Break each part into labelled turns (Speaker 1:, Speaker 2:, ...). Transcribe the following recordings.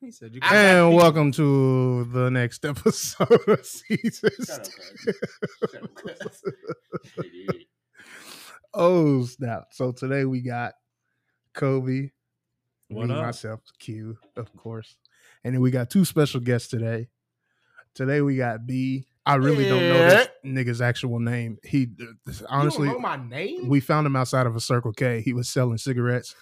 Speaker 1: He said you.
Speaker 2: And welcome to the next episode of season.
Speaker 3: Shut up, Shut up, Russ. Idiot.
Speaker 2: Oh snap! So today we got Kobe,
Speaker 1: What
Speaker 2: me,
Speaker 1: up?
Speaker 2: myself, Q, of course, and then we got two special guests today. Today we got B. I really don't know this nigga's actual name. He honestly,
Speaker 3: you don't know my name.
Speaker 2: we found him outside of a Circle K. He was selling cigarettes.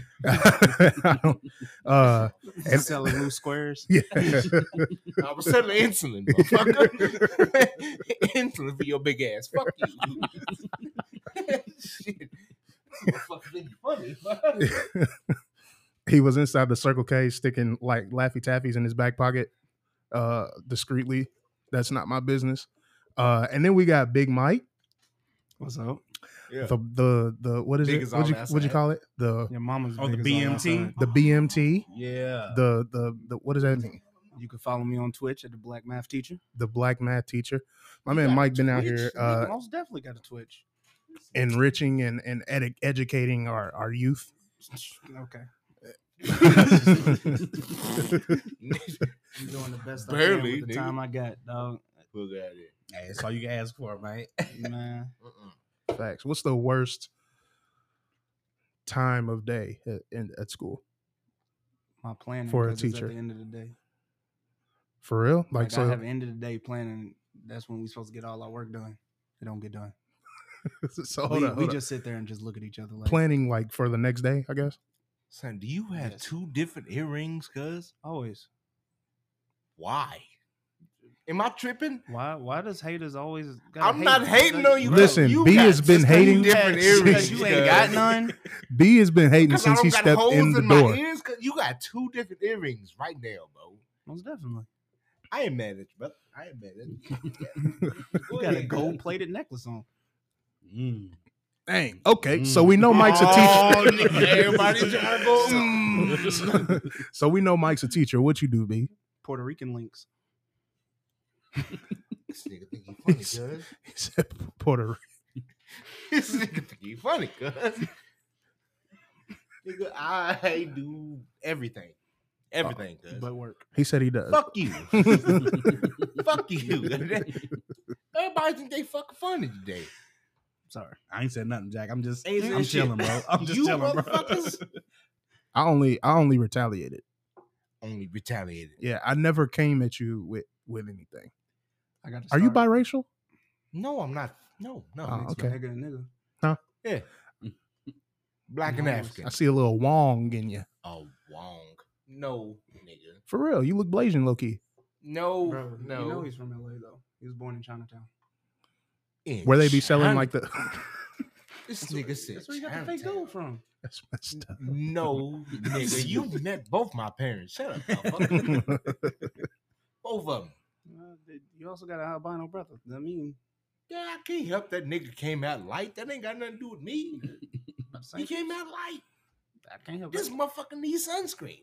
Speaker 2: I don't. Uh, and-
Speaker 1: selling loose squares.
Speaker 2: yeah.
Speaker 3: I was selling insulin, motherfucker. insulin for your big ass. Fuck you. Shit. Motherfucker, think you funny.
Speaker 2: he was inside the Circle K sticking like Laffy Taffys in his back pocket, uh, discreetly. That's not my business. Uh, and then we got Big Mike,
Speaker 4: What's up?
Speaker 3: Yeah.
Speaker 2: the the the what is
Speaker 3: Big
Speaker 2: it?
Speaker 3: is
Speaker 2: What'd
Speaker 3: all
Speaker 2: you,
Speaker 3: that's
Speaker 2: what'd you
Speaker 3: at.
Speaker 2: call it? The
Speaker 4: Your mama's
Speaker 1: Oh, the
Speaker 4: big as all
Speaker 1: BMT?
Speaker 4: outside.
Speaker 2: the BMT,
Speaker 1: Yeah.
Speaker 2: the the the what does that mean?
Speaker 4: You can follow me on Twitch at the Black Math Teacher.
Speaker 2: The black math teacher. My
Speaker 4: You
Speaker 2: man
Speaker 4: got
Speaker 2: Mike been out
Speaker 4: Twitch?
Speaker 2: here
Speaker 4: You
Speaker 2: uh,
Speaker 4: most definitely got a Twitch.
Speaker 2: enriching and and edu- educating our our youth.
Speaker 4: Okay, I'm doing the best I
Speaker 3: Barely,
Speaker 4: can with the
Speaker 3: nigga.
Speaker 4: time I got, dog.
Speaker 3: Look at it.
Speaker 1: Hey, that's all you can ask for, mate.
Speaker 4: Man,
Speaker 3: Mm-mm.
Speaker 2: Facts. What's the worst time of day at, in, at school?
Speaker 4: my planning
Speaker 2: For a
Speaker 4: 'cause it's
Speaker 2: teacher.
Speaker 4: At the end of the day,
Speaker 2: For real? Like,
Speaker 4: like,
Speaker 2: so
Speaker 4: I have end of the day planning. That's when we supposed to get all our work done. It don't get done.
Speaker 2: so hold
Speaker 4: we
Speaker 2: on,
Speaker 4: we
Speaker 2: hold on.
Speaker 4: just sit there and just look at each other like,
Speaker 2: planning like for the next day, I guess.
Speaker 3: Son, do you have
Speaker 4: Yes.
Speaker 3: two different earrings? Cause
Speaker 4: always.
Speaker 3: why? Am I tripping?
Speaker 4: Why? Why does haters always? gotta
Speaker 3: I'm
Speaker 4: hate?
Speaker 3: not hating on you. bro.
Speaker 2: Listen,
Speaker 3: You
Speaker 2: B
Speaker 3: got
Speaker 2: has been
Speaker 3: two
Speaker 2: hating-
Speaker 3: different
Speaker 2: Because
Speaker 3: earrings.
Speaker 4: Because you ain't got
Speaker 3: cuz.
Speaker 4: none.
Speaker 2: B has been hating
Speaker 3: 'Cause I
Speaker 2: since
Speaker 3: don't
Speaker 2: he
Speaker 3: got
Speaker 2: stepped
Speaker 3: holes
Speaker 2: in the
Speaker 3: My
Speaker 2: door.
Speaker 3: ears, 'cause you got two different earrings right now, bro.
Speaker 4: Most definitely.
Speaker 3: I ain't mad at you, brother. I ain't mad at you.
Speaker 4: You got a gold plated necklace on.
Speaker 1: Mm.
Speaker 2: Dang. Okay, so
Speaker 1: Mm.
Speaker 2: we know Mike's a
Speaker 3: Oh,
Speaker 2: teacher.
Speaker 3: nigga, everybody tryna go,
Speaker 2: So, so we know Mike's a teacher. What you do, B?
Speaker 4: Puerto Rican links.
Speaker 3: This nigga think he funny, cuz.
Speaker 2: He said Puerto Rico.
Speaker 3: This nigga think he funny, cuz. Nigga, I do everything. Everything,
Speaker 2: Oh,
Speaker 3: cuz.
Speaker 4: But work.
Speaker 2: He said he does.
Speaker 3: Fuck you. Fuck you. Everybody think they fucking funny today.
Speaker 4: Sorry.
Speaker 1: I ain't said nothing, Jack. I'm just,
Speaker 3: Ain't said
Speaker 1: I'm
Speaker 3: shit.
Speaker 1: chilling, bro. I'm just
Speaker 3: you
Speaker 1: chilling, bro.
Speaker 3: motherfuckers
Speaker 2: I only I only retaliated.
Speaker 3: only retaliated.
Speaker 2: Yeah, I never came at you with with anything.
Speaker 4: I got.
Speaker 2: Are you biracial?
Speaker 3: No, I'm not. No, no.
Speaker 2: Oh,
Speaker 3: nigga.
Speaker 2: okay.
Speaker 4: Nigga, and nigga.
Speaker 3: Yeah. Black and
Speaker 4: No, it's-
Speaker 3: African.
Speaker 2: I see a little Wong in you.
Speaker 3: Oh, Wong. No, nigga.
Speaker 2: For real, you look blazing, low key.
Speaker 3: No,
Speaker 4: Bro,
Speaker 3: no.
Speaker 4: You know he's from LA though. He was born in Chinatown.
Speaker 3: In
Speaker 2: Where they be selling
Speaker 3: China-
Speaker 2: like the.
Speaker 3: this nigga said.
Speaker 4: That's where you got the fake
Speaker 3: Chinatown.
Speaker 4: gold from.
Speaker 2: That's messed up.
Speaker 3: No, nigga, you met both my parents. Shut up, motherfucker. both of them.
Speaker 4: Uh, th- You also got an albino brother. I mean,
Speaker 3: Yeah, I can't help that nigga came out light. That ain't got nothing to do with me.
Speaker 4: I'm saying-
Speaker 3: He came out light.
Speaker 4: I can't help
Speaker 3: This
Speaker 4: it.
Speaker 3: motherfucker needs sunscreen.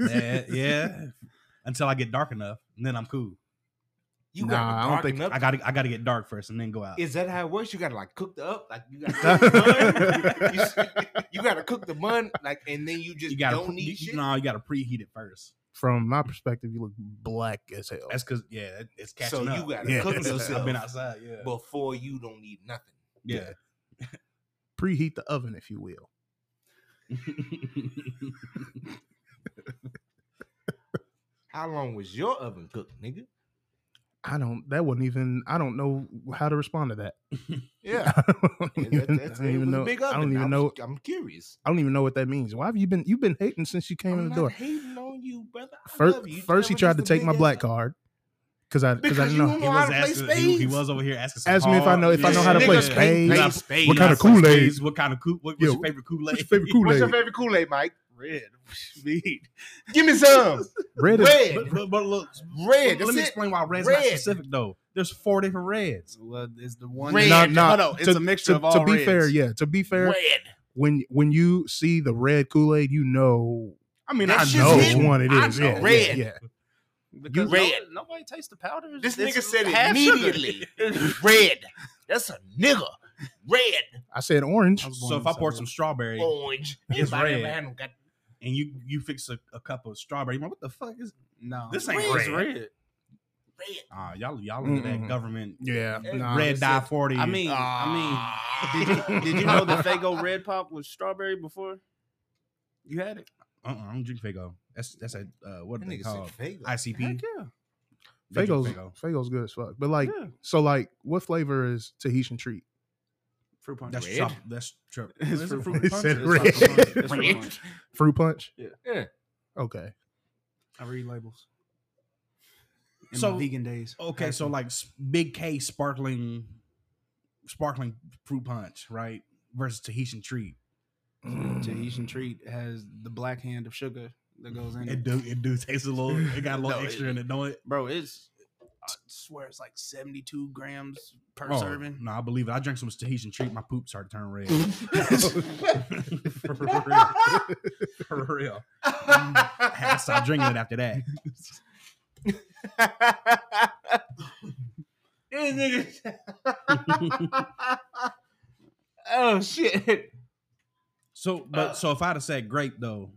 Speaker 1: yeah, yeah. Until I get dark enough, and then I'm cool.
Speaker 3: You
Speaker 2: Nah,
Speaker 3: gotta
Speaker 2: I don't
Speaker 3: darken
Speaker 2: think-
Speaker 3: up.
Speaker 1: I gotta, I gotta get dark first, and then go out.
Speaker 3: Is that how it works? You gotta like cook the up, like you gotta cook the bun. You s- you gotta cook the bun, like, and then you just
Speaker 1: you gotta,
Speaker 3: don't need
Speaker 1: you,
Speaker 3: shit.
Speaker 1: no, you gotta preheat it first.
Speaker 2: From my perspective, you look black as hell.
Speaker 1: That's because, yeah, it- it's catching
Speaker 3: so
Speaker 1: up.
Speaker 3: you gotta
Speaker 2: Yeah.
Speaker 3: cook
Speaker 1: I've
Speaker 3: yourself
Speaker 1: been outside. Yeah,
Speaker 3: before you don't need nothing.
Speaker 1: yeah.
Speaker 2: Preheat the oven, if you will.
Speaker 3: How long was your oven cooked, nigga?
Speaker 2: I don't. That wasn't even. I don't know how to respond to that.
Speaker 3: Yeah,
Speaker 2: I don't
Speaker 3: Yeah,
Speaker 2: even,
Speaker 3: that- that's-
Speaker 2: I don't
Speaker 3: it
Speaker 2: even
Speaker 3: was a
Speaker 2: know.
Speaker 3: big
Speaker 2: I
Speaker 3: oven.
Speaker 2: don't
Speaker 3: was-
Speaker 2: even know.
Speaker 3: I'm curious.
Speaker 2: I don't even know what that means. Why have you been? You've been hating since you came
Speaker 3: I'm
Speaker 2: in the
Speaker 3: not
Speaker 2: door.
Speaker 3: hating on you, brother. I
Speaker 2: First,
Speaker 3: love you. You
Speaker 2: first he
Speaker 3: never
Speaker 2: tried to
Speaker 3: just
Speaker 2: take my
Speaker 3: admit
Speaker 2: black
Speaker 3: that.
Speaker 2: card because I because I
Speaker 3: Because
Speaker 2: didn't
Speaker 3: you
Speaker 2: know.
Speaker 3: don't
Speaker 1: He
Speaker 3: know
Speaker 1: was
Speaker 3: how to play
Speaker 1: asking. He, he
Speaker 3: spades.
Speaker 1: was over here asking. Some
Speaker 2: Ask me if I
Speaker 1: hard-
Speaker 2: know- if I
Speaker 3: know how to play
Speaker 1: Niggas can't
Speaker 2: spades.
Speaker 1: play
Speaker 3: spades.
Speaker 2: What kind of
Speaker 1: Y'all play
Speaker 2: Kool-Aid?
Speaker 1: spades? What kind of Kool? What, what's
Speaker 2: Yo,
Speaker 1: your favorite Kool Aid?
Speaker 2: What's your favorite Kool
Speaker 3: What's
Speaker 2: Aid?
Speaker 3: your favorite Kool Aid, Mike?
Speaker 1: Red. Sweet.
Speaker 3: Give me some
Speaker 2: Red. is-
Speaker 3: red,
Speaker 1: But, but, but look,
Speaker 3: red.
Speaker 1: let
Speaker 3: That's
Speaker 1: me
Speaker 3: it.
Speaker 1: explain why red's not
Speaker 3: Red.
Speaker 1: specific though. There's four different reds.
Speaker 4: Well, it's the one.
Speaker 3: Red.
Speaker 2: Nah,
Speaker 3: No,
Speaker 2: nah,
Speaker 4: no, it's
Speaker 2: to-
Speaker 4: a mixture
Speaker 2: to-
Speaker 4: of all
Speaker 2: To be fair,
Speaker 4: reds.
Speaker 2: yeah. To be fair,
Speaker 3: Red.
Speaker 2: when when you see the red Kool Aid, you know
Speaker 1: I mean,
Speaker 3: That
Speaker 1: I
Speaker 3: shit's
Speaker 1: know
Speaker 2: which
Speaker 3: hidden.
Speaker 2: one it
Speaker 3: I
Speaker 2: is.
Speaker 3: know
Speaker 2: Yeah, yeah,
Speaker 3: red.
Speaker 2: Yeah.
Speaker 4: Because
Speaker 3: Red.
Speaker 4: no- nobody tastes the powder. It's-
Speaker 3: This nigga
Speaker 4: it's
Speaker 3: said it
Speaker 4: half sugar.
Speaker 3: immediately. red. That's a nigga. Red,
Speaker 2: I said orange.
Speaker 4: I was born
Speaker 1: So
Speaker 4: in
Speaker 1: if I pour
Speaker 4: South-
Speaker 1: some strawberry,
Speaker 3: orange.
Speaker 1: It's
Speaker 3: Everybody
Speaker 1: red.
Speaker 3: ever had no got-
Speaker 1: and you you fix a, a cup of strawberry. You're like, what the fuck is?
Speaker 4: No.
Speaker 1: This ain't
Speaker 3: Red's
Speaker 1: red.
Speaker 3: red.
Speaker 1: Ah, y'all y'all into
Speaker 2: Mm-mm.
Speaker 1: that government
Speaker 2: Yeah,
Speaker 3: Hey,
Speaker 2: nah,
Speaker 1: red
Speaker 2: that's
Speaker 1: dye Ah.
Speaker 2: it.
Speaker 1: forty?
Speaker 5: I mean, I
Speaker 3: Ah.
Speaker 5: mean, did you, did you know that Fago Red Pop was strawberry before you had it?
Speaker 1: uh-uh, I don't drink Fago. That's that's a uh, what
Speaker 3: That
Speaker 1: do they
Speaker 3: nigga said
Speaker 1: call
Speaker 3: fake.
Speaker 1: ICP.
Speaker 5: Heck yeah.
Speaker 1: They drink
Speaker 2: Fago's Fago's good as fuck. But like,
Speaker 5: Yeah.
Speaker 2: so like, what flavor is Tahitian treat?
Speaker 5: Fruit punch.
Speaker 1: That's
Speaker 3: Red?
Speaker 1: true. That's true.
Speaker 5: It's
Speaker 1: Is
Speaker 5: fruit
Speaker 1: it fruit
Speaker 5: punch.
Speaker 2: It
Speaker 1: punch
Speaker 2: said
Speaker 1: or
Speaker 5: It's
Speaker 1: is it
Speaker 2: red.
Speaker 1: fruit punch?
Speaker 5: It's fruit
Speaker 3: Red.
Speaker 5: punch.
Speaker 2: Fruit punch.
Speaker 3: Yeah.
Speaker 2: Okay,
Speaker 4: I read labels. In
Speaker 1: So-
Speaker 4: my vegan days.
Speaker 1: Okay, so like s- big K sparkling, sparkling fruit punch, right? Versus Tahitian treat.
Speaker 4: Tahitian treat has the black hand of sugar that goes in
Speaker 1: It
Speaker 4: it.
Speaker 1: do it do taste a little. It got a little
Speaker 5: No,
Speaker 1: extra
Speaker 5: it-
Speaker 1: in it, don't it?
Speaker 5: Bro, it's I swear it's like 72 grams per
Speaker 1: Oh,
Speaker 5: serving.
Speaker 1: No, I believe it. I drank some Tahitian treat. My poop started turning red. For real. For real. I had to stop drinking it after that.
Speaker 3: These niggas. oh shit.
Speaker 1: So,
Speaker 3: Uh.
Speaker 1: but so if I'd have said grape though,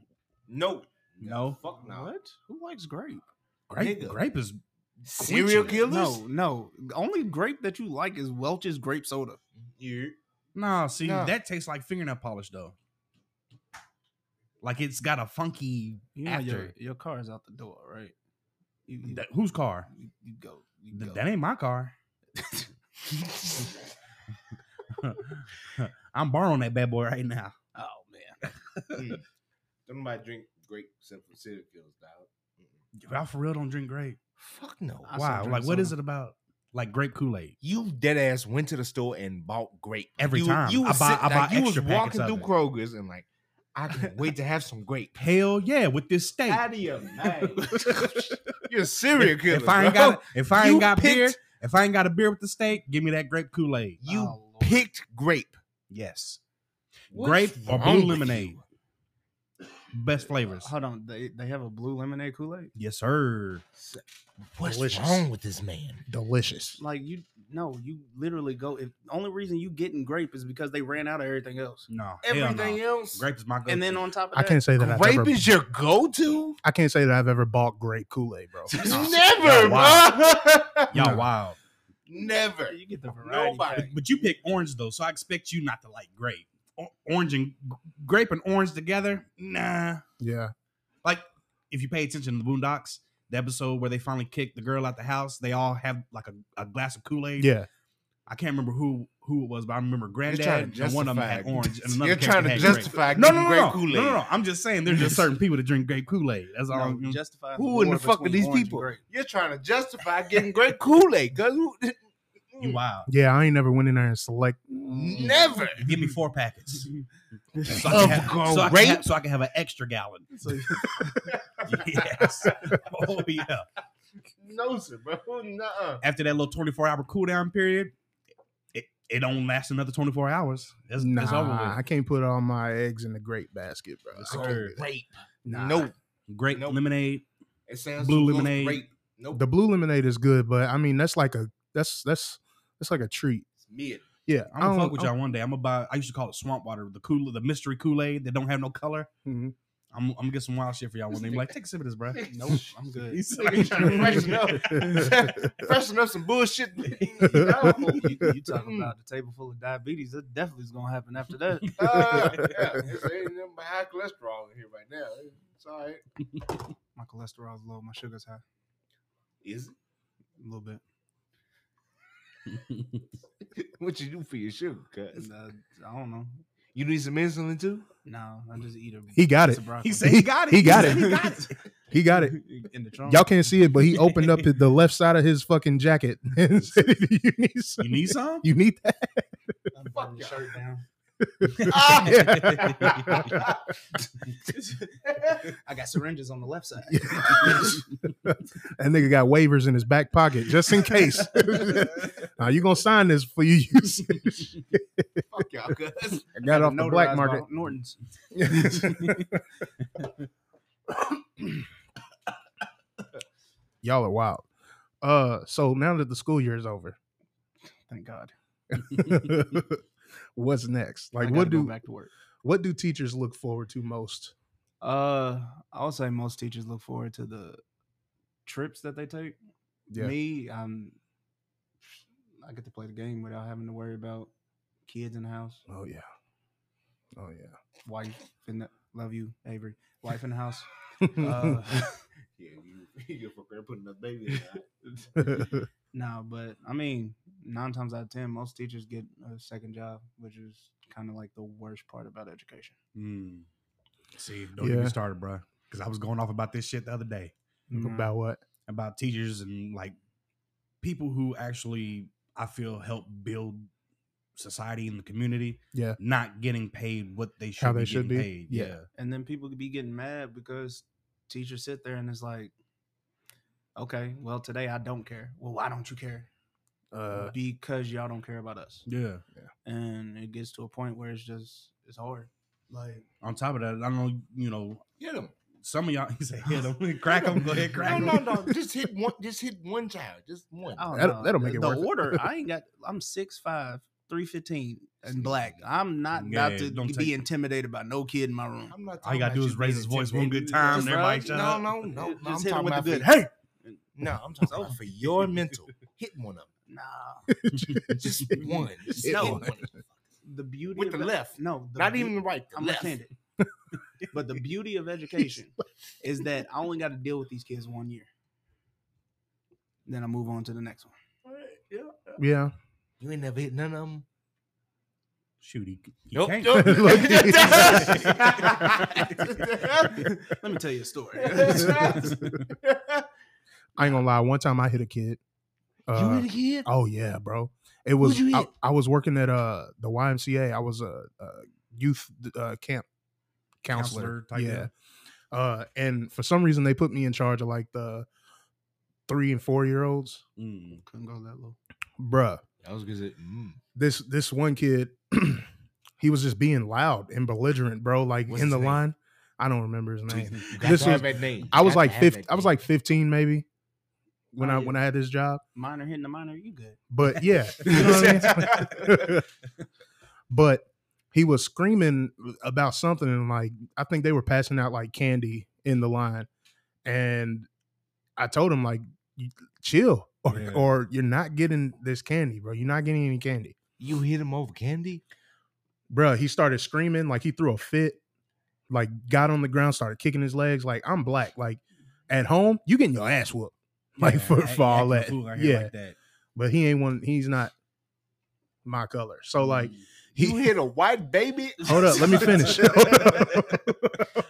Speaker 3: No.
Speaker 1: no,
Speaker 3: Fuck no.
Speaker 5: What? Who likes grape?
Speaker 1: grape,
Speaker 3: Nigga.
Speaker 1: grape is
Speaker 3: Serial killers?
Speaker 5: No, no. The only grape that you like is Welch's grape soda.
Speaker 3: Yeah.
Speaker 1: nah. See,
Speaker 3: Nah.
Speaker 1: that tastes like fingernail polish though. Like it's got a funky
Speaker 5: You know your,
Speaker 1: after.
Speaker 5: your car is out the door, right? You, you,
Speaker 1: That- whose car?
Speaker 5: you, you go. You
Speaker 1: Th-
Speaker 5: go.
Speaker 1: That ain't my car. I'm borrowing that bad boy right now.
Speaker 5: oh man.
Speaker 3: Somebody drink grape except for serial killers, dog.
Speaker 1: Y'all for real don't drink grape.
Speaker 3: Fuck no.
Speaker 4: I still
Speaker 1: Wow.
Speaker 4: drink
Speaker 1: Like, what is
Speaker 4: soda.
Speaker 1: it about? Like grape Kool Aid.
Speaker 3: You dead ass went to the store and bought grape
Speaker 1: Every
Speaker 3: you,
Speaker 1: time.
Speaker 3: You
Speaker 1: I
Speaker 3: was,
Speaker 1: buy-
Speaker 3: sitting-
Speaker 1: I buy
Speaker 3: like, you was
Speaker 1: extra packets
Speaker 3: walking
Speaker 1: of
Speaker 3: through
Speaker 1: it.
Speaker 3: Kroger's and like, I can't wait to have some grape.
Speaker 1: Hell yeah, with this steak.
Speaker 3: Out of your mind. You're a serial killer.
Speaker 1: if I ain't
Speaker 3: bro.
Speaker 1: got if I ain't
Speaker 3: You
Speaker 1: got beer,
Speaker 3: picked-
Speaker 1: if I ain't got a beer with the steak, give me that grape Kool Aid.
Speaker 3: you
Speaker 4: Oh, Lord.
Speaker 3: picked grape.
Speaker 1: Yes,
Speaker 3: What's
Speaker 1: grape or
Speaker 3: wrong
Speaker 1: blue
Speaker 3: with
Speaker 1: lemonade,
Speaker 3: you?
Speaker 1: best flavors.
Speaker 4: Hold on. They, they have a blue lemonade Kool Aid?
Speaker 1: Yes, sir.
Speaker 3: What's
Speaker 2: Delicious.
Speaker 3: wrong with this man?
Speaker 2: delicious.
Speaker 4: Like you no, you literally go if only reason you getting grape is because they ran out of everything else.
Speaker 1: No,
Speaker 3: Everything
Speaker 1: everything
Speaker 3: else.
Speaker 1: grape is my go.
Speaker 5: And then on top of
Speaker 2: I
Speaker 5: that,
Speaker 2: can't say that I've
Speaker 3: grape
Speaker 2: ever.
Speaker 3: is your go-to.
Speaker 2: I can't say that I've ever bought grape Kool Aid, bro.
Speaker 3: Never,
Speaker 1: wow.
Speaker 3: bro.
Speaker 1: y'all wild.
Speaker 3: Never.
Speaker 5: you get the variety.
Speaker 3: Nobody.
Speaker 5: pack.
Speaker 1: But you pick orange though, so I expect you not to like grape. O- orange and grape and orange together, nah.
Speaker 2: Yeah,
Speaker 1: Like if you pay attention to the Boondocks, the episode where they finally kick the girl out the house, they all have like a, a glass of Kool Aid.
Speaker 2: yeah.
Speaker 1: I can't remember who who it was, but I remember
Speaker 3: trying
Speaker 1: granddad
Speaker 3: to
Speaker 1: and one of them had
Speaker 3: justify-
Speaker 1: orange and another
Speaker 3: You're trying to
Speaker 1: character had grape.
Speaker 3: justify
Speaker 1: No,
Speaker 3: getting
Speaker 1: no, no,
Speaker 3: grape
Speaker 1: no,
Speaker 3: Kool-Aid.
Speaker 1: no, no, no. I'm just saying there's just certain people that drink grape Kool Aid. That's all.
Speaker 4: No,
Speaker 1: I'm-
Speaker 4: justify
Speaker 3: Who in the
Speaker 4: war
Speaker 3: fuck are
Speaker 4: between
Speaker 3: these
Speaker 4: orange and
Speaker 3: people?
Speaker 4: grape.
Speaker 3: You're trying to justify getting grape Kool-Aid, cuz who-
Speaker 1: you wild.
Speaker 2: Yeah, I ain't never went in there and select.
Speaker 3: Mm. never.
Speaker 1: Give me four packets. So I,
Speaker 3: Of
Speaker 1: can have, so, I can
Speaker 3: grape?
Speaker 1: have, so I can have an extra gallon. yes. Oh yeah.
Speaker 3: No, sir, bro. Nuh-uh.
Speaker 1: After that little 24 hour cool down period, it, it don't last another 24 hours. That's,
Speaker 2: Nah,
Speaker 1: that's over with.
Speaker 2: I can't put all my eggs in the grape basket, bro.
Speaker 1: Yes,
Speaker 2: I can't
Speaker 1: sir.
Speaker 2: do that.
Speaker 3: Grape.
Speaker 2: Nah.
Speaker 3: No.
Speaker 1: Grape
Speaker 3: Nope.
Speaker 1: lemonade.
Speaker 3: It sounds
Speaker 1: Blue
Speaker 3: too close to
Speaker 1: lemonade.
Speaker 3: Grape. Nope.
Speaker 2: the blue lemonade is good, but I mean that's like a that's that's that's like a treat.
Speaker 3: It's mid.
Speaker 2: Yeah,
Speaker 1: I'm gonna
Speaker 2: I
Speaker 1: fuck
Speaker 2: don't-
Speaker 1: with y'all one day. I'm gonna buy. I used to call it swamp water, the cool, the mystery Kool Aid that don't have no color.
Speaker 2: Mhm.
Speaker 1: I'm, I'm gonna get some wild shit for y'all one day. Be Like, take a sip of this, bro.
Speaker 4: Nope, I'm good.
Speaker 1: He's
Speaker 3: Nigga trying to freshen up. freshen up some bullshit. No. Uh,
Speaker 4: Oh, you, you talking about a table full of diabetes? That definitely is gonna happen after that.
Speaker 3: Uh, yeah, it's ain't nothing but high cholesterol in here right now. It's all right.
Speaker 4: My cholesterol's low, my sugar's high, a
Speaker 3: Is
Speaker 4: little bit.
Speaker 3: it? What you do for your sugar, cuz?
Speaker 4: And, uh, I don't know.
Speaker 3: You need some insulin too?
Speaker 4: No, I just eat a.
Speaker 2: He got
Speaker 4: piece
Speaker 2: it.
Speaker 4: of broccoli.
Speaker 1: He said he got it.
Speaker 2: He got
Speaker 1: said
Speaker 2: it.
Speaker 1: He got it.
Speaker 2: He got it.
Speaker 4: in the trunk.
Speaker 2: Y'all can't see it, but he opened up the left side of his fucking jacket and said, "You need some.
Speaker 1: You need some?
Speaker 2: You need that."
Speaker 4: I'm
Speaker 3: Fuck
Speaker 4: putting the
Speaker 3: y'all.
Speaker 4: shirt down. Ah! I got syringes on the left side.
Speaker 2: That nigga got waivers in his back pocket just in case. now you gonna sign this for you use. it.
Speaker 3: Fuck y'all, cuz.
Speaker 2: I got off the black
Speaker 4: Notarized by
Speaker 2: market.
Speaker 4: Norton's.
Speaker 2: Y'all are wild. Uh, so now that the school year is over,
Speaker 4: Thank God.
Speaker 2: what's next?
Speaker 4: I
Speaker 2: Like,
Speaker 4: gotta
Speaker 2: what
Speaker 4: go
Speaker 2: do
Speaker 4: back to work?
Speaker 2: what do teachers look forward to most
Speaker 5: Uh, I would say most teachers look forward to the trips that they take.
Speaker 2: Yeah.
Speaker 5: Me, um, I get to play the game without having to worry about kids in the house,
Speaker 2: Oh yeah. Oh yeah.
Speaker 5: wife in the love you, Avery, wife in the house. Uh,
Speaker 3: Yeah, you you fucker I'm putting a baby. in there.
Speaker 4: Uh,
Speaker 5: no, but I mean, nine times out of ten, most teachers get a second job, which is kind of like the worst part about education.
Speaker 1: Mm. See, don't get
Speaker 2: Yeah.
Speaker 1: me started, bro. Because I was going off about this shit the other day
Speaker 3: Mm-hmm.
Speaker 2: About what?
Speaker 1: about teachers and like people who actually I feel help build society and the community.
Speaker 2: Yeah.
Speaker 1: not getting paid what they should
Speaker 2: How
Speaker 1: be
Speaker 2: they should
Speaker 1: getting
Speaker 2: be?
Speaker 1: paid.
Speaker 2: Yeah.
Speaker 1: Yeah.
Speaker 5: and then people could be getting mad because teachers sit there and it's like, okay, well today I don't care. Well, why don't you care?
Speaker 2: Uh,
Speaker 5: because y'all don't care about us.
Speaker 1: yeah.
Speaker 5: And it gets to a point where it's just it's hard. Like
Speaker 1: On top of that, I know you know
Speaker 3: Hit him.
Speaker 1: some of y'all. He said, "Hit them, crack them, go ahead,
Speaker 3: No,
Speaker 1: crack them."
Speaker 3: no, no. Just hit one. Just hit one child. Just one.
Speaker 5: I don't
Speaker 2: That'll-
Speaker 5: know.
Speaker 2: that'll make it
Speaker 5: the, the
Speaker 2: worth it.
Speaker 5: order. I ain't got. I'm six five, three fifteen, and black. I'm not
Speaker 1: Yeah,
Speaker 5: about to
Speaker 1: don't take-
Speaker 5: be intimidated by no kid in my room.
Speaker 3: I'm not.
Speaker 1: All
Speaker 3: talking
Speaker 1: you gotta
Speaker 3: about
Speaker 1: do is raise
Speaker 3: being
Speaker 1: his voice one good
Speaker 3: intimidated.
Speaker 1: time,
Speaker 5: Just
Speaker 1: and everybody
Speaker 5: right?
Speaker 1: shut
Speaker 3: no,
Speaker 1: up.
Speaker 3: no, no, no.
Speaker 5: Just
Speaker 3: I'm
Speaker 5: hit him
Speaker 3: talking
Speaker 5: with the
Speaker 3: about
Speaker 5: good.
Speaker 3: for-
Speaker 5: Hey,
Speaker 3: No, I'm talking about for your mental. Hit one of
Speaker 5: nah.
Speaker 3: them. Just one. Just
Speaker 2: Hit
Speaker 3: no.
Speaker 2: one.
Speaker 3: Hit one.
Speaker 5: The beauty
Speaker 3: With
Speaker 5: of
Speaker 3: the
Speaker 5: ed-
Speaker 3: left.
Speaker 5: No, the
Speaker 3: Not
Speaker 5: beau-
Speaker 3: even the right. The
Speaker 5: I'm
Speaker 3: left.
Speaker 5: left-handed. but the beauty of education is that I only got to deal with these kids one year. Then I move on to the next one.
Speaker 2: yeah.
Speaker 3: You ain't never hit none of them.
Speaker 1: Shoot, he, he
Speaker 3: Nope.
Speaker 1: can't.
Speaker 3: nope.
Speaker 5: Let me tell you a story.
Speaker 2: I ain't gonna lie. One time I hit a kid.
Speaker 3: you
Speaker 2: Uh,
Speaker 3: hit a kid?
Speaker 2: oh yeah, bro. It was
Speaker 3: you
Speaker 2: I,
Speaker 3: hit?
Speaker 2: I was working at uh the YMCA. I was a, a youth uh, camp counselor.
Speaker 1: Counselor type
Speaker 2: yeah. Uh, and for some reason they put me in charge of like the three and four year olds,
Speaker 1: Mm.
Speaker 5: Couldn't go that low.
Speaker 2: bruh.
Speaker 3: I was gonna say. Mm.
Speaker 2: this this one kid he was just being loud and belligerent bro like
Speaker 3: What's
Speaker 2: in
Speaker 3: his
Speaker 2: the
Speaker 3: name?
Speaker 2: line i don't remember his name
Speaker 1: You got
Speaker 3: Got
Speaker 2: This
Speaker 3: to have
Speaker 2: was-
Speaker 3: that name.
Speaker 2: i was
Speaker 3: Got to
Speaker 2: like
Speaker 3: have that
Speaker 2: 15 i was
Speaker 3: name.
Speaker 2: like 15 maybe when
Speaker 5: Oh,
Speaker 2: i
Speaker 5: yeah.
Speaker 2: when i had this job
Speaker 5: Minor hitting the minor, you good.
Speaker 2: but yeah you know what I mean? but he was screaming about something and like i think they were passing out like candy in the line and i told him like "You- chill or,
Speaker 1: Yeah.
Speaker 2: or you're not getting this candy bro you're not getting any candy
Speaker 3: you hit him over candy.
Speaker 2: Bruh, he started screaming like he threw a fit like got on the ground started kicking his legs like i'm black like at home you getting your ass whooped Like, for-
Speaker 1: act-
Speaker 2: for all
Speaker 1: acting
Speaker 2: that.
Speaker 1: a fool out here
Speaker 2: Yeah.
Speaker 1: like that.
Speaker 2: but he ain't one he's not my color so like
Speaker 3: You
Speaker 2: he
Speaker 3: hit a white baby.
Speaker 2: hold up let me finish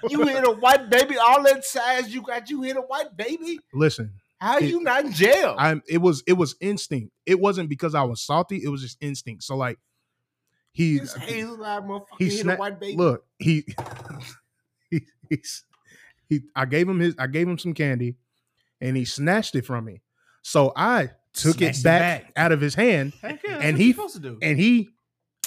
Speaker 3: You hit a white baby. All that size you got. You hit a white baby.
Speaker 2: listen
Speaker 3: How
Speaker 2: It-
Speaker 3: you not in jail?
Speaker 2: i'm it was it was instinct it wasn't because i was salty it was just instinct so like he
Speaker 3: This hazel eyed motherfucker
Speaker 2: he
Speaker 3: hit
Speaker 2: sna-
Speaker 3: a white baby.
Speaker 2: look he, he he's he i gave him his i gave him some candy and he snatched it from me so i took
Speaker 1: Snatched
Speaker 2: it
Speaker 1: it
Speaker 2: back,
Speaker 1: back.
Speaker 2: out of his hand
Speaker 5: Heck yeah.
Speaker 2: And
Speaker 5: that's what
Speaker 2: he-
Speaker 5: you supposed to do.
Speaker 2: and he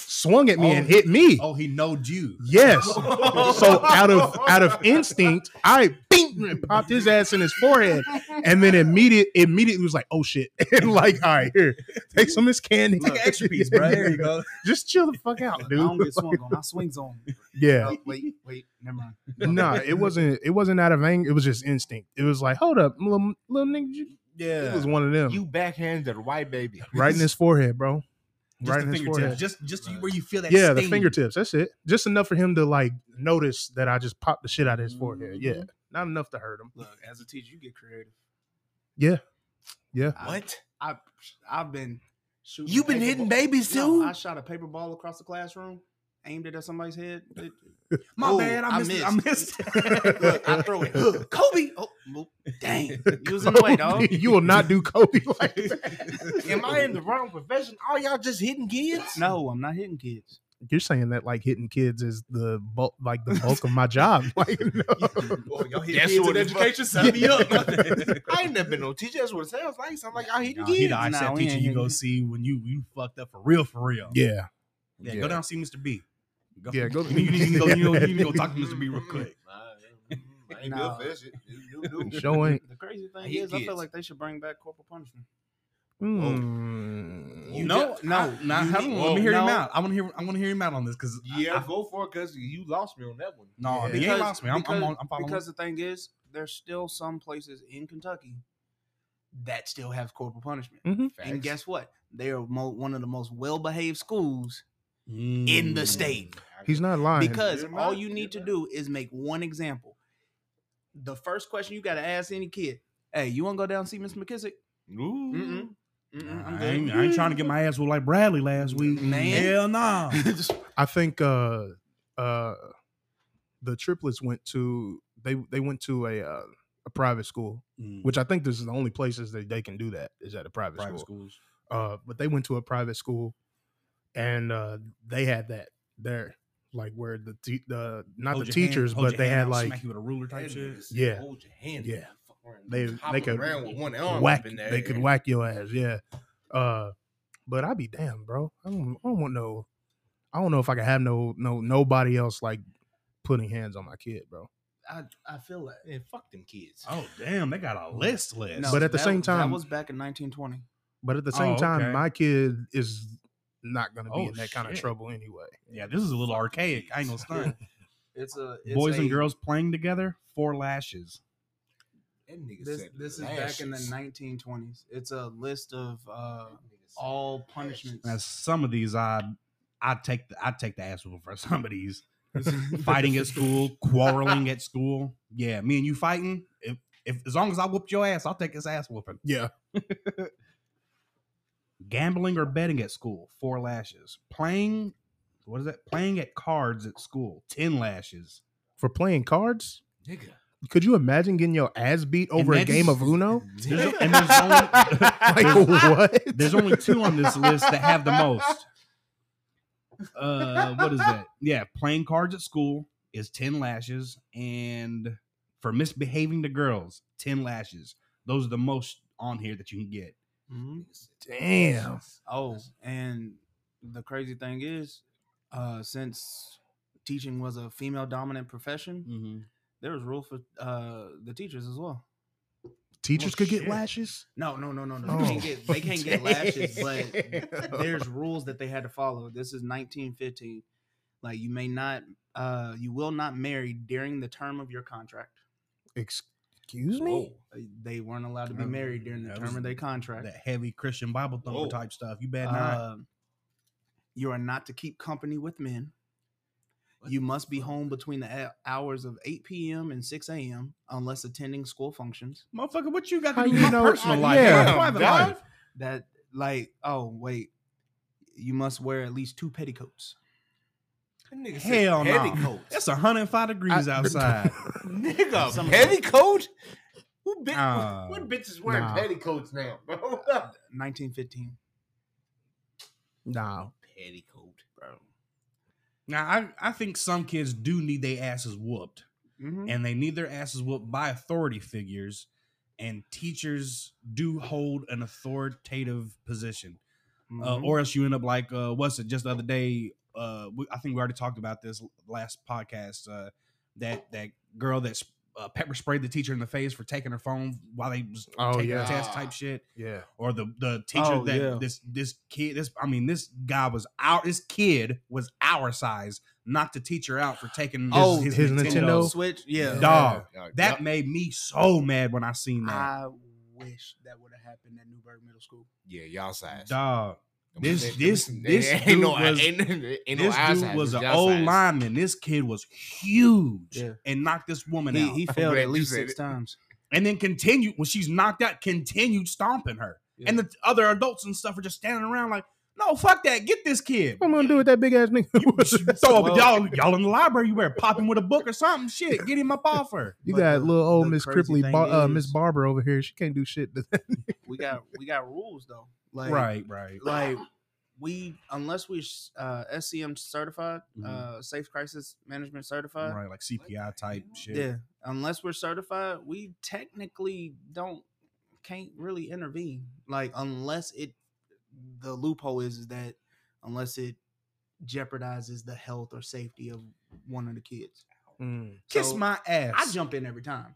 Speaker 2: swung at me and
Speaker 1: Oh.
Speaker 2: hit me
Speaker 1: Oh, he knowed you.
Speaker 2: yes so out of out of instinct i bing, and popped his ass in his forehead and then immediate immediately was like oh shit and like all right here take some of this candy
Speaker 1: Take an extra piece, bro. There you go.
Speaker 2: just chill the fuck out
Speaker 5: I
Speaker 2: dude
Speaker 5: don't get swung on. My swing's on.
Speaker 2: yeah
Speaker 5: Oh, wait, wait, never mind.
Speaker 2: no, it wasn't. It wasn't out of anger. It was just instinct. It was like, hold up, little, little nigga. You,
Speaker 1: Yeah.
Speaker 2: It was one of them,
Speaker 3: You backhanded a white baby.
Speaker 2: right in his forehead, bro.
Speaker 1: just
Speaker 2: right
Speaker 1: the
Speaker 2: in his
Speaker 1: fingertips.
Speaker 2: forehead.
Speaker 1: Just just where you feel that
Speaker 2: yeah, the
Speaker 1: sting.
Speaker 2: fingertips. That's it. Just enough for him to like notice that I just popped the shit out of his
Speaker 1: Mm-hmm.
Speaker 2: forehead. Yeah, not enough to hurt him.
Speaker 5: Look, as a teacher, you get creative.
Speaker 2: Yeah. Yeah.
Speaker 5: I-
Speaker 3: What?
Speaker 5: I, I've been shooting.
Speaker 3: You been
Speaker 5: paper
Speaker 3: hitting
Speaker 5: ball-
Speaker 3: babies too?
Speaker 5: No, I shot a paper ball across the classroom, aimed it at somebody's head. It-
Speaker 1: My
Speaker 5: Oh,
Speaker 1: bad. I
Speaker 5: I
Speaker 1: missed. it. I missed.
Speaker 5: Look, I throw it. Huh, Kobe. Oh, mo- dang. You was in the way, dog.
Speaker 2: you will not do Kobe like that.
Speaker 3: Am I in the wrong profession? All y'all just hitting kids?
Speaker 5: No, I'm not hitting kids.
Speaker 2: You're saying that like hitting kids is the bulk, like the bulk of my job. Like, no.
Speaker 1: Boy, y'all hit
Speaker 3: That's
Speaker 1: kids
Speaker 3: what
Speaker 1: in
Speaker 3: it's about.
Speaker 1: education. Sign me up.
Speaker 3: I ain't never been no teacher. That's what it sounds like. Sound like y'all hitting
Speaker 1: Nah, he
Speaker 3: kids.
Speaker 1: the ISAT
Speaker 5: Nah, we
Speaker 1: teacher
Speaker 5: ain't
Speaker 1: you go
Speaker 5: hitting-
Speaker 1: see when you you fucked up for real for real.
Speaker 2: Yeah.
Speaker 1: Yeah, go down and see Mr. B. Go,
Speaker 2: Yeah, go-
Speaker 1: You, need to go. You, know, you need to go talk to Mr. B real quick.
Speaker 3: mm-hmm. I ain't
Speaker 5: Nah.
Speaker 3: good for that shit. You- you do.
Speaker 5: Oh.
Speaker 2: Show ain't.
Speaker 5: The crazy thing
Speaker 3: Hit
Speaker 5: is, I
Speaker 3: kids.
Speaker 5: feel like they should bring back corporal punishment.
Speaker 2: Mm.
Speaker 3: You
Speaker 1: no,
Speaker 3: got-
Speaker 1: no,
Speaker 3: I-
Speaker 1: not
Speaker 3: you
Speaker 1: him.
Speaker 3: need-
Speaker 1: Let me hear
Speaker 3: no.
Speaker 1: him out. I want to hear. I want to hear him out on this because
Speaker 3: Yeah, go for it because you lost me on that one.
Speaker 1: no,
Speaker 2: Yeah.
Speaker 1: he ain't
Speaker 5: Because-
Speaker 1: lost me. I'm,
Speaker 5: because,
Speaker 1: I'm, on, I'm following.
Speaker 5: because the thing is, there's still some places in Kentucky that still have corporal punishment. And guess what? They are mo- one of the most well-behaved schools in the
Speaker 1: Mm.
Speaker 5: state
Speaker 2: He's not lying.
Speaker 5: because
Speaker 3: You're
Speaker 5: all
Speaker 3: not-
Speaker 5: you need to
Speaker 3: you're
Speaker 5: do is make one example. The first question you got to ask any kid: Hey, you want to go down and see Miss McKissick?
Speaker 3: Ooh.
Speaker 5: Mm-mm. Mm-mm, I'm
Speaker 1: I
Speaker 5: good.
Speaker 1: ain't, I ain't trying to get my ass with like Bradley last week.
Speaker 5: Man.
Speaker 1: Hell no.
Speaker 2: I think uh uh the triplets went to they they went to a uh, a private school,
Speaker 1: Mm.
Speaker 2: which I think this is the only places that they can do that is at a private,
Speaker 1: private
Speaker 2: school.
Speaker 1: schools.
Speaker 2: Uh but they went to a private school and uh they had that there like where the te- the not
Speaker 1: Hold
Speaker 2: the
Speaker 1: your hand-
Speaker 2: teachers
Speaker 1: hold
Speaker 2: but
Speaker 1: your
Speaker 2: they
Speaker 1: hand
Speaker 2: had
Speaker 1: out,
Speaker 2: like
Speaker 1: smack you with a ruler type shit.
Speaker 2: Yeah.
Speaker 3: Hold your hand.
Speaker 2: Yeah.
Speaker 3: Fuck around.
Speaker 2: They-
Speaker 3: Hop
Speaker 2: they could
Speaker 3: around with one arm
Speaker 2: whack
Speaker 3: up in there.
Speaker 2: they could whack your ass yeah uh but i be damned bro I don't, I don't want no i don't know if i can have no no nobody else like putting hands on my kid bro
Speaker 5: I, I feel that.
Speaker 3: Man, fuck them kids.
Speaker 1: Oh damn, they got a list list.
Speaker 5: No,
Speaker 2: But at the
Speaker 5: that-
Speaker 2: same time-
Speaker 5: that was back in 1920.
Speaker 2: but at the same
Speaker 1: Oh,
Speaker 2: time
Speaker 1: okay.
Speaker 2: my kid is not gonna be
Speaker 1: Oh,
Speaker 2: in that kind of
Speaker 1: shit.
Speaker 2: trouble anyway
Speaker 1: yeah, this is a little archaic. I ain't gonna stunt.
Speaker 5: It's a it's
Speaker 1: Boys
Speaker 5: a-
Speaker 1: and girls playing together, four lashes.
Speaker 3: That nigga
Speaker 5: This
Speaker 3: said
Speaker 5: this is back in the
Speaker 3: lashes.
Speaker 5: 1920s. It's a list of uh,
Speaker 3: That nigga said
Speaker 5: all
Speaker 3: lashes.
Speaker 5: punishments.
Speaker 1: Now some of these I I take the I take the ass whooping for some of these. fighting at school, quarreling at school. Yeah, me and you fighting. If, if as long as I whooped your ass, I'll take his ass whooping.
Speaker 2: yeah
Speaker 1: Gambling or betting at school, four lashes. Playing, what is that? Playing at cards at school, ten lashes.
Speaker 2: for playing cards
Speaker 3: Nigga.
Speaker 2: could you imagine getting your ass beat over a
Speaker 1: that's-
Speaker 2: game of uno
Speaker 1: There's, and there's only
Speaker 2: like what
Speaker 1: there's only two on this list that have the most. Uh, what is that? Yeah, playing cards at school is ten lashes, and for misbehaving to girls, ten lashes. Those are the most on here that you can get.
Speaker 5: Mhm.
Speaker 2: damn
Speaker 5: Oh, and the crazy thing is, uh, since teaching was a female dominant profession,
Speaker 1: Mm-hmm.
Speaker 5: there was rule for uh, the teachers as well.
Speaker 2: teachers
Speaker 1: Oh,
Speaker 2: could get
Speaker 1: shit.
Speaker 2: lashes
Speaker 5: No, no, no, no, no. They can't
Speaker 1: Oh.
Speaker 5: get they can't get lashes, but there's rules that they had to follow. This is 1915. Like you may not, uh, you will not marry during the term of your contract.
Speaker 2: excuse me
Speaker 5: Uh, They weren't allowed to be
Speaker 1: Oh,
Speaker 5: married during the
Speaker 1: that
Speaker 5: term
Speaker 1: was-
Speaker 5: of their contract.
Speaker 1: That heavy Christian Bible thumper
Speaker 3: Whoa.
Speaker 1: type stuff. You bad not.
Speaker 5: Uh, you are not to keep company with men. You must be home between the a- hours of 8 p.m. and 6 a.m. unless attending school functions.
Speaker 1: Motherfucker, what you got
Speaker 2: How
Speaker 1: to do
Speaker 2: you
Speaker 1: with my
Speaker 2: know-
Speaker 1: personal
Speaker 2: uh,
Speaker 1: life?
Speaker 2: yeah,
Speaker 1: my private
Speaker 3: God.
Speaker 1: life.
Speaker 5: That, like, oh, wait, you must wear at least two petticoats.
Speaker 3: That nigga said
Speaker 1: Hell no.
Speaker 3: petticoats.
Speaker 1: It's 105 degrees outside.
Speaker 3: Nigga,
Speaker 5: Some-
Speaker 3: petticoat? Who bit,
Speaker 1: Oh,
Speaker 3: what bitches wearing
Speaker 2: nah.
Speaker 3: petticoats now, bro?
Speaker 5: 1915.
Speaker 2: no
Speaker 3: petticoat, bro.
Speaker 1: now, I, I think some kids do need their asses whooped,
Speaker 2: Mm-hmm.
Speaker 5: Mhm.
Speaker 1: and they need their asses whooped by authority figures, and teachers do hold an authoritative position.
Speaker 2: Mm-hmm.
Speaker 5: Mhm.
Speaker 1: uh, or else you end up like uh, what's it? Just the other day, uh, we, I think we already talked about this last podcast. Uh, that that girl that sp- uh, pepper sprayed the teacher in the face for taking her phone while they was
Speaker 2: Oh,
Speaker 1: taking
Speaker 2: yeah.
Speaker 1: the test type shit,
Speaker 2: yeah
Speaker 1: or the the teacher
Speaker 5: Oh,
Speaker 1: that
Speaker 5: yeah.
Speaker 1: this this kid this I mean this guy was our this kid was our size knocked the teacher out for taking his,
Speaker 5: Oh,
Speaker 1: his,
Speaker 2: his
Speaker 1: Nintendo.
Speaker 2: Nintendo?
Speaker 5: Switch, yeah.
Speaker 1: Dog.
Speaker 3: Yeah,
Speaker 1: That
Speaker 3: yeah,
Speaker 1: made me so mad when I seen that
Speaker 5: I wish that would have happened at Newburgh Middle School.
Speaker 3: yeah, y'all size.
Speaker 1: dog.
Speaker 3: Them
Speaker 1: This-
Speaker 3: niggas-
Speaker 1: this-
Speaker 3: them
Speaker 1: this
Speaker 3: niggas ain't
Speaker 1: dude
Speaker 3: no,
Speaker 1: was-
Speaker 3: ain't, ain't no
Speaker 1: this
Speaker 3: our
Speaker 1: dude
Speaker 3: size,
Speaker 1: was
Speaker 3: it's
Speaker 1: an
Speaker 3: y'all
Speaker 1: old
Speaker 3: size.
Speaker 1: lineman. This kid was huge
Speaker 5: Yeah.
Speaker 1: and knocked this woman
Speaker 5: He,
Speaker 1: out.
Speaker 5: he
Speaker 3: glad
Speaker 5: failed at
Speaker 3: you
Speaker 5: least
Speaker 3: said
Speaker 5: six
Speaker 3: it.
Speaker 5: times.
Speaker 1: and then continued when she's knocked out, continued stomping her.
Speaker 5: Yeah.
Speaker 1: And the other adults and stuff are just standing around like, no, fuck that, get this kid.
Speaker 2: What I'm gonna do with that big ass nigga?
Speaker 1: You, throw
Speaker 5: Well-
Speaker 1: up, y'all, y'all in the library, you better pop him with a book or something. Shit, get him up off her.
Speaker 2: You
Speaker 5: But
Speaker 2: got
Speaker 5: the-
Speaker 2: little old
Speaker 5: the
Speaker 2: Miss
Speaker 5: crazy
Speaker 2: Cripley,
Speaker 5: thing
Speaker 2: Bar- uh, Miss
Speaker 5: is-
Speaker 2: Barber over here. She can't do shit. To
Speaker 5: We got we got rules though. Like
Speaker 1: Right, right.
Speaker 5: like we unless we uh SCM certified,
Speaker 1: Mhm.
Speaker 5: uh safe crisis management certified.
Speaker 1: Right, like CPI type shit.
Speaker 5: uh, Yeah. Unless we're certified, we technically don't can't really intervene. Like unless it the loophole is, is that unless it jeopardizes the health or safety of one of the kids.
Speaker 1: Kiss
Speaker 5: So,
Speaker 1: my ass.
Speaker 5: I jump in every time.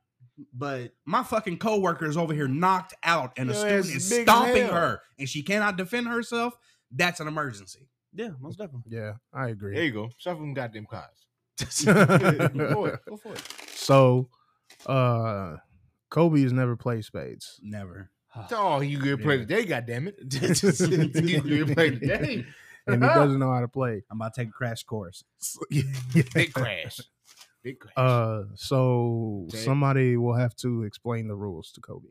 Speaker 5: But
Speaker 1: My fucking coworker is over here knocked out, and a
Speaker 3: Your ass
Speaker 1: student
Speaker 3: is
Speaker 1: is
Speaker 3: big as
Speaker 1: stomping
Speaker 3: hell.
Speaker 1: her, and she cannot defend herself. That's an emergency.
Speaker 5: yeah, most definitely.
Speaker 2: Yeah, I
Speaker 3: There
Speaker 2: agree.
Speaker 3: you go. Shuffle them goddamn cards. go for it. Go for it.
Speaker 2: so, uh, Kobe has never played spades.
Speaker 1: Never.
Speaker 3: Oh, you could play
Speaker 1: Yeah.
Speaker 3: today, goddamn it. you could play today.
Speaker 2: and he doesn't know how to play.
Speaker 1: I'm about to take a crash course.
Speaker 3: Big crash. Big crash.
Speaker 2: Uh, so
Speaker 3: Jay.
Speaker 2: somebody will have to explain the rules to Kobe.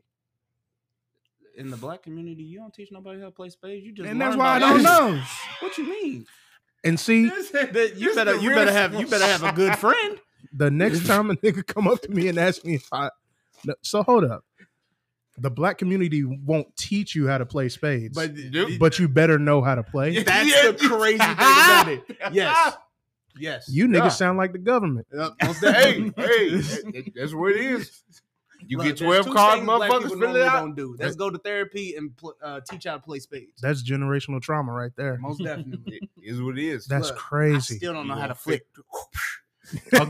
Speaker 5: In the black community, you don't teach nobody how to play spades. You just
Speaker 2: And that's
Speaker 5: learn
Speaker 2: why I
Speaker 5: about
Speaker 2: don't
Speaker 5: it.
Speaker 2: know.
Speaker 5: What you mean?
Speaker 2: And see,
Speaker 5: But you better you better have you better have a good friend.
Speaker 2: the next time a nigga come up to me and ask me if I, No, so hold up, the black community won't teach you how to play spades, but,
Speaker 3: But,
Speaker 2: you better know how to play.
Speaker 5: That's the crazy thing about it. Yes. Yes.
Speaker 2: You niggas
Speaker 3: Yeah.
Speaker 2: sound like the government.
Speaker 3: hey, hey, that- that's what it is. You
Speaker 5: Look,
Speaker 3: get
Speaker 5: there's
Speaker 3: twelve
Speaker 5: two
Speaker 3: card
Speaker 5: things black people
Speaker 3: motherfuckers, fill
Speaker 5: normally
Speaker 3: it out.
Speaker 5: Don't do. Let's go to therapy and pl- uh, teach how to play spades.
Speaker 2: That's generational trauma right there.
Speaker 5: Most definitely.
Speaker 3: It is what it is.
Speaker 2: That's
Speaker 5: Look, I
Speaker 2: crazy.
Speaker 5: still don't know
Speaker 3: You
Speaker 5: how to
Speaker 3: won't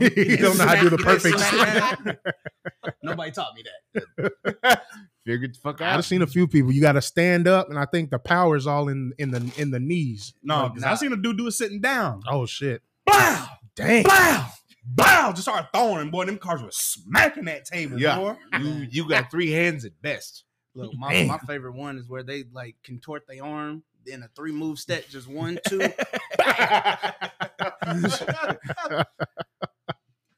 Speaker 3: fit.
Speaker 5: flick.
Speaker 2: you don't know how to do the perfect.
Speaker 5: Nobody taught me that.
Speaker 3: Figure the fuck out.
Speaker 2: I've seen a few people. You got to stand up, and I think the power is all in in the in the knees.
Speaker 1: No,
Speaker 2: Like,
Speaker 1: because I seen a dude do it sitting down.
Speaker 2: oh shit,
Speaker 1: Bow,
Speaker 2: dang.
Speaker 1: bow, bow. Just started throwing, and boy, them cars were smacking that table.
Speaker 3: Yeah. Mm.
Speaker 1: boy.
Speaker 3: you you got three hands at best.
Speaker 5: Look, my,
Speaker 2: Damn.
Speaker 5: my favorite one is where they like contort their arm in a three move step, just one, two.
Speaker 2: Oh,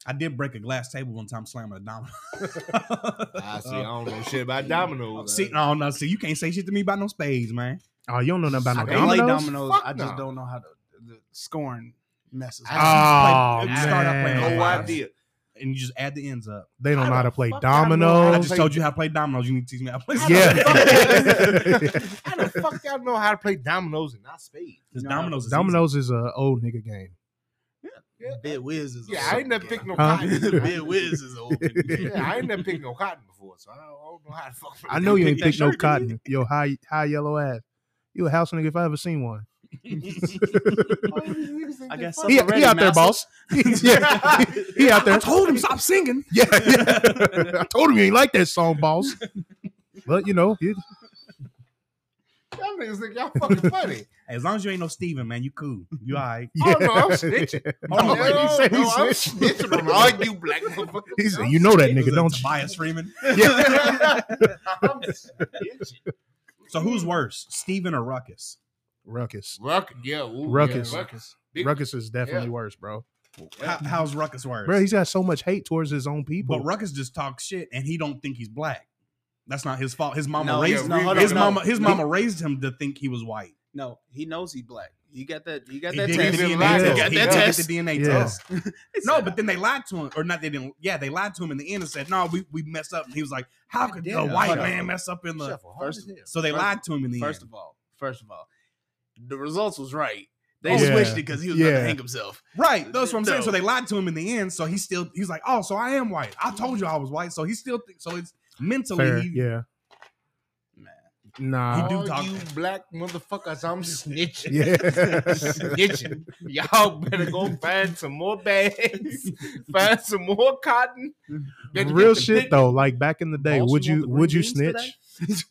Speaker 1: I did break a glass table one time slamming a domino.
Speaker 3: I see. I don't know shit about dominoes.
Speaker 1: see, no, no, see, you can't say shit to me about no spades, man.
Speaker 2: Oh, you don't know nothing
Speaker 5: I
Speaker 2: about no
Speaker 5: can play
Speaker 2: dominoes.
Speaker 5: dominoes.
Speaker 3: Fuck
Speaker 5: I just
Speaker 3: no.
Speaker 5: don't know how to the scoring messes.
Speaker 3: I-
Speaker 2: Oh
Speaker 1: Play- start out playing
Speaker 2: man,
Speaker 3: no idea.
Speaker 1: And you just add the ends up.
Speaker 2: they don't know how to play
Speaker 3: fuck I know how
Speaker 1: I
Speaker 3: I'll
Speaker 2: dominoes.
Speaker 1: just
Speaker 3: play-
Speaker 1: told you how to play dominoes. You need to teach me how to play.
Speaker 2: Yeah,
Speaker 3: How the fuck y'all know how to play dominoes and not spades?
Speaker 1: Because dominoes. Is
Speaker 2: dominoes is a old nigga game.
Speaker 3: Yeah,
Speaker 5: Bid Wiz is a
Speaker 3: yeah I ain't never picked no
Speaker 2: Huh?
Speaker 3: cotton.
Speaker 5: Bid Wiz is old.
Speaker 3: yeah, I ain't never picked no cotton before, so I don't, I don't know how to fuck.
Speaker 2: I know you ain't
Speaker 1: That
Speaker 2: pick no
Speaker 1: shirt, didn't
Speaker 2: cotton. Yo, high high yellow ass. You a house nigga if I ever seen one.
Speaker 1: easy.
Speaker 5: I got
Speaker 2: He, he
Speaker 5: Already,
Speaker 2: out there,
Speaker 5: Massa.
Speaker 2: boss. yeah, he, he out there.
Speaker 1: I told him stop singing.
Speaker 2: Yeah, yeah. I told him you ain't like that song, boss. But you know, it-
Speaker 3: Y'all niggas think y'all fucking funny.
Speaker 1: As long as you ain't no Steven, man, you cool. You all right.
Speaker 3: Oh, no, I'm snitching.
Speaker 1: Hold on,
Speaker 3: no,
Speaker 1: wait,
Speaker 2: Oh, he said he
Speaker 3: no, I'm
Speaker 2: snitched.
Speaker 3: snitching on all you black motherfuckers.
Speaker 2: He said,
Speaker 3: I'm
Speaker 2: "You know that
Speaker 3: snitching.
Speaker 2: nigga,
Speaker 1: Is it
Speaker 2: don't you?"
Speaker 1: Tobias Freeman.
Speaker 3: I'm snitching.
Speaker 1: So who's worse, Steven or Ruckus?
Speaker 2: Ruckus.
Speaker 3: Ruck, yeah, ooh,
Speaker 2: Ruckus.
Speaker 3: yeah, Ruckus. Big-
Speaker 2: Ruckus is definitely
Speaker 3: Yeah.
Speaker 2: worse, bro.
Speaker 1: How, how's Ruckus worse?
Speaker 2: Bro, he's got so much hate towards his own people.
Speaker 1: But Ruckus just talks shit, and he don't think he's black. That's not his fault. His mama
Speaker 5: No,
Speaker 1: raised
Speaker 5: yeah, no, hold
Speaker 1: his
Speaker 5: on, no.
Speaker 1: mama. His mama raised him to think he was white.
Speaker 5: No, he knows he black. You got that. You got
Speaker 1: He
Speaker 5: that
Speaker 1: did
Speaker 5: test.
Speaker 1: get the
Speaker 3: He
Speaker 1: DNA
Speaker 3: lied.
Speaker 1: test.
Speaker 3: He got
Speaker 1: He
Speaker 3: that
Speaker 1: did get
Speaker 3: test.
Speaker 1: the DNA
Speaker 2: Yeah.
Speaker 1: test.
Speaker 5: It's
Speaker 1: No,
Speaker 5: not-
Speaker 1: but then they lied to him, or not? They didn't. Yeah, they lied to him in the end and said, "No, we, we messed up." And he was like, "How could
Speaker 3: Yeah,
Speaker 1: the white
Speaker 3: hold on.
Speaker 1: man mess up in the?"
Speaker 3: Shuffle,
Speaker 5: First
Speaker 3: hard as hell.
Speaker 1: So they
Speaker 5: First-
Speaker 1: lied to him in the
Speaker 5: first
Speaker 1: end.
Speaker 5: of all, first of all, the results was right. They
Speaker 2: Oh,
Speaker 5: switched
Speaker 2: yeah.
Speaker 5: it because he was about
Speaker 2: Yeah.
Speaker 5: to hang himself.
Speaker 1: right, that's what I'm saying.
Speaker 5: No.
Speaker 1: So they lied to him in the end. So he still he's like, "Oh, so I am white. I told you I was white." So he still th- so it's mentally
Speaker 2: Fair,
Speaker 1: he,
Speaker 2: yeah.
Speaker 1: he
Speaker 2: Nah.
Speaker 1: do
Speaker 3: All
Speaker 1: talk-
Speaker 3: you black motherfuckers, I'm snitching.
Speaker 2: Yeah.
Speaker 3: snitching. Y'all better go find some more bags, find some more cotton. Better get
Speaker 2: Real
Speaker 3: the
Speaker 2: shit
Speaker 3: big-
Speaker 2: though, like back in the day,
Speaker 5: Boss,
Speaker 2: would you
Speaker 5: you want the
Speaker 2: would you
Speaker 5: green beans
Speaker 2: snitch?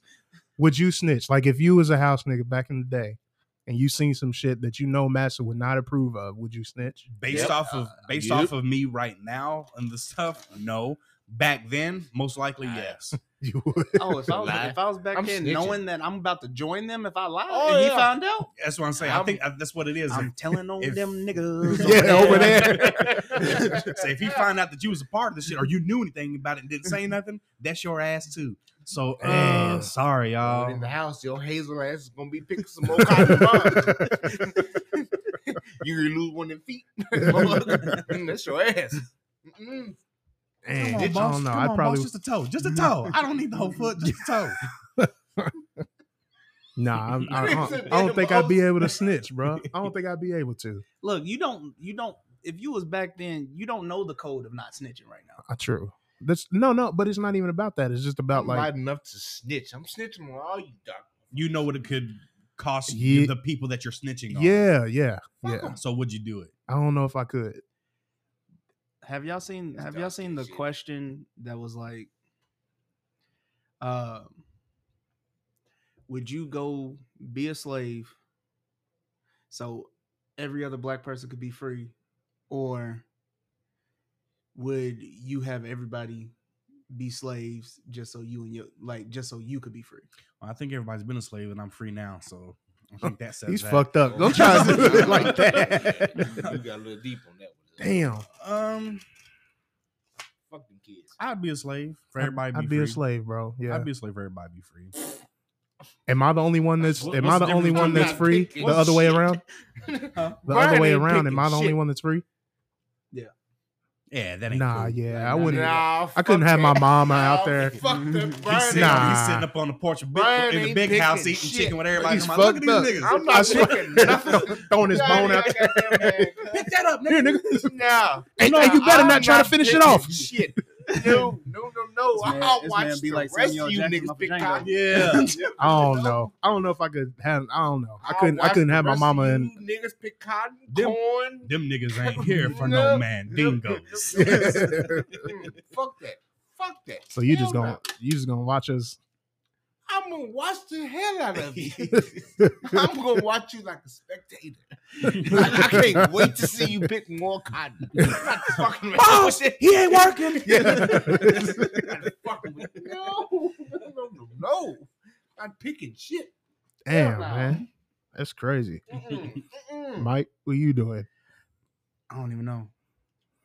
Speaker 2: would you snitch? Like if you was a house nigga back in the day and you seen some shit that you know Master would not approve of, would you snitch?
Speaker 1: based
Speaker 3: Yep.
Speaker 1: off of based
Speaker 3: yep.
Speaker 1: off of me right now and the stuff. No, back then, most likely
Speaker 5: Nah.
Speaker 1: yes.
Speaker 2: You would.
Speaker 5: Oh, if I was,
Speaker 3: Lie.
Speaker 5: if I was back
Speaker 3: I'm
Speaker 5: then
Speaker 3: snitching.
Speaker 5: knowing that I'm about to join them, if I lied
Speaker 3: Oh,
Speaker 5: and he
Speaker 3: yeah.
Speaker 5: found out,
Speaker 1: That's what I'm saying. I
Speaker 3: I'm-
Speaker 1: think uh, that's what it is.
Speaker 5: I'm telling on
Speaker 1: if-
Speaker 5: them niggas. Oh,
Speaker 2: Yeah, over there.
Speaker 1: so if you find out that you was a part of this shit or you knew anything about it and didn't say nothing, that's your ass too. So uh,
Speaker 2: Damn.
Speaker 1: sorry,
Speaker 3: Going
Speaker 2: Um,
Speaker 1: y'all.
Speaker 3: in the house, your hazel ass is gonna be picking some more cotton buds. you gonna lose one of them feet. Mm, That's your ass. Mm-mm.
Speaker 1: Come
Speaker 2: Dang,
Speaker 1: on,
Speaker 2: I
Speaker 1: boss.
Speaker 2: don't know.
Speaker 1: Come
Speaker 2: I
Speaker 1: on,
Speaker 2: probably
Speaker 1: boss. just a toe, just a toe. I don't need the whole foot, just a toe.
Speaker 2: nah. I'm, I, I,
Speaker 3: Nigga
Speaker 2: don't-
Speaker 3: said,
Speaker 2: I don't
Speaker 3: "Damn,
Speaker 2: think I'd
Speaker 3: boss."
Speaker 2: be able to snitch, bro. I don't think I'd be able to.
Speaker 5: Look, you don't, you don't. If you was back then, you don't know the code of not snitching right now.
Speaker 2: Uh, true. That's no, no. But it's not even about that. It's just about
Speaker 3: I'm
Speaker 2: like
Speaker 3: light enough to snitch. I'm snitching on all you dark.
Speaker 1: You know what it could cost
Speaker 2: Ye-
Speaker 1: you, the people that you're snitching on.
Speaker 2: yeah, yeah,
Speaker 3: Fuck
Speaker 2: yeah.
Speaker 3: 'em.
Speaker 1: So would you do it?
Speaker 2: I don't know if I could.
Speaker 5: Have y'all seen?
Speaker 3: It's
Speaker 5: Have y'all
Speaker 3: dark
Speaker 5: seen
Speaker 3: and
Speaker 5: the
Speaker 3: shit.
Speaker 5: question that was like, Uh, would you go be a slave so every other black person could be free, or would you have everybody be slaves just so you and your like just so you could be free?
Speaker 1: Well, I think everybody's been a slave, and I'm free now. So I think that says
Speaker 2: He's
Speaker 1: that.
Speaker 2: fucked up. Don't try to do it like
Speaker 3: You
Speaker 2: that.
Speaker 3: got a little deep on that one.
Speaker 2: Damn.
Speaker 1: Um,
Speaker 3: Fuck them kids.
Speaker 1: I'd be a slave for everybody.
Speaker 2: I'd
Speaker 1: be
Speaker 2: be
Speaker 1: free.
Speaker 2: a slave, bro. Yeah.
Speaker 1: I'd be a slave for everybody. Be free.
Speaker 2: am I the only one that's?
Speaker 1: What-
Speaker 2: am
Speaker 1: what's
Speaker 2: I
Speaker 1: the
Speaker 2: the only
Speaker 1: difference
Speaker 2: one
Speaker 1: between
Speaker 2: that's
Speaker 3: not
Speaker 2: free?
Speaker 3: picking
Speaker 2: The other way
Speaker 3: shit?
Speaker 2: around. The
Speaker 3: Brian
Speaker 2: other way
Speaker 3: ain't
Speaker 2: around. Am
Speaker 3: picking
Speaker 2: I the only
Speaker 3: shit.
Speaker 2: one that's free?
Speaker 1: Yeah, that ain't
Speaker 2: Nah.
Speaker 1: cool.
Speaker 2: Yeah.
Speaker 5: Like,
Speaker 2: I
Speaker 5: nah,
Speaker 2: wouldn't.
Speaker 3: Nah,
Speaker 2: I couldn't
Speaker 3: fuck
Speaker 2: have my
Speaker 3: that.
Speaker 2: mama
Speaker 3: Nah,
Speaker 2: out there.
Speaker 3: Fuck that.
Speaker 1: He's
Speaker 3: Brian
Speaker 1: sitting,
Speaker 3: ain't-
Speaker 2: Nah.
Speaker 1: he's sitting up on the porch of big,
Speaker 3: Brian
Speaker 1: in the
Speaker 3: ain't
Speaker 1: big house
Speaker 3: picking
Speaker 1: eating
Speaker 3: shit.
Speaker 1: chicken with everybody.
Speaker 2: He's
Speaker 1: I'm like, look at
Speaker 2: fucked
Speaker 1: these
Speaker 2: up.
Speaker 1: niggas.
Speaker 3: I'm
Speaker 2: I
Speaker 3: not
Speaker 2: swear-
Speaker 3: picking nothing.
Speaker 2: throwing his
Speaker 3: Brian
Speaker 2: bone out
Speaker 3: ain't
Speaker 2: there.
Speaker 3: got that man,
Speaker 1: Pick that up,
Speaker 2: Here,
Speaker 1: nigga.
Speaker 2: nigga.
Speaker 3: cuz. Nah.
Speaker 2: Hey,
Speaker 3: nah,
Speaker 2: hey, you better
Speaker 3: I'm
Speaker 2: not try to finish it
Speaker 3: picking
Speaker 2: off.
Speaker 3: Shit. No, no, no, no.
Speaker 5: This man-
Speaker 3: I'll
Speaker 5: this
Speaker 3: watch
Speaker 5: man be
Speaker 3: the
Speaker 5: like
Speaker 3: rest
Speaker 5: Samuel
Speaker 3: of you
Speaker 5: Jackson
Speaker 3: niggas
Speaker 5: off
Speaker 3: pick
Speaker 5: Django.
Speaker 3: cotton.
Speaker 1: Yeah.
Speaker 2: I don't know. I don't know if I could have. I don't know. I
Speaker 3: I'll
Speaker 2: couldn't. I
Speaker 3: watch
Speaker 2: couldn't
Speaker 3: the
Speaker 2: have my
Speaker 3: rest
Speaker 2: mama
Speaker 3: of
Speaker 2: and
Speaker 3: you niggas pick cotton,
Speaker 1: Them-
Speaker 3: corn.
Speaker 1: Them niggas ain't here for no man dingoes.
Speaker 3: Mm, Fuck that. Fuck that.
Speaker 2: so you just
Speaker 3: Hell
Speaker 2: gonna
Speaker 3: no.
Speaker 2: you just gonna watch us.
Speaker 3: I'm gonna watch the hell out of you. I'm gonna watch you like a spectator. I, I can't wait to see you pick more cotton. I'm not fucking with
Speaker 1: Boss,
Speaker 3: you.
Speaker 1: Oh, he ain't working.
Speaker 3: I'm not fucking with you. No, no, no, no. I'm picking shit.
Speaker 2: Damn,
Speaker 3: no. Hmm.
Speaker 2: man, that's crazy.
Speaker 3: Mm-mm, mm-mm.
Speaker 2: Mike, what you doing?
Speaker 5: I don't even know.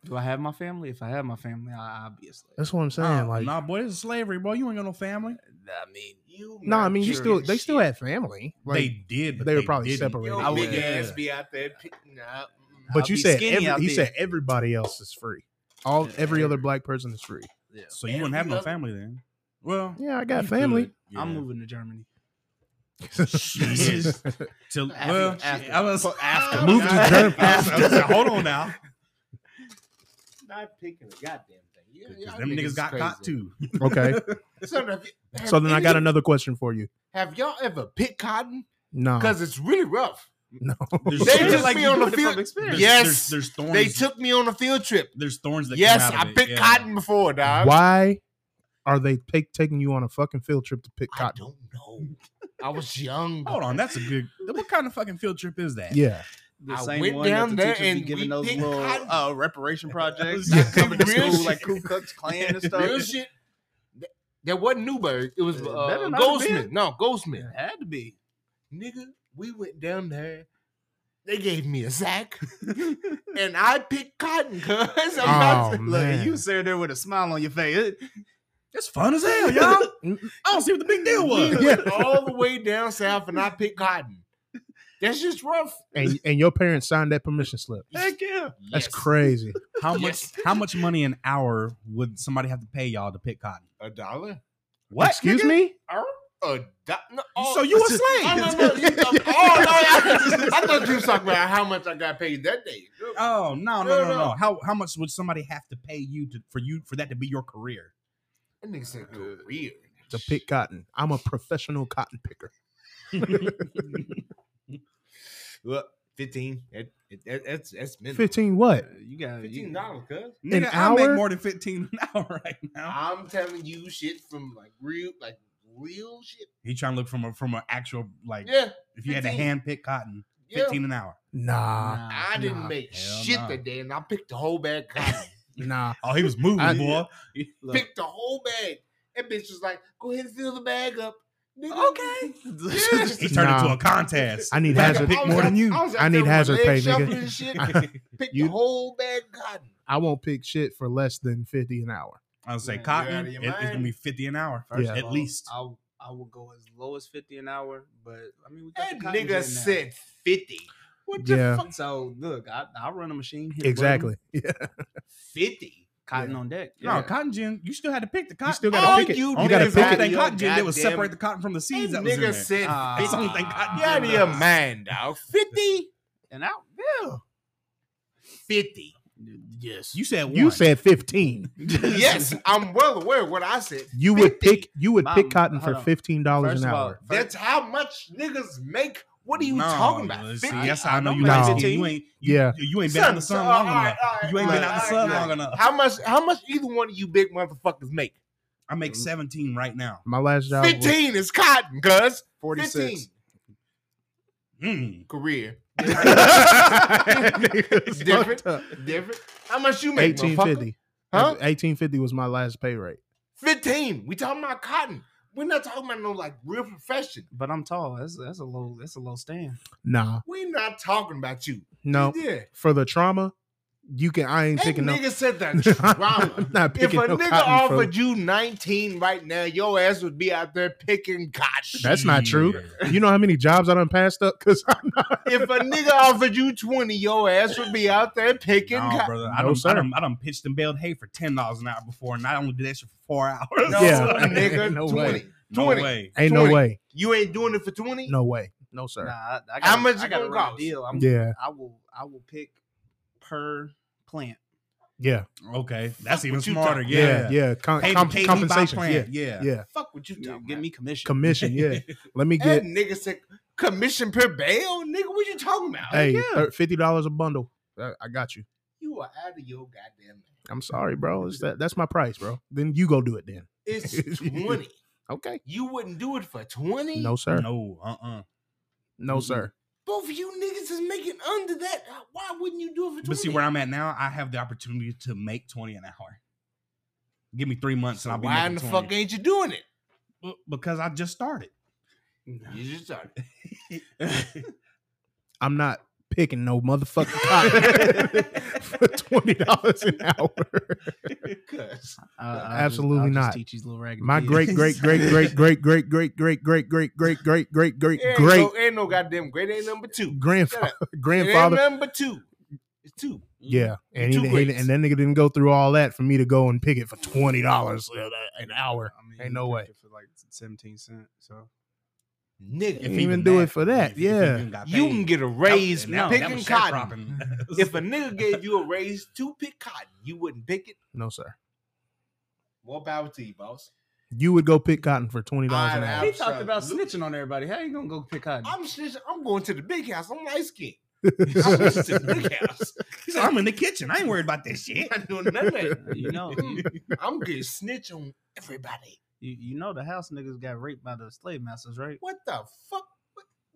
Speaker 5: Do I have my family? If I have my family, I, I'll be a slave.
Speaker 2: That's what I'm saying.
Speaker 1: Nah,
Speaker 3: Oh,
Speaker 2: like,
Speaker 1: nah, boy, this is slavery, boy. You ain't got no family.
Speaker 3: I mean, you.
Speaker 2: no, I mean, you still
Speaker 3: Nigerian
Speaker 2: they still
Speaker 3: shit.
Speaker 2: had family.
Speaker 1: they
Speaker 2: Like,
Speaker 1: did, but
Speaker 2: they were probably
Speaker 1: didn't.
Speaker 2: separated.
Speaker 3: Your
Speaker 2: I
Speaker 3: big
Speaker 1: would-
Speaker 3: ass be out there mm, picking out.
Speaker 2: but
Speaker 5: I'll
Speaker 2: you
Speaker 5: be
Speaker 2: said
Speaker 5: skinny out
Speaker 2: every, he
Speaker 5: there.
Speaker 2: said everybody else is free. All every other black person is free.
Speaker 1: So you wouldn't have no
Speaker 3: Every other-
Speaker 1: family then. Well,
Speaker 2: Yeah, I got
Speaker 1: you
Speaker 2: family.
Speaker 1: could, yeah.
Speaker 5: I'm moving to Germany.
Speaker 1: Jesus. Till-
Speaker 5: After-
Speaker 1: well,
Speaker 5: after.
Speaker 1: I was
Speaker 3: after.
Speaker 1: Move to
Speaker 3: After.
Speaker 1: Germany. I was- I was like, Hold on now,
Speaker 3: Not picking a goddamn thing. You-
Speaker 1: because
Speaker 3: y'all
Speaker 1: them niggas got caught
Speaker 3: crazy.
Speaker 1: too.
Speaker 2: okay,
Speaker 3: Son, have you- have
Speaker 2: so then I got
Speaker 3: any-
Speaker 2: another question for you.
Speaker 3: Have y'all ever picked cotton?
Speaker 1: Uh-huh.
Speaker 2: No,
Speaker 3: Because it's really rough.
Speaker 2: no,
Speaker 1: There's
Speaker 3: They
Speaker 1: thorns-
Speaker 3: just
Speaker 1: like
Speaker 3: be
Speaker 1: you
Speaker 3: on the
Speaker 1: doing it
Speaker 3: field-
Speaker 1: from experience.
Speaker 3: Yes.
Speaker 1: there's, there's thorns.
Speaker 3: They took me on a field trip.
Speaker 1: there's thorns that.
Speaker 3: Yes,
Speaker 1: come out
Speaker 3: I
Speaker 1: of
Speaker 3: picked
Speaker 1: it. yeah.
Speaker 3: cotton before, dog.
Speaker 2: why are they take, taking you on a fucking field trip to pick
Speaker 3: I
Speaker 2: cotton?
Speaker 3: don't know. I was young.
Speaker 1: Hold on, that's a good. What kind of fucking field trip is that?
Speaker 2: Yeah,
Speaker 5: The
Speaker 3: I
Speaker 5: same
Speaker 3: went
Speaker 5: one that
Speaker 3: down
Speaker 5: the
Speaker 3: there
Speaker 5: teachers be
Speaker 3: and
Speaker 5: giving
Speaker 3: we
Speaker 5: those
Speaker 3: picked
Speaker 5: little
Speaker 3: cotton.
Speaker 5: uh, reparation projects,
Speaker 1: Yeah.
Speaker 5: coming to
Speaker 3: Real
Speaker 5: school like
Speaker 3: shit.
Speaker 5: Ku Klux Klan and stuff.
Speaker 3: Real shit. Th- That wasn't Newberg. It was
Speaker 5: It better
Speaker 3: uh,
Speaker 5: not have
Speaker 3: Goldsmith.
Speaker 5: been.
Speaker 3: No, Goldsmith.
Speaker 5: It had to be.
Speaker 3: Nigga, we went down there. They gave me a sack, and I picked cotton. Cause I'm not-
Speaker 2: Oh,
Speaker 5: Look,
Speaker 2: man.
Speaker 5: you sitting there with a smile on your face. It-
Speaker 1: It's fun as hell, y'all. I don't see what the big deal
Speaker 3: We
Speaker 1: was.
Speaker 3: went all the way down south, and I picked cotton. That's just rough.
Speaker 2: and and your parents signed that permission slip.
Speaker 5: Heck yeah.
Speaker 2: That's
Speaker 3: Yes.
Speaker 2: crazy.
Speaker 1: How much?
Speaker 3: Yes.
Speaker 1: How much money an hour would somebody have to pay y'all to pick cotton?
Speaker 3: A dollar?
Speaker 1: What?
Speaker 2: Excuse
Speaker 1: nigga?
Speaker 2: me?
Speaker 3: A dollar? No, oh,
Speaker 1: So you a slave?
Speaker 3: Oh, no, no, you- oh, no, I, I thought you was talking about how much I got paid that day.
Speaker 2: Uh,
Speaker 1: Oh no no no
Speaker 3: No, no.
Speaker 1: no! How how much would somebody have to pay you to for you for that to be your career?
Speaker 3: That nigga said career.
Speaker 2: To pick cotton. I'm a professional cotton picker.
Speaker 3: Well, 15. That, that, that's, that's minimum.
Speaker 2: Fifteen what?
Speaker 5: You got
Speaker 3: $15, cuz.
Speaker 1: Nigga, I
Speaker 2: hour?
Speaker 1: make more than fifteen an hour right now.
Speaker 3: I'm telling you shit from like real, like real shit.
Speaker 1: He trying to look from a from an actual like
Speaker 3: Yeah,
Speaker 1: if you had to
Speaker 3: 15.
Speaker 1: hand pick cotton,
Speaker 3: yeah.
Speaker 1: fifteen an hour.
Speaker 2: Nah.
Speaker 3: I didn't
Speaker 2: Nah,
Speaker 3: make
Speaker 1: hell
Speaker 3: shit
Speaker 1: nah.
Speaker 3: that day, and I picked the whole bag. cotton.
Speaker 2: Nah.
Speaker 1: Oh, he was moving,
Speaker 2: I-
Speaker 1: boy.
Speaker 5: Look.
Speaker 3: picked the whole bag. That bitch was like, "Go ahead and fill the bag up." Nigga,
Speaker 5: Okay.
Speaker 3: Yes.
Speaker 1: He turned
Speaker 2: Nah.
Speaker 1: into a contest.
Speaker 2: I need
Speaker 3: Like,
Speaker 2: hazard
Speaker 3: I was
Speaker 2: more
Speaker 3: out-
Speaker 2: than you.
Speaker 3: was out
Speaker 2: I
Speaker 3: there
Speaker 2: need
Speaker 3: with my
Speaker 2: hazard
Speaker 3: leg
Speaker 2: pay,
Speaker 3: shuffling and shit.
Speaker 2: nigga.
Speaker 3: Picked
Speaker 2: You-
Speaker 3: the whole bag of cotton.
Speaker 2: I won't pick shit for less than fifty an hour.
Speaker 1: I would say
Speaker 5: Man,
Speaker 3: you're
Speaker 1: cotton.
Speaker 3: outta your
Speaker 1: it- it's gonna
Speaker 3: mind.
Speaker 1: be fifty an hour
Speaker 5: First
Speaker 2: Yeah.
Speaker 5: of
Speaker 1: at
Speaker 5: all,
Speaker 1: least.
Speaker 5: I I will go as low as fifty an hour, but I mean we got
Speaker 3: That
Speaker 5: the cotton
Speaker 3: nigga
Speaker 5: gin now.
Speaker 3: said fifty. What the
Speaker 2: Yeah.
Speaker 3: fuck?
Speaker 5: So look, I I run a machine. hit a button,
Speaker 2: Exactly. Yeah.
Speaker 3: Fifty.
Speaker 5: Cotton on deck.
Speaker 1: No, cotton gin. You still had to pick the cotton. Oh,
Speaker 2: still gotta
Speaker 3: All
Speaker 2: pick it.
Speaker 3: you
Speaker 2: You gotta
Speaker 3: niggas
Speaker 2: pick
Speaker 1: only
Speaker 3: out
Speaker 2: it.
Speaker 1: thing
Speaker 3: of
Speaker 1: cotton gin
Speaker 3: your
Speaker 1: did was
Speaker 3: goddamn-
Speaker 1: separate the cotton from the seeds
Speaker 3: That
Speaker 1: that was in
Speaker 3: nigga
Speaker 1: there.
Speaker 3: said
Speaker 5: Ah.
Speaker 1: That's the only
Speaker 3: 50.
Speaker 1: thing cotton
Speaker 3: You out of
Speaker 1: gin
Speaker 3: your
Speaker 1: does.
Speaker 3: mind, dog. 50?
Speaker 5: And out. Yeah.
Speaker 3: 50.
Speaker 5: Yes.
Speaker 1: You said one.
Speaker 2: You said fifteen.
Speaker 3: Yes, I'm well aware of what I said.
Speaker 2: You would
Speaker 3: 50.
Speaker 2: pick you would
Speaker 5: My-
Speaker 2: pick cotton
Speaker 5: hold
Speaker 2: for
Speaker 5: on.
Speaker 2: fifteen dollars
Speaker 5: First
Speaker 2: an
Speaker 5: of all,
Speaker 2: hour.
Speaker 3: That's how much niggas make. What are you
Speaker 1: No,
Speaker 3: talking about?
Speaker 1: let's See,
Speaker 3: 50?
Speaker 1: yes, I know you.
Speaker 2: No.
Speaker 1: Like 15. You ain't. You,
Speaker 2: Yeah.
Speaker 1: You ain't been
Speaker 3: Son,
Speaker 1: on the sun
Speaker 3: son,
Speaker 1: long
Speaker 3: all right,
Speaker 1: enough.
Speaker 3: all right,
Speaker 1: You ain't
Speaker 3: all
Speaker 1: been
Speaker 3: right,
Speaker 1: out the
Speaker 3: all
Speaker 1: sun
Speaker 3: right, all
Speaker 1: long
Speaker 3: right.
Speaker 1: enough.
Speaker 3: How much? How much? Either one of you big motherfuckers make?
Speaker 1: I make 17 right now.
Speaker 2: My last job. was-
Speaker 3: 15 is cotton, cuz.
Speaker 5: 46.
Speaker 3: 15
Speaker 1: Mm.
Speaker 3: career.
Speaker 2: Niggas
Speaker 3: Different.
Speaker 2: fucked up.
Speaker 3: Different. How much you make,
Speaker 2: Eighteen
Speaker 3: motherfucker?
Speaker 2: fifty.
Speaker 3: Huh?
Speaker 2: Eighteen fifty was my last pay rate.
Speaker 3: 15. We talking about cotton. We're not talking about no like real profession.
Speaker 5: But I'm tall. That's that's a low. That's a low stand.
Speaker 2: Nah,
Speaker 3: We're not talking about you.
Speaker 2: no.
Speaker 3: Yeah.
Speaker 2: For the trauma, you can. I ain't
Speaker 3: That
Speaker 2: picking up.
Speaker 3: nigga said that drama.
Speaker 2: I'm not
Speaker 3: if a
Speaker 2: picking no
Speaker 3: nigga
Speaker 2: cotton from-
Speaker 3: offered you 19 right now, your ass would be out there picking cotton.
Speaker 2: That's not true. You know how many jobs I done passed up because I'm not.
Speaker 3: if a nigga offered you 20, your ass would be out there picking
Speaker 1: Nah,
Speaker 3: cotton.
Speaker 1: brother. I,
Speaker 2: No,
Speaker 1: done,
Speaker 2: sir.
Speaker 1: I, done, I done pitched and baled hay for ten dollars an hour before, and I only did that shit for four hours.
Speaker 3: No,
Speaker 2: Yeah.
Speaker 3: nigga,
Speaker 2: No
Speaker 3: 20.
Speaker 2: way.
Speaker 1: No
Speaker 3: 20.
Speaker 1: way.
Speaker 2: Ain't no
Speaker 3: 20.
Speaker 2: way.
Speaker 3: You ain't doing it for 20?
Speaker 2: No way. No sir.
Speaker 5: Nah, I, I
Speaker 3: How
Speaker 5: gotta-
Speaker 3: much
Speaker 5: I
Speaker 3: it
Speaker 5: gotta
Speaker 3: gonna
Speaker 5: run a
Speaker 3: cost?
Speaker 5: Deal. I'm,
Speaker 2: Yeah.
Speaker 5: I will. I will pick per plant.
Speaker 2: Yeah.
Speaker 1: Okay, that's even
Speaker 3: what you
Speaker 1: smarter.
Speaker 3: talking-
Speaker 2: Yeah.
Speaker 1: Yeah,
Speaker 2: Yeah. Con-
Speaker 1: Pay,
Speaker 2: com-
Speaker 1: pay me by
Speaker 2: compensation. Yeah.
Speaker 1: plant. Yeah,
Speaker 2: Yeah.
Speaker 3: Fuck what you talking
Speaker 5: Give
Speaker 3: about.
Speaker 5: me commission.
Speaker 2: Commission. Yeah. Let me
Speaker 3: That
Speaker 2: get.
Speaker 3: nigga said commission per bail? Nigga, what you talking about?
Speaker 2: Hey, er, thir- fifty dollars a bundle. I, I got you.
Speaker 3: You are out of your goddamn mind.
Speaker 2: I'm sorry, bro. It's that, that's my price, bro. Then you go do it then.
Speaker 3: It's 20.
Speaker 2: Okay.
Speaker 3: You wouldn't do it for 20?
Speaker 2: No sir. No,
Speaker 1: No, uh, uh
Speaker 2: no sir.
Speaker 3: Both of you niggas is making under that. Uh, Why wouldn't you do it for 20?
Speaker 1: But see where I'm at now. I have the opportunity to make twenty an hour. Give me three months, and I'll be
Speaker 3: Why in
Speaker 1: making
Speaker 3: the
Speaker 1: 20.
Speaker 3: fuck ain't you doing it?
Speaker 1: B- because I just started.
Speaker 3: You just started.
Speaker 2: I'm not picking no motherfucking cotton for twenty dollars an hour.
Speaker 3: Cuz.
Speaker 5: Uh, I'll just-
Speaker 2: Absolutely
Speaker 5: I'll just
Speaker 2: not.
Speaker 5: teach these little raggedy
Speaker 2: My
Speaker 5: kids.
Speaker 2: great, great, great, great, great, great, great, great, great, great, great, great, great, great,
Speaker 3: Ain't,
Speaker 2: great
Speaker 3: No, ain't no goddamn great. Ain't number two.
Speaker 2: grandfather,
Speaker 3: It ain't
Speaker 2: grandfather.
Speaker 3: number two. It's two.
Speaker 2: Yeah, and
Speaker 3: Mm-hmm. Two
Speaker 2: he, he,
Speaker 3: greats.
Speaker 2: and that nigga didn't go through all that for me to go and pick it for twenty dollars an hour.
Speaker 5: I mean,
Speaker 2: Ain't no
Speaker 5: you
Speaker 2: way.
Speaker 5: picked it For like seventeen cents. So
Speaker 3: Nigga.
Speaker 2: even do it for that,
Speaker 1: if- if
Speaker 2: yeah.
Speaker 1: even got
Speaker 3: You
Speaker 1: paid.
Speaker 3: can get a raise
Speaker 1: That- that- that
Speaker 3: picking
Speaker 1: was
Speaker 3: cotton.
Speaker 1: sharecropping.
Speaker 3: If a nigga gave you a raise to pick cotton, you wouldn't pick it.
Speaker 2: No sir,
Speaker 3: More power to you, boss.
Speaker 2: you would go pick cotton for twenty dollars an
Speaker 3: I-
Speaker 2: hour.
Speaker 3: I'm
Speaker 5: he talked about
Speaker 3: sorry.
Speaker 5: snitching on everybody. How you gonna go pick cotton?
Speaker 3: I'm just, I'm going to the big house. I'm light skinned. I'm going to the big house.
Speaker 1: He said, I'm in the kitchen. I ain't worried about this shit.
Speaker 3: I'm not doing none of that.
Speaker 5: Uh, you know, you,
Speaker 3: I'm getting snitch on everybody.
Speaker 5: you, you know the house niggas got raped by the slave masters, right?
Speaker 3: What the fuck?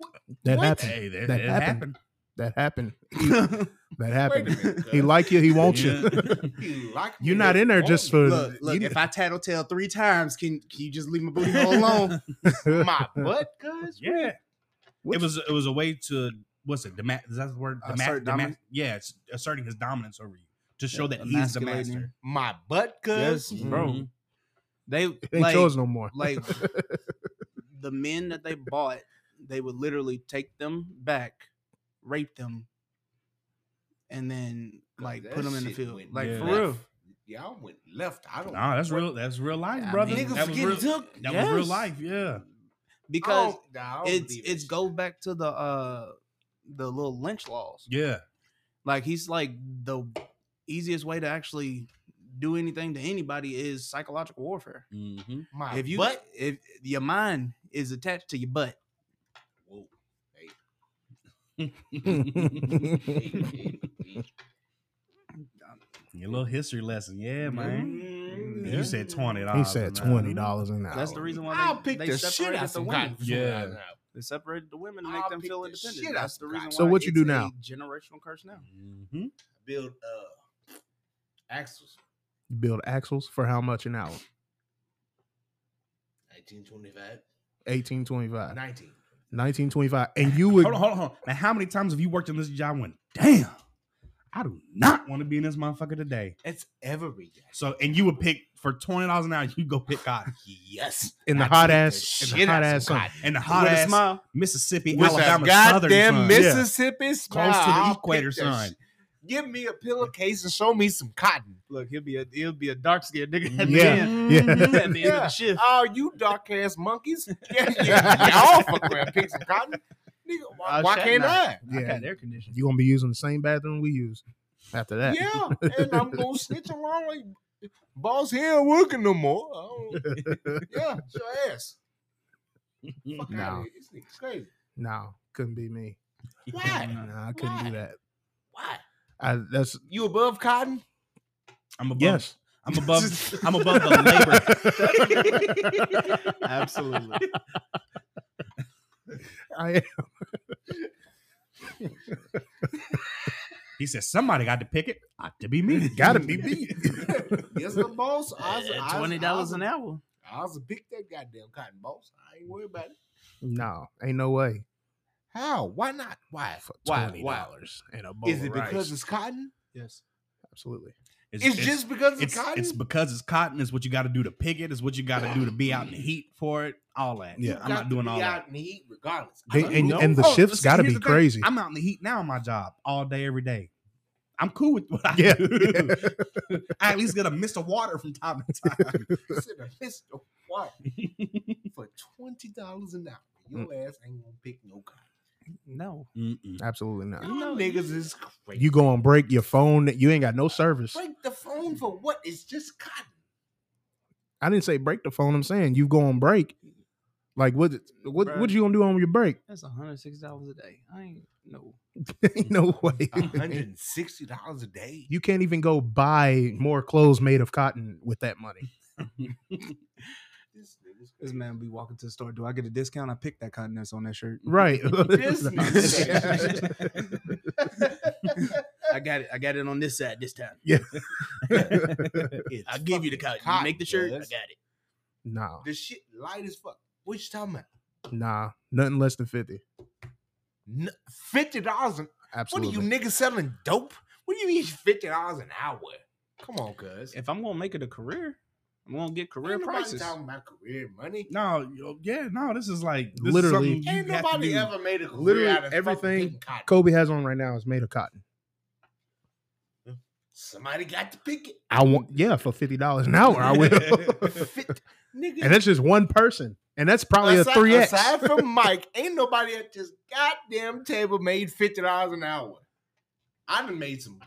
Speaker 2: That
Speaker 3: What?
Speaker 2: happened.
Speaker 1: Hey, that,
Speaker 2: That
Speaker 1: that
Speaker 2: happened.
Speaker 1: happened.
Speaker 2: That happened.
Speaker 5: Look,
Speaker 2: That
Speaker 3: Wait a
Speaker 2: happened.
Speaker 3: minute.
Speaker 2: He like you. He wants you.
Speaker 3: You like me,
Speaker 2: You're not
Speaker 3: you
Speaker 2: in there
Speaker 3: want
Speaker 2: just
Speaker 3: me.
Speaker 2: for
Speaker 5: look.
Speaker 2: you-
Speaker 5: If I tattletale three times, can can you just leave my booty hole alone?
Speaker 3: my butt, cuz.
Speaker 1: Yeah.
Speaker 2: What-
Speaker 1: It was it was a way to what's it? Dema- is that the word?
Speaker 5: Assert
Speaker 1: Dema- dema-
Speaker 5: dominance?
Speaker 1: yeah, it's asserting his dominance over you to show that he's the
Speaker 5: Emasculating.
Speaker 1: master.
Speaker 3: My butt, cuz.
Speaker 2: Mm-hmm.
Speaker 5: Yes, bro.
Speaker 1: Mhm.
Speaker 5: They
Speaker 2: It ain't
Speaker 5: like,
Speaker 2: yours no more.
Speaker 5: like the men that they bought, they would literally take them back, rape them, and then like
Speaker 3: That
Speaker 5: put them in the
Speaker 3: shit
Speaker 5: field.
Speaker 3: went
Speaker 5: Like for
Speaker 1: left.
Speaker 5: real.
Speaker 3: Y'all went left. I don't
Speaker 1: Nah, that's real. That's real life,
Speaker 5: I
Speaker 1: brother.
Speaker 5: mean,
Speaker 3: Niggas
Speaker 1: that was
Speaker 3: getting
Speaker 1: real,
Speaker 3: took.
Speaker 1: that was real
Speaker 5: Yes.
Speaker 1: life. Yeah.
Speaker 5: Because
Speaker 3: I don't- nah, I don't
Speaker 5: it's
Speaker 3: believe
Speaker 5: it's
Speaker 3: that
Speaker 5: goes back to the uh the little lynch laws.
Speaker 1: Yeah.
Speaker 5: Like he's like the easiest way to actually do anything to anybody is psychological warfare.
Speaker 2: Mm-hmm.
Speaker 1: Mhm.
Speaker 3: shit. My
Speaker 5: If you
Speaker 3: butt.
Speaker 5: if your mind is attached to your butt,
Speaker 3: Whoa.
Speaker 1: Your little history lesson. Yeah, man.
Speaker 3: Mm,
Speaker 1: You said twenty
Speaker 2: Mm-hmm. he
Speaker 1: dollars.
Speaker 2: said twenty dollars an hour.
Speaker 5: that's the reason why they,
Speaker 3: I'll pick
Speaker 5: they
Speaker 3: the shit
Speaker 5: separated
Speaker 3: out
Speaker 5: the
Speaker 3: some
Speaker 5: women.
Speaker 3: cotton. for twenty
Speaker 1: Yeah.
Speaker 3: dollars an hour.
Speaker 5: They separated the women and
Speaker 3: I'll
Speaker 5: make them
Speaker 3: pick
Speaker 5: feel
Speaker 3: the
Speaker 5: independent.
Speaker 3: shit out
Speaker 5: That's the
Speaker 3: some
Speaker 5: reason.
Speaker 3: cotton.
Speaker 2: So
Speaker 5: why
Speaker 2: what you
Speaker 5: it's
Speaker 2: do
Speaker 5: a
Speaker 2: now?
Speaker 5: Generational curse now.
Speaker 1: Mm-hmm.
Speaker 3: Build uh axles.
Speaker 2: You build axles for how much an hour?
Speaker 3: 1925.
Speaker 2: 1825.
Speaker 3: 19.
Speaker 2: 1925. And you would
Speaker 1: Hold on, hold on, hold on. Now, how many times have you worked in this job? When damn, I do not want to be in this motherfucker today.
Speaker 3: It's every day.
Speaker 1: So, and you would pick for twenty dollars an hour. You go pick cotton
Speaker 3: Yes.
Speaker 2: in the
Speaker 3: I
Speaker 2: hot
Speaker 3: beat
Speaker 2: ass in the
Speaker 3: shit
Speaker 2: hot
Speaker 3: out
Speaker 2: ass
Speaker 3: some
Speaker 2: sun.
Speaker 3: cotton.
Speaker 1: and the hot
Speaker 5: With a
Speaker 1: ass
Speaker 5: smile.
Speaker 1: Mississippi,
Speaker 3: With
Speaker 1: Alabama,
Speaker 3: a
Speaker 1: southern
Speaker 3: goddamn
Speaker 1: sun.
Speaker 3: Mississippi smile.
Speaker 1: close to the
Speaker 3: I'll
Speaker 1: equator,
Speaker 3: pick that
Speaker 1: son.
Speaker 3: shit. Give me a pillowcase and show me some cotton.
Speaker 5: Look, he'll be a he'll be a dark skinned nigga at
Speaker 2: Yeah.
Speaker 5: the end. At the
Speaker 2: Yeah.
Speaker 5: end of
Speaker 3: Yeah.
Speaker 5: the shift.
Speaker 3: Oh, you dark ass monkeys. Yeah, yeah, y'all fuck around pick some cotton. Nigga, why,
Speaker 5: Uh,
Speaker 3: why
Speaker 5: shut
Speaker 3: can't
Speaker 5: up.
Speaker 3: I?
Speaker 5: I
Speaker 2: Yeah.
Speaker 5: got air conditioning.
Speaker 2: You're gonna be using the same bathroom we use after that.
Speaker 3: Yeah, and I'm gonna snitch along like boss he ain't working no more. I don't- yeah, it's your ass. Fuck
Speaker 2: No.
Speaker 3: out of here. This nigga's crazy.
Speaker 2: No, couldn't be me.
Speaker 3: Why?
Speaker 2: No, I couldn't
Speaker 3: Why?
Speaker 2: do that.
Speaker 3: Why?
Speaker 2: I that's
Speaker 3: You above cotton?
Speaker 1: I'm above.
Speaker 2: yes.
Speaker 1: I'm above. I'm above the labor.
Speaker 5: Absolutely.
Speaker 2: I am.
Speaker 1: He says somebody got to pick it. Ought to be me.
Speaker 2: Gotta be beat.
Speaker 3: Yes, the boss. I was,
Speaker 5: At
Speaker 3: I was-
Speaker 5: Twenty dollars
Speaker 3: I was-
Speaker 5: an hour.
Speaker 3: I was pick that goddamn cotton boss. I ain't worried about it.
Speaker 2: no, ain't no way.
Speaker 3: How? Why not? Why?
Speaker 2: For
Speaker 3: Why?
Speaker 2: twenty
Speaker 3: Why?
Speaker 2: dollars and a bowl
Speaker 3: Is it
Speaker 2: of rice.
Speaker 3: because it's cotton?
Speaker 5: Yes.
Speaker 2: Absolutely.
Speaker 1: It's,
Speaker 3: It's, just because it's,
Speaker 1: It's,
Speaker 3: cotton.
Speaker 1: it's because it's cotton. It's what you got to do to pick it. It's what you got to do to be out in the heat for it. All that.
Speaker 2: Yeah.
Speaker 1: I'm not doing all
Speaker 3: be
Speaker 1: that.
Speaker 3: out in the heat regardless.
Speaker 2: They-
Speaker 3: I'm
Speaker 2: and,
Speaker 3: cool.
Speaker 2: and the
Speaker 1: Oh,
Speaker 2: shifts
Speaker 1: see,
Speaker 2: got to
Speaker 1: here's
Speaker 2: be
Speaker 1: the thing.
Speaker 2: crazy.
Speaker 1: I'm out in the heat now in my job all day, every day. I'm cool with what I
Speaker 2: Yeah.
Speaker 1: do. I at least get a mist of water from time to time.
Speaker 3: You said a fist of water for twenty dollars an hour. Your ass ain't gonna pick no cotton.
Speaker 5: No.
Speaker 1: Mm-mm.
Speaker 2: Absolutely not.
Speaker 3: You
Speaker 5: know,
Speaker 3: niggas is crazy.
Speaker 2: You go on break your phone. You ain't got no service.
Speaker 3: break the phone for what? It's just cotton.
Speaker 2: I didn't say break the phone. I'm saying you go on break. Like what? What?
Speaker 5: Bruh.
Speaker 2: What you gonna do on your break?
Speaker 5: That's one hundred six dollars a day. I ain't no.
Speaker 2: ain't no way.
Speaker 3: One hundred and sixty dollars a day.
Speaker 2: You can't even go buy more clothes made of cotton with that money.
Speaker 3: This nigga's
Speaker 5: This man be walking to the store. Do I get a discount? I picked that cotton that's on that shirt.
Speaker 2: Right.
Speaker 5: I got it. I got it on this side this time.
Speaker 3: It's
Speaker 5: I'll give you the
Speaker 3: fucking
Speaker 5: cotton. You make the shirt. I
Speaker 3: cotton, cuz.
Speaker 5: got it.
Speaker 2: nah,
Speaker 3: The shit light as fuck. What you talking about?
Speaker 2: nah, nothing less than 50.
Speaker 3: N- Fifty dollars an What are
Speaker 2: Absolutely.
Speaker 3: you niggas selling dope? What do you mean fifty dollars an hour? Come on, cuz.
Speaker 5: If I'm gonna make it a career, I'm gonna get career
Speaker 3: Ain't nobody
Speaker 5: prices.
Speaker 3: talking about career money.
Speaker 1: No, yo- yeah, no. This is like this is
Speaker 2: Literally.
Speaker 1: something you
Speaker 3: Ain't
Speaker 1: have to
Speaker 3: nobody
Speaker 1: do.
Speaker 3: ever made a career
Speaker 2: Literally
Speaker 3: out of
Speaker 2: everything
Speaker 3: everything. Cotton.
Speaker 2: Kobe has on right now is made of cotton.
Speaker 3: Somebody got to pick it.
Speaker 2: I want, Mm, yeah, for $50 an hour, I will.
Speaker 3: Fit- nigga.
Speaker 2: and that's just one person. And that's probably
Speaker 3: aside,
Speaker 2: a 3X.
Speaker 3: aside from Mike, ain't nobody at this goddamn table made fifty dollars an hour. I done made some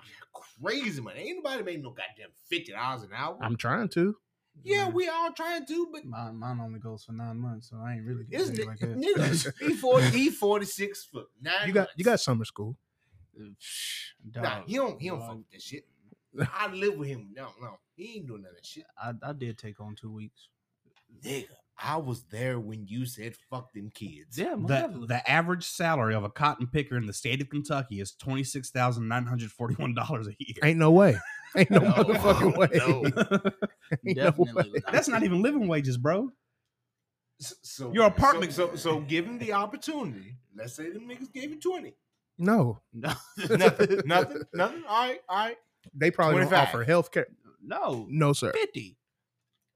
Speaker 3: crazy money. Ain't nobody made no goddamn fifty dollars an hour.
Speaker 2: I'm trying to.
Speaker 3: yeah, we all trying to, but
Speaker 5: Mine, mine only goes for nine months, so I ain't really
Speaker 3: this
Speaker 5: getting paid like
Speaker 3: nigga,
Speaker 5: that.
Speaker 3: nigga, he forty, he forty six foot nine.
Speaker 2: You got you got
Speaker 3: months.
Speaker 2: summer school.
Speaker 3: Nah, he don't, he don't
Speaker 5: Dog.
Speaker 3: fuck with that shit. I live with him. No, no, he ain't doing none of that shit.
Speaker 5: I, I did take on two weeks.
Speaker 3: Nigga, I was there when you said fuck them kids.
Speaker 5: Yeah, most
Speaker 1: The,
Speaker 5: definitely.
Speaker 1: the average salary of a cotton picker in the state of Kentucky is twenty six thousand nine hundred forty one dollars a year.
Speaker 2: Ain't no way. Ain't no,
Speaker 3: No,
Speaker 2: motherfucking way.
Speaker 3: no.
Speaker 2: Ain't no
Speaker 5: definitely.
Speaker 2: way.
Speaker 5: not.
Speaker 1: That's not even living wages, bro.
Speaker 3: So, so
Speaker 1: Your apartment-
Speaker 3: So, so, so give him the opportunity. Let's say them niggas gave you twenty.
Speaker 2: No.
Speaker 3: nothing, nothing, nothing. All right, all right.
Speaker 2: They probably don't
Speaker 3: 25.
Speaker 2: offer health care.
Speaker 5: no
Speaker 2: No, sir.
Speaker 5: fifty.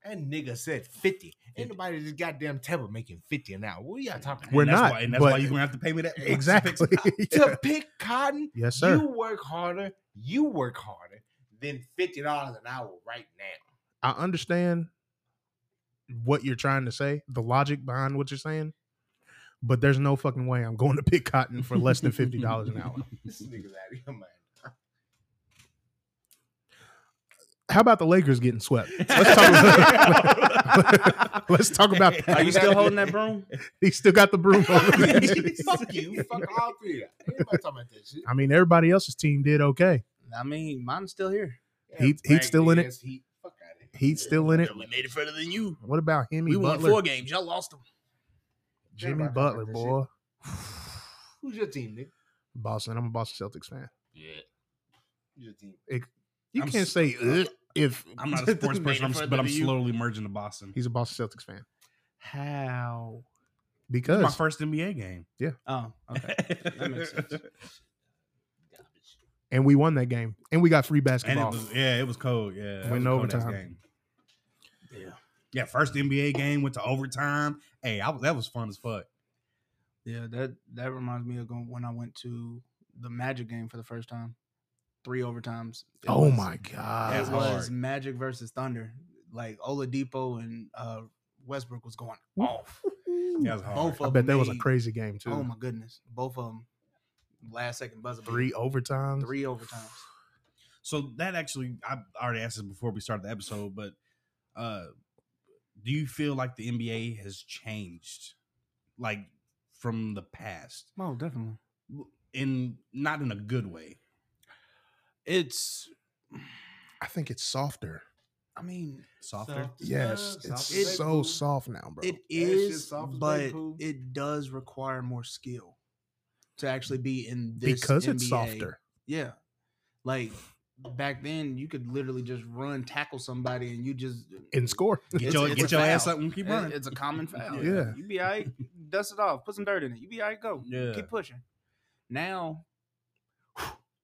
Speaker 3: And nigga said fifty. Ain't nobody at this goddamn table making fifty an hour. What are y'all talking
Speaker 2: We're
Speaker 1: and that's
Speaker 2: not,
Speaker 1: Why, and that's
Speaker 2: but-
Speaker 1: why you're gonna have to pay me that to fix
Speaker 2: Exactly.
Speaker 1: it up.
Speaker 3: about? to pick cotton.
Speaker 2: yes, sir.
Speaker 3: You work harder. You work harder than fifty dollars an hour right now.
Speaker 2: I understand what you're trying to say, the logic behind what you're saying, but there's no fucking way I'm going to pick cotton for less than fifty dollars an hour.
Speaker 3: This nigga's out of your mind.
Speaker 2: How about the Lakers getting swept? Let's talk. Let's talk about.
Speaker 5: Are you still holding that broom?
Speaker 2: He still got the broom. Over there.
Speaker 3: fuck you. Fuck all three. of y'all. Ain't nobody talking about that shit.
Speaker 2: I mean, everybody else's team did okay.
Speaker 5: I mean, mine's still here.
Speaker 2: Heat- Heat still in it?
Speaker 3: Yes, Heat. Fuck out of here.
Speaker 2: He's still in it.
Speaker 5: We made it further than you.
Speaker 2: What about him?
Speaker 5: We won
Speaker 2: Butler,
Speaker 5: four games. Y'all lost them.
Speaker 2: Jimmy
Speaker 3: Everybody
Speaker 2: Butler,
Speaker 3: talking about
Speaker 2: boy,
Speaker 3: Who's your team, nigga?
Speaker 2: Boston. I'm a Boston Celtics fan.
Speaker 3: Yeah. Who's your team?
Speaker 2: You
Speaker 1: I'm
Speaker 2: can't
Speaker 1: s-
Speaker 2: say "Ugh," if
Speaker 1: I'm not a sports person, I'm, s- but I'm slowly merging to Boston.
Speaker 2: He's a Boston Celtics fan
Speaker 5: How?
Speaker 1: It's my
Speaker 2: because
Speaker 1: first NBA game.
Speaker 5: Oh, okay. That makes sense.
Speaker 2: and we won that game and we got free
Speaker 1: and it
Speaker 2: basketball.
Speaker 1: was yeah, it was cold. Yeah, that
Speaker 2: Went
Speaker 1: was a cold-ass
Speaker 2: overtime.
Speaker 1: game. Yeah, first NBA game went to overtime. Hey, I, was- that was fun as fuck.
Speaker 5: Yeah, that that reminds me of going, when I went to the Magic game for the first time, three overtimes. It
Speaker 2: oh
Speaker 5: was-
Speaker 2: my god!
Speaker 5: It
Speaker 1: That's
Speaker 5: was
Speaker 1: hard.
Speaker 5: Magic versus Thunder. Like Oladipo and uh, Westbrook was going off.
Speaker 1: That was hard.
Speaker 5: Both
Speaker 2: Oh
Speaker 5: of
Speaker 2: I bet that was a
Speaker 5: made-
Speaker 2: crazy game too.
Speaker 5: Oh my goodness, both of them. Last second buzzer beater.
Speaker 2: Three overtimes.
Speaker 5: three overtimes.
Speaker 1: So that actually, I already asked this before we started the episode, but uh do you feel like the NBA has changed, like from the past,
Speaker 5: Oh, definitely.
Speaker 1: in not in a good way?
Speaker 5: It's
Speaker 2: I think it's softer.
Speaker 5: I mean,
Speaker 1: Softer.
Speaker 3: Soft as
Speaker 2: Yes,
Speaker 3: fuck,
Speaker 2: it's
Speaker 3: soft as they
Speaker 2: so
Speaker 3: poop.
Speaker 2: soft now, bro.
Speaker 5: it
Speaker 3: shit's
Speaker 5: is,
Speaker 3: soft as
Speaker 5: but
Speaker 3: baby poo.
Speaker 5: it does require more skill to actually be in this
Speaker 2: because it's
Speaker 5: NBA.
Speaker 2: softer.
Speaker 5: Yeah, like back then, you could literally just run tackle somebody and you just
Speaker 2: And score.
Speaker 5: It's-
Speaker 1: Get your,
Speaker 5: it's
Speaker 1: get
Speaker 5: a
Speaker 1: your ass
Speaker 5: foul.
Speaker 1: up and keep
Speaker 5: It-
Speaker 1: running.
Speaker 5: It's a common foul.
Speaker 2: Yeah.
Speaker 5: You be all right, dust it off, put some dirt in it. You be all right, go.
Speaker 1: Yeah.
Speaker 5: Keep pushing. Now,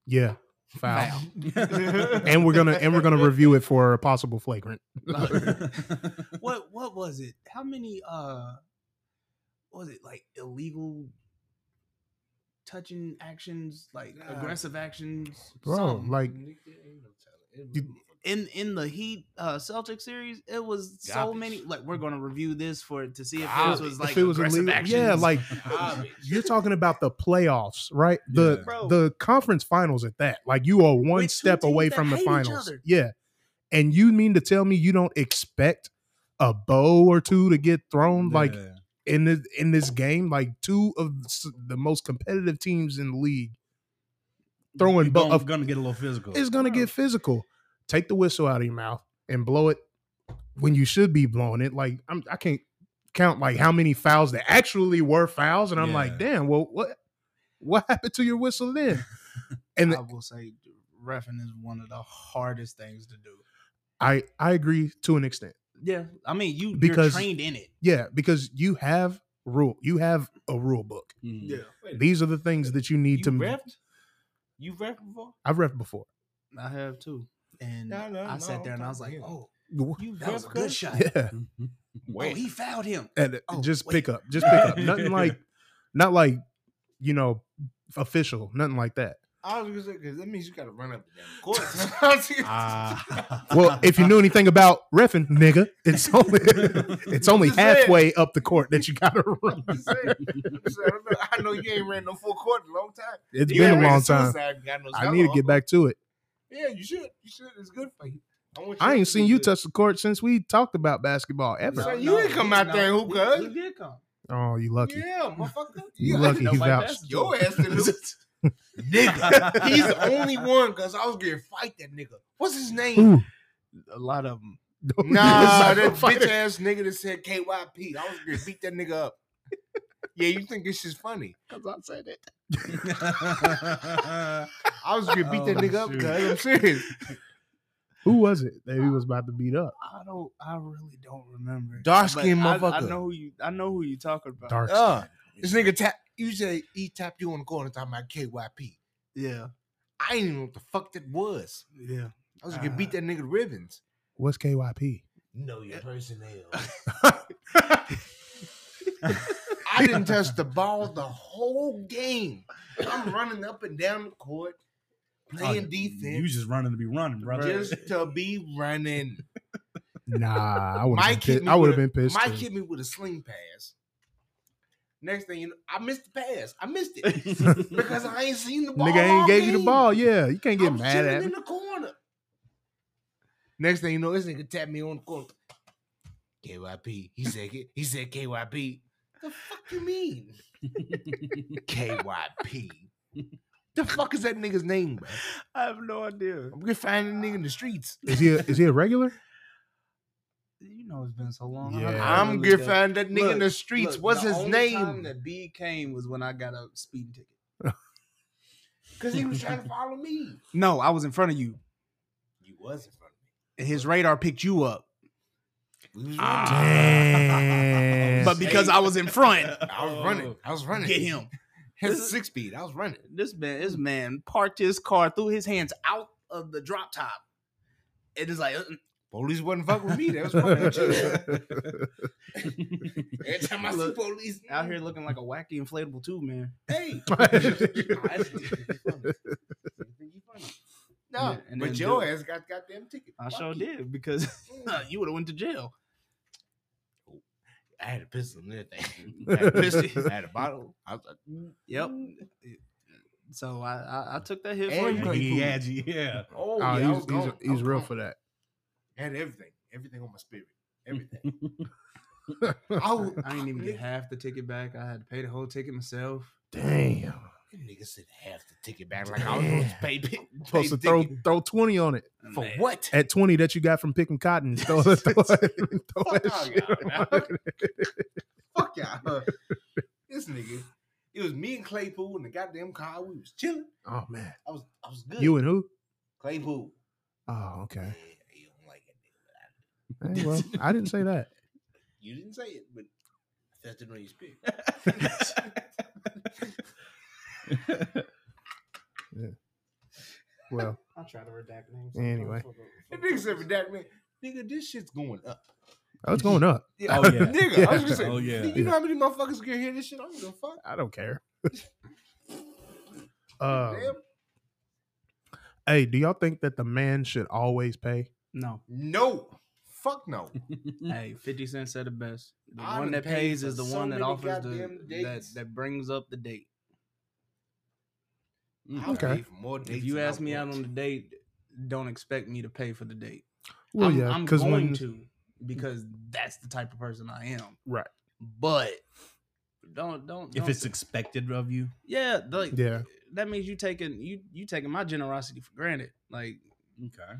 Speaker 2: Yeah. Foul.
Speaker 5: foul.
Speaker 2: and we're gonna and we're gonna review it for a possible flagrant.
Speaker 5: what what was it? How many uh what was it like illegal touching actions, like
Speaker 3: Nah.
Speaker 5: aggressive actions?
Speaker 2: Bro,
Speaker 5: something.
Speaker 2: like
Speaker 3: Nigga, ain't no telling. It
Speaker 2: You-
Speaker 5: in in the Heat uh Celtics series, it was so
Speaker 1: Garbage.
Speaker 5: many like we're gonna review this for to see if
Speaker 3: Garbage.
Speaker 5: this was like
Speaker 2: if it was
Speaker 5: aggressive
Speaker 2: illegal,
Speaker 5: actions.
Speaker 2: yeah, like
Speaker 3: Garbage.
Speaker 2: you're talking about the playoffs, right?
Speaker 1: Yeah.
Speaker 2: The
Speaker 5: Bro.
Speaker 2: the conference finals at that. Like you are one
Speaker 5: With two
Speaker 2: step away
Speaker 5: teams that
Speaker 2: from the
Speaker 5: hate each
Speaker 2: finals.
Speaker 5: other.
Speaker 2: Yeah. And you mean to tell me you don't expect a bow or two to get thrown like
Speaker 1: Yeah.
Speaker 2: in this in this game? Like two of the s- the most competitive teams in the league throwing
Speaker 1: You
Speaker 2: bo-
Speaker 1: gonna,
Speaker 2: of
Speaker 1: gonna get a little physical.
Speaker 2: It's gonna get physical. Take the whistle out of your mouth and blow it when you should be blowing it. Like I'm, I can't count like how many fouls that actually were fouls, and I'm like,
Speaker 1: Yeah.
Speaker 2: damn. Well, what what happened to your whistle then? And
Speaker 5: I will say refing is one of the hardest things to do.
Speaker 2: I I agree to an extent.
Speaker 5: Yeah. I mean you
Speaker 2: Because-
Speaker 5: you're trained in it.
Speaker 2: Yeah, because you have rule, you have a rule book.
Speaker 1: Mm.
Speaker 3: Wait,
Speaker 2: These are the things that you
Speaker 3: you
Speaker 2: need to.
Speaker 3: repped? You repped before?
Speaker 2: I've ref before.
Speaker 5: I have too. And
Speaker 3: No, no,
Speaker 5: I
Speaker 3: no,
Speaker 5: sat there and I was like,
Speaker 3: yeah.
Speaker 5: oh,
Speaker 3: You
Speaker 5: that was a
Speaker 3: repped
Speaker 5: good
Speaker 3: us?
Speaker 5: shot.
Speaker 2: Yeah,
Speaker 3: Wait.
Speaker 5: Oh, he fouled him.
Speaker 2: and
Speaker 5: Oh,
Speaker 2: just
Speaker 5: wait.
Speaker 2: pick up, just pick up. Nothing like, not like, you know, official. Nothing like that.
Speaker 3: I was gonna say because that means you gotta run up the damn court.
Speaker 2: Ah. Well, if you knew anything about refing, nigga, it's only it's only
Speaker 3: Just saying.
Speaker 2: halfway up the court that you gotta run.
Speaker 3: I'm just saying. I'm just saying, I know- I know you ain't ran no full court in a long time.
Speaker 2: It's
Speaker 3: You ain't
Speaker 2: been a
Speaker 3: ran
Speaker 2: long
Speaker 3: to
Speaker 2: time.
Speaker 3: suicide and got no
Speaker 2: I need to
Speaker 3: solo.
Speaker 2: get back to it.
Speaker 3: Yeah, you should. You should. It's good for you. I, want
Speaker 2: I
Speaker 3: you
Speaker 2: ain't
Speaker 3: to
Speaker 2: seen
Speaker 3: do
Speaker 2: you
Speaker 3: good.
Speaker 2: touch the court since we talked about basketball
Speaker 3: So
Speaker 2: ever.
Speaker 3: you didn't come out there and hoop,
Speaker 5: he- He,
Speaker 3: cuz.
Speaker 5: did come.
Speaker 2: Oh, you lucky.
Speaker 3: Yeah, motherfucker.
Speaker 2: You
Speaker 3: Yeah,
Speaker 2: lucky he
Speaker 3: nobody
Speaker 2: vouched.
Speaker 3: asked Your ass to lose. nigga. He's the only one because I was getting fight that nigga. What's his name?
Speaker 2: Ooh.
Speaker 5: A lot of them.
Speaker 3: Nah, that bitch ass nigga that said KYP. I was gonna beat that nigga up. Yeah, you think this is funny?
Speaker 5: Because I said it.
Speaker 3: I was gonna beat that
Speaker 1: Oh,
Speaker 3: nigga up
Speaker 1: shoot.
Speaker 3: because I'm serious.
Speaker 2: Who was it that he was about to beat up?
Speaker 5: I don't. I really don't remember.
Speaker 3: Dark
Speaker 5: But
Speaker 3: skinned
Speaker 5: I- I,
Speaker 3: motherfucker.
Speaker 5: know who you. I know who you talking about.
Speaker 2: Dark.
Speaker 3: Uh, this nigga tap. You say he tapped you on the corner talking about KYP.
Speaker 5: Yeah.
Speaker 3: I didn't even know what the fuck that was.
Speaker 5: Yeah.
Speaker 3: I was gonna
Speaker 2: Ah.
Speaker 3: beat that nigga to ribbons.
Speaker 2: What's KYP?
Speaker 3: Know
Speaker 2: Eh.
Speaker 3: your personnel. I didn't touch the ball the whole game. I'm running up and down the court, playing
Speaker 1: Oh, You
Speaker 3: defense,
Speaker 1: just running to be running, brother.
Speaker 3: just to be running.
Speaker 2: Nah, I would have
Speaker 3: Mike
Speaker 2: been,
Speaker 3: hit
Speaker 2: pissed.
Speaker 3: me
Speaker 2: I
Speaker 3: with a-
Speaker 2: would have been pissed.
Speaker 3: Mike
Speaker 2: too.
Speaker 3: hit me with a sling pass. Next thing you know, I missed the pass. I missed it because I ain't seen the ball.
Speaker 2: Nigga ain't
Speaker 3: all
Speaker 2: gave you the
Speaker 3: game.
Speaker 2: ball. Yeah, you can't
Speaker 3: I
Speaker 2: get
Speaker 3: was
Speaker 2: mad
Speaker 3: chilling
Speaker 2: at
Speaker 3: in
Speaker 2: me.
Speaker 3: the corner. Next thing you know, this nigga tapped me on the corner. KYP. He said it. He said KYP. The fuck you mean? KYP. The fuck is that nigga's name, bro?
Speaker 5: I have no idea.
Speaker 3: I'm gonna find that nigga in the streets.
Speaker 2: Is he a, is he a regular?
Speaker 5: You know it's been so long.
Speaker 2: Yeah.
Speaker 5: I- I
Speaker 3: I'm
Speaker 5: really
Speaker 3: gonna
Speaker 5: don't.
Speaker 3: find that nigga in the
Speaker 5: Look,
Speaker 3: streets.
Speaker 5: Look,
Speaker 3: What's
Speaker 5: the
Speaker 3: his
Speaker 5: only
Speaker 3: name?
Speaker 5: Time that B came was when I got a speeding ticket.
Speaker 3: Because he was trying to follow me.
Speaker 5: No, I was in front of you.
Speaker 3: You was in front
Speaker 5: And his radar picked you
Speaker 3: of
Speaker 5: up,
Speaker 3: me. We was
Speaker 2: Ah. Damn.
Speaker 5: but because I was in front,
Speaker 3: I was running. I was running.
Speaker 5: get him.
Speaker 3: His six speed. I was running.
Speaker 5: this man, this man parked his car, threw his hands out of the drop top. It is like, uh-uh.
Speaker 3: Police wasn't fucking with me. That was fucking with you.
Speaker 2: Oh,
Speaker 3: Every time I see
Speaker 5: Look,
Speaker 3: police
Speaker 5: out here looking like a wacky inflatable tube man.
Speaker 3: hey. I just think you funny. You think you funny. No,
Speaker 5: And then- and
Speaker 3: but
Speaker 5: then
Speaker 3: your
Speaker 5: do-
Speaker 3: ass got goddamn ticket.
Speaker 5: I
Speaker 3: Fuck
Speaker 5: sure
Speaker 3: you.
Speaker 5: did because you would have went to jail.
Speaker 3: I had a pistol and everything. I had a pistol. I had a bottle. I was like,
Speaker 5: Yep. So I I, I took that hit for
Speaker 3: Mm. And
Speaker 5: you.
Speaker 3: you-
Speaker 1: yeah, yeah, yeah.
Speaker 3: oh,
Speaker 2: Oh,
Speaker 3: yeah, I was
Speaker 2: he's, he's,
Speaker 3: gone. I was
Speaker 2: he's real
Speaker 3: gone.
Speaker 2: for that.
Speaker 3: I had everything. Everything on my spirit. Everything. I,
Speaker 5: I didn't even get half the ticket back. I had to pay the whole ticket myself.
Speaker 2: Damn.
Speaker 3: Them niggas said half the ticket back like I was supposed to pay. pay
Speaker 2: Supposed to throw
Speaker 3: ticket.
Speaker 2: throw twenty on it
Speaker 3: for what?
Speaker 2: at twenty that you got from picking cotton. Throw, throw, throw that
Speaker 3: Fuck
Speaker 2: shit.
Speaker 3: y'all, man. Fuck y'all. This nigga. It was me and Claypool in the goddamn car. We was chilling.
Speaker 2: Oh man,
Speaker 3: I was I was good.
Speaker 2: you and who?
Speaker 3: Claypool.
Speaker 2: Oh okay.
Speaker 3: Yeah, you don't like it.
Speaker 2: Hey, well, I didn't say that.
Speaker 3: You didn't say it, but that's the noise pick.
Speaker 2: Well,
Speaker 5: I'll try to redact names.
Speaker 2: Anyway.
Speaker 3: That nigga said redact man. Nigga, this shit's going up.
Speaker 2: oh, it's going up.
Speaker 3: Yeah,
Speaker 1: Oh, yeah.
Speaker 3: nigga. I was gonna say,
Speaker 1: Oh, yeah.
Speaker 3: You know how many motherfuckers can hear this shit? I don't give a fuck.
Speaker 2: I don't care. uh,
Speaker 3: Damn.
Speaker 2: hey, do y'all think that the man should always pay?
Speaker 5: No.
Speaker 3: No. Fuck no. Mm.
Speaker 5: Hey, 50 Cent said it best. The
Speaker 3: I done
Speaker 5: one that
Speaker 3: paid
Speaker 5: pays
Speaker 3: for
Speaker 5: is the
Speaker 3: so
Speaker 5: one that
Speaker 3: many
Speaker 5: offers the
Speaker 3: goddamn
Speaker 5: that,
Speaker 3: dates.
Speaker 5: that brings up the date.
Speaker 3: I'll
Speaker 2: Okay.
Speaker 3: pay for more dates
Speaker 5: If you
Speaker 3: than I
Speaker 5: ask me out
Speaker 3: want.
Speaker 5: on the date, don't expect me to pay for the date.
Speaker 2: Well,
Speaker 5: I'm,
Speaker 2: yeah,
Speaker 5: I'm
Speaker 2: because
Speaker 5: going
Speaker 2: when
Speaker 5: to because that's the type of person I am.
Speaker 2: Right.
Speaker 5: But don't don't,
Speaker 1: If
Speaker 5: don't-
Speaker 1: it's expected of you,
Speaker 5: yeah, like
Speaker 2: Yeah.
Speaker 5: that means you taking you you taking my generosity for granted. Like
Speaker 1: okay.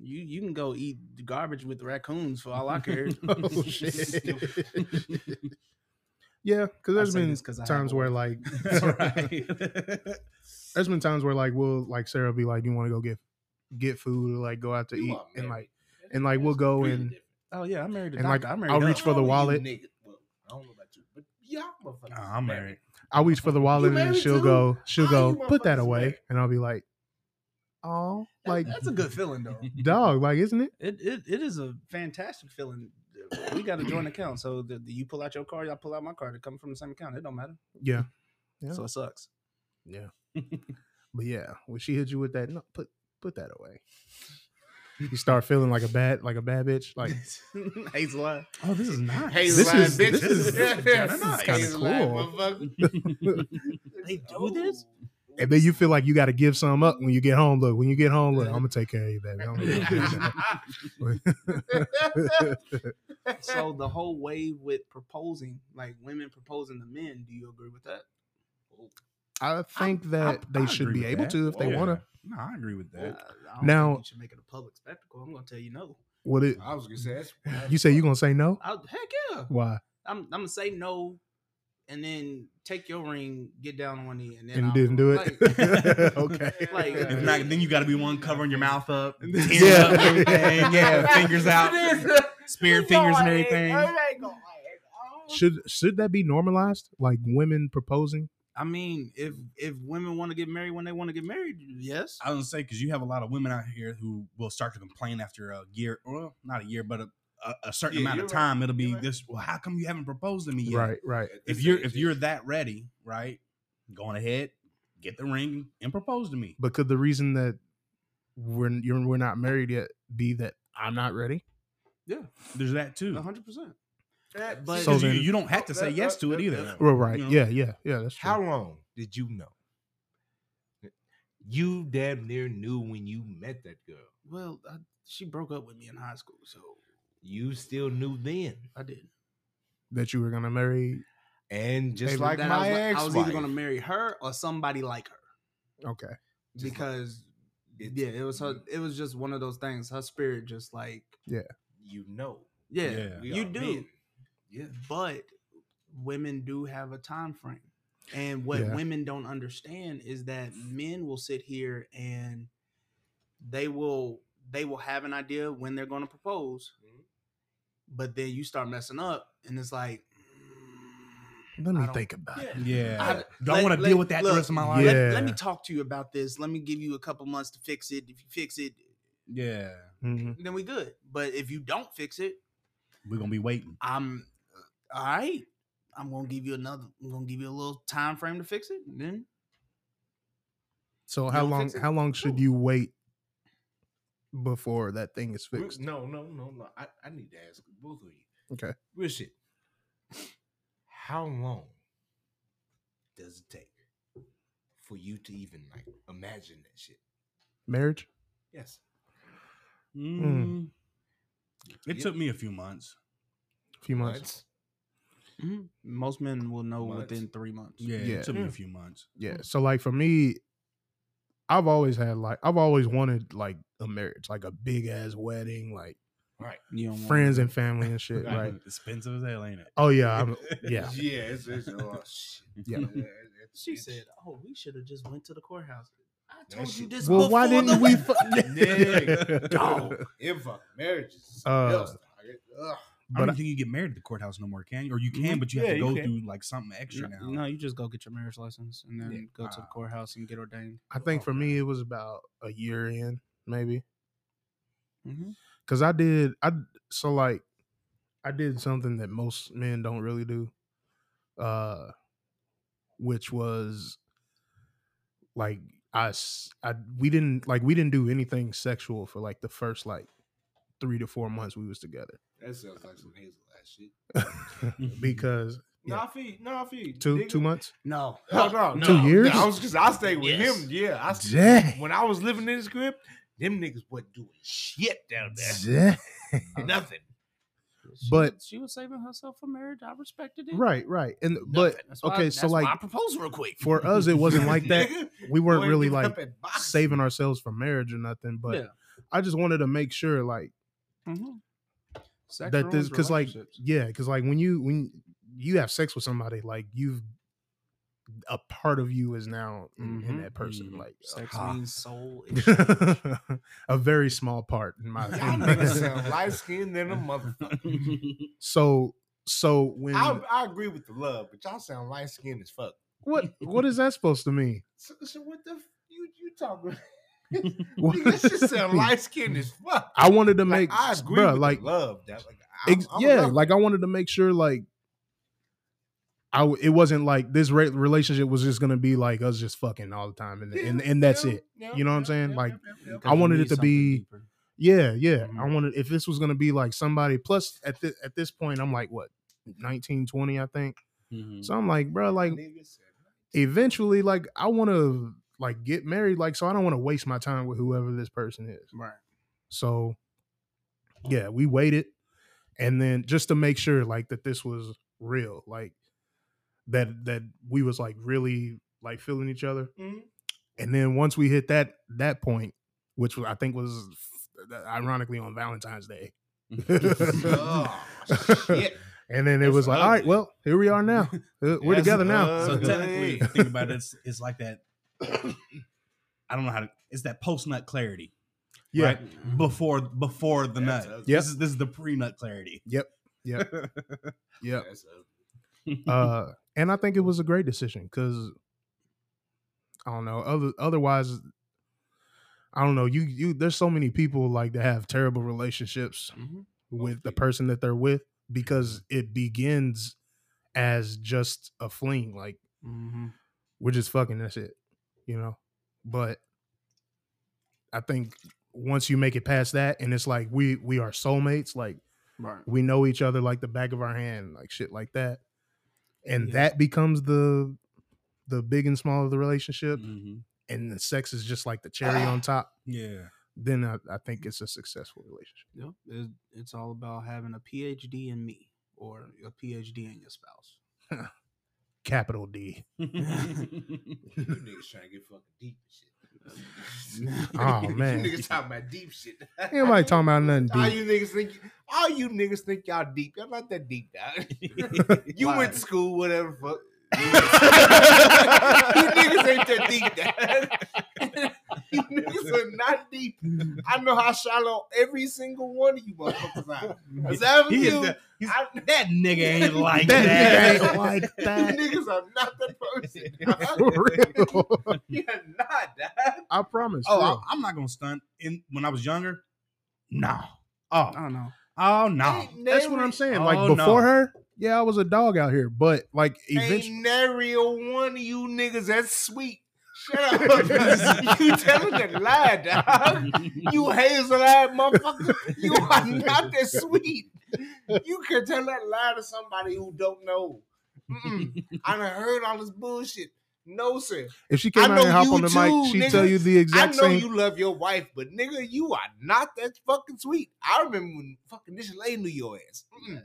Speaker 5: you you can go eat garbage with raccoons for all I care.
Speaker 2: Oh, shit. yeah, because there's
Speaker 5: say
Speaker 2: been
Speaker 5: this 'cause I have
Speaker 2: times
Speaker 5: a
Speaker 2: where like
Speaker 1: right.
Speaker 2: there's been times where like we'll like Sarah be like, "You want to go get get food, or, like go out to
Speaker 3: You
Speaker 2: eat,"
Speaker 3: are
Speaker 2: and
Speaker 3: married.
Speaker 2: like and like we'll go
Speaker 3: Completely
Speaker 2: and
Speaker 3: different.
Speaker 5: oh yeah, I married a
Speaker 2: And,
Speaker 5: doctor.
Speaker 2: like,
Speaker 5: I married.
Speaker 2: I'll
Speaker 5: a
Speaker 2: reach
Speaker 5: doc-
Speaker 2: for the
Speaker 3: You
Speaker 2: wallet.
Speaker 3: nigga. Well, I don't know about you, but y'all motherfuckers.
Speaker 1: Nah, I'm married.
Speaker 2: I'll reach for the wallet and
Speaker 3: married
Speaker 2: she'll
Speaker 3: too?
Speaker 2: go, she'll
Speaker 3: How
Speaker 2: go,
Speaker 3: you
Speaker 2: put that
Speaker 3: motherfuckers
Speaker 2: away,
Speaker 3: married?
Speaker 2: and I'll be like, "Oh, like
Speaker 5: that's a good feeling though.
Speaker 2: dog, like isn't it?"
Speaker 5: It, it it is a fantastic feeling. We got a joint account, so the, the- you pull out your card, I pull out my card. It come from the same account. It don't matter.
Speaker 2: Yeah, Yeah.
Speaker 5: So it sucks.
Speaker 2: yeah, but yeah, when she hits you with that, no, put put that away. You start feeling like a bad, like a bad bitch. Like
Speaker 5: Hazel, I-
Speaker 1: Oh, this is nice.
Speaker 3: Hazel
Speaker 2: This
Speaker 3: line
Speaker 2: is-
Speaker 3: bitches.
Speaker 2: this is- this is
Speaker 1: kinda nice.
Speaker 3: Hazel line
Speaker 2: cool.
Speaker 3: motherfucker.
Speaker 5: They do this?
Speaker 2: And then you feel like you got to give some up when you get home. Look, when you get home, look, I'm gonna take care of you, baby. I'm gonna-
Speaker 5: so the whole wave with proposing, like women proposing to men, do you agree with that?
Speaker 2: I think that
Speaker 1: I
Speaker 2: they should
Speaker 1: agree
Speaker 2: be
Speaker 1: with
Speaker 2: able
Speaker 1: that. Oh,
Speaker 2: to if they
Speaker 1: Yeah.
Speaker 2: want to.
Speaker 1: No, I agree with
Speaker 5: Uh, I
Speaker 1: that.
Speaker 5: don't think
Speaker 2: Now-
Speaker 5: you should make it a public spectacle. I'm gonna tell you no.
Speaker 2: Would it?
Speaker 3: I was gonna say that's
Speaker 2: You say you gonna say no?
Speaker 5: I, heck yeah,
Speaker 2: Why?
Speaker 5: I'm I'm gonna say no, and then take your ring, get down on one knee, and then
Speaker 2: And
Speaker 5: I'll-
Speaker 2: didn't do
Speaker 5: like-
Speaker 2: it? okay.
Speaker 5: like- uh,
Speaker 1: If not, then you got to be one covering your mouth up, yeah,
Speaker 2: Yeah.
Speaker 1: up everything. yeah, fingers out, spirit fingers and everything.
Speaker 5: oh."
Speaker 2: Should should that be normalized? Like women proposing?
Speaker 5: I mean, if if women want to get married when they want to get married, yes.
Speaker 1: I was gonna say because you have a lot of women out here who will start to complain after a year, well, not a year, but a, a, a certain
Speaker 3: Yeah,
Speaker 1: amount
Speaker 3: you're
Speaker 1: of
Speaker 3: right.
Speaker 1: time. It'll be
Speaker 3: You're right.
Speaker 1: this. Well, how come you haven't proposed to me yet?
Speaker 2: Right, right.
Speaker 1: If you're if you're that ready, right, go on ahead, get the ring and propose to me.
Speaker 2: But could the reason that we're you're, we're not married yet be that I'm not ready?
Speaker 1: There's that too.
Speaker 5: One hundred percent.
Speaker 3: that,
Speaker 5: but-
Speaker 2: So
Speaker 1: So
Speaker 2: then-
Speaker 1: you, you don't have to say
Speaker 3: That-
Speaker 1: yes
Speaker 3: that-
Speaker 1: to it
Speaker 3: that-
Speaker 1: either.
Speaker 3: that-
Speaker 2: Well, right.
Speaker 1: You know?
Speaker 2: Yeah, yeah, yeah. That's true.
Speaker 3: How long did you know? You damn near knew when you met that girl.
Speaker 5: Well, I, she broke up with me in high school, so
Speaker 3: You still knew then.
Speaker 5: I did.
Speaker 2: that you were gonna marry?
Speaker 3: And just
Speaker 2: Hey,
Speaker 3: like
Speaker 5: Then
Speaker 3: my
Speaker 5: I was, like-
Speaker 3: ex,
Speaker 5: I was either gonna marry her or somebody like her
Speaker 2: Okay.
Speaker 3: Just like- Mm-hmm.
Speaker 5: because
Speaker 3: It's-
Speaker 5: yeah, it was her. It was just one of those things. Her spirit just like
Speaker 3: you know,
Speaker 5: yeah,
Speaker 1: Yeah.
Speaker 3: we
Speaker 5: you
Speaker 3: are
Speaker 5: do.
Speaker 3: men. Yeah,
Speaker 5: but women do have a time frame and what
Speaker 2: Yeah.
Speaker 5: women don't understand is that men will sit here and they will they will have an idea when they're going to propose
Speaker 3: Mhm.
Speaker 5: but then you start messing up and it's like
Speaker 2: Let me
Speaker 5: I don't-
Speaker 2: think about
Speaker 3: Ah,
Speaker 2: it.
Speaker 1: Yeah,
Speaker 5: I-
Speaker 1: don't
Speaker 5: let-
Speaker 1: want to
Speaker 5: let-
Speaker 1: deal with that the
Speaker 5: look,
Speaker 1: rest of my life.
Speaker 2: Yeah.
Speaker 5: let, let me talk to you about this let me give you a couple months to fix it if you fix it
Speaker 1: Yeah,
Speaker 2: Mhm.
Speaker 5: then we good but if you don't fix it
Speaker 1: we're gonna be waiting.
Speaker 5: I'm uh, all right. I'm gonna give you another. I'm gonna give you a little time frame to fix it. And then
Speaker 2: So how
Speaker 5: don't
Speaker 2: long
Speaker 5: fix it?
Speaker 2: how long should
Speaker 5: No.
Speaker 2: you wait before that thing is
Speaker 3: Real-
Speaker 2: fixed?
Speaker 3: No, no, no, no. I, I need to ask both of you.
Speaker 2: Okay.
Speaker 3: Real shit. How long does it take for you to even like imagine that shit?
Speaker 2: Marriage?
Speaker 3: Yes.
Speaker 1: Mm. It
Speaker 3: Yeah.
Speaker 1: Mm. took me a few months.
Speaker 2: A few months.
Speaker 5: mm-hmm.
Speaker 4: Most men will know
Speaker 3: Months.
Speaker 4: within three months.
Speaker 1: Yeah,
Speaker 2: Yeah.
Speaker 1: it took me
Speaker 3: Yeah.
Speaker 1: a few months.
Speaker 2: Yeah. So like for me, I've always had like I've always wanted like a marriage, like a big ass wedding, like
Speaker 4: You don't want-
Speaker 2: friends and family and shit. Right.
Speaker 1: Expensive as hell, ain't it?
Speaker 2: Oh yeah. I'm, yeah.
Speaker 3: Yeah, it's, it's oh, shit.
Speaker 2: Yeah.
Speaker 3: it's-
Speaker 5: She
Speaker 3: it's-
Speaker 5: said, "Oh, we should have just went to the courthouse." I
Speaker 3: That
Speaker 5: told you
Speaker 3: shit-
Speaker 5: this
Speaker 2: Well, why
Speaker 5: before the
Speaker 2: didn't we?
Speaker 5: wedding.
Speaker 2: Fu-
Speaker 3: Nigga, dog. If a marriage is something
Speaker 2: Uh,
Speaker 3: else, dog. Ugh.
Speaker 1: I don't
Speaker 2: but
Speaker 1: even think you get married at the courthouse no more, can you? Or you can, but you have
Speaker 4: Yeah,
Speaker 1: to
Speaker 4: you
Speaker 1: go
Speaker 4: can.
Speaker 1: through like something extra
Speaker 4: No,
Speaker 1: now.
Speaker 4: No, you just go get your marriage license and then
Speaker 1: Yeah.
Speaker 4: go to the courthouse and get ordained.
Speaker 2: I think for me it was about a year in, maybe.
Speaker 5: Mm-hmm.
Speaker 4: Mhm.
Speaker 2: Cause I did I so like I did something that most men don't really do. Uh which was like I, s- I we didn't like we didn't do anything sexual for like the first like three to four months we was together.
Speaker 3: That sounds like some hazel ass shit.
Speaker 2: because
Speaker 3: No,
Speaker 2: Yeah.
Speaker 3: I feel, you, no, I feel. you,
Speaker 2: two
Speaker 3: nigga.
Speaker 2: two months?
Speaker 5: No,
Speaker 3: Hell no, no,
Speaker 2: Two
Speaker 3: no.
Speaker 2: years?
Speaker 3: I was because I stayed with
Speaker 5: Yes.
Speaker 3: him. Yeah, I, s-
Speaker 2: Dang.
Speaker 3: when I was living in his crib, them niggas wasn't doing shit down there.
Speaker 2: Dang.
Speaker 3: Nothing.
Speaker 4: She-
Speaker 2: But-
Speaker 4: she was saving herself for marriage. I respected it.
Speaker 2: Right, right. And but
Speaker 5: That's
Speaker 2: okay, so like
Speaker 5: I propose real quick.
Speaker 2: for us it wasn't like that.
Speaker 3: Nigga,
Speaker 2: We weren't
Speaker 3: boy,
Speaker 2: really
Speaker 3: give
Speaker 2: like
Speaker 3: up and box.
Speaker 2: saving ourselves for marriage or nothing, but
Speaker 4: Yeah.
Speaker 2: I just wanted to make sure, like
Speaker 4: Mhm. Sexual
Speaker 2: that this, because like
Speaker 4: relationships.
Speaker 2: yeah, because like when you when you have sex with somebody, like you've a part of you is now in, in
Speaker 4: Mhm.
Speaker 2: that person,
Speaker 1: Mhm.
Speaker 2: like
Speaker 4: sex
Speaker 2: uh,
Speaker 4: means soul.
Speaker 2: a very small part in my
Speaker 3: Y'all niggas sound
Speaker 2: opinion.
Speaker 3: light skinned than a motherfucker.
Speaker 4: Mm-hmm.
Speaker 2: so so when
Speaker 3: I, I agree with the love, but y'all sound light skinned as fuck.
Speaker 2: what what is that supposed to mean?
Speaker 3: So, so what the f- you you talking?
Speaker 2: What
Speaker 3: Nigga,
Speaker 2: does
Speaker 3: That shit
Speaker 2: that
Speaker 3: sound
Speaker 2: mean?
Speaker 3: light skinned as fuck.
Speaker 2: I wanted to
Speaker 3: Like,
Speaker 2: make
Speaker 3: I agree
Speaker 2: bruh,
Speaker 3: with the
Speaker 2: like
Speaker 3: love. That like I'm,
Speaker 2: Ex-
Speaker 3: I'm
Speaker 2: yeah,
Speaker 3: love.
Speaker 2: like I wanted to make sure like I w- it wasn't like this re- relationship was just gonna be like us just fucking all the time and and, and that's
Speaker 3: yeah,
Speaker 2: it.
Speaker 3: yeah,
Speaker 2: You know what I'm
Speaker 3: yeah,
Speaker 2: saying?
Speaker 3: yeah,
Speaker 2: Like,
Speaker 3: yeah, yeah,
Speaker 4: Because you
Speaker 2: wanted
Speaker 4: need
Speaker 2: it to
Speaker 4: something
Speaker 2: be-
Speaker 4: deeper.
Speaker 2: Yeah, yeah. I
Speaker 4: Mhm.
Speaker 2: wanted if this was gonna be like somebody plus at this at this point I'm like what 19, 20, I think.
Speaker 1: Mhm.
Speaker 2: So I'm like, bro,
Speaker 3: yeah.
Speaker 2: like
Speaker 3: Nigga said,
Speaker 2: eventually, like I want to like get married, like so I don't want to waste my time with whoever this person is.
Speaker 4: Right.
Speaker 2: So yeah, we waited and then just to make sure like that this was real, like that that we was like really like feeling each other.
Speaker 3: Mhm.
Speaker 2: And then once we hit that that point, which was, I think was ironically on Valentine's Day.
Speaker 3: Oh, shit.
Speaker 2: And then it
Speaker 3: That's
Speaker 2: was like, all right,
Speaker 3: ugly.
Speaker 2: well, here we are now. Uh, We're
Speaker 3: That's
Speaker 2: together now.
Speaker 1: So
Speaker 3: ugly.
Speaker 1: technically, if you think about it, it's, it's like that. I don't know how to. It's that post nut clarity.
Speaker 2: yeah.
Speaker 1: right? before before the
Speaker 3: That's
Speaker 1: nut.
Speaker 3: ugly.
Speaker 2: Yep.
Speaker 1: This is this is the pre nut clarity.
Speaker 2: Yeah.
Speaker 3: That's ugly.
Speaker 2: Uh, and I think it was a great decision because I don't know. Other otherwise, I don't know. You you there's so many people like that have terrible relationships
Speaker 4: Mhm.
Speaker 2: with the person that they're with because it begins as just a fling. Like
Speaker 4: Mhm.
Speaker 2: we're just fucking. That's it. You know. But I think once you make it past that, and it's like we we are soulmates. Like
Speaker 4: Right.
Speaker 2: we know each other like the back of our hand, like shit like that. And
Speaker 4: Yeah.
Speaker 2: that becomes the the big and small of the relationship,
Speaker 1: Mhm.
Speaker 2: and the sex is just like the cherry on top.
Speaker 1: Yeah.
Speaker 2: Then I, I think it's a successful relationship.
Speaker 4: Yep. It- It's all about having a PhD in me or a PhD in your spouse.
Speaker 2: Capital D.
Speaker 3: You niggas trying to get fucking deep and shit.
Speaker 2: Oh, man.
Speaker 3: you niggas talking about deep shit.
Speaker 2: Ain't nobody talking about nothing
Speaker 3: All
Speaker 2: deep.
Speaker 3: you niggas think, all you niggas think y'all deep. Y'all not that deep, dog. you
Speaker 4: Why?
Speaker 3: went to school, whatever. Fuck. you niggas ain't that deep, dog. you niggas are not deep. I know how shallow every single one of you motherfuckers are. Is that for
Speaker 1: He is
Speaker 3: you?
Speaker 1: the- he's-
Speaker 3: I,
Speaker 1: that nigga ain't like
Speaker 2: That
Speaker 1: that.
Speaker 2: nigga ain't like
Speaker 3: you
Speaker 2: that.
Speaker 3: niggas are not that person. dog.
Speaker 2: For real.
Speaker 3: You're not, dog.
Speaker 2: I promise.
Speaker 1: Oh,
Speaker 2: for
Speaker 1: I,
Speaker 2: real.
Speaker 1: I'm not gonna stunt. In when I was younger, no. Oh,
Speaker 4: I don't know.
Speaker 1: oh no.
Speaker 3: Ain't
Speaker 2: that's what I'm
Speaker 3: nary-
Speaker 2: saying. Like
Speaker 1: Oh, no.
Speaker 2: before her, yeah, I was a dog out here, but like eventually,
Speaker 3: Ain't nary a one of you niggas that's sweet. Shut up. you telling that lie, dog. You hazel eyed motherfucker. You are not that sweet. You can tell that lie to somebody who don't know. Mm-mm. I done heard all this bullshit. No, sir.
Speaker 2: if she
Speaker 3: I
Speaker 2: came out and
Speaker 3: know
Speaker 2: hop
Speaker 3: you
Speaker 2: on the
Speaker 3: too,
Speaker 2: mic, she
Speaker 3: nigga.
Speaker 2: tell you the
Speaker 3: I
Speaker 2: exact
Speaker 3: know
Speaker 2: same.
Speaker 3: you love your wife, but nigga, you are not that fucking sweet. I remember when fucking this lady knew your ass. Mm-mm.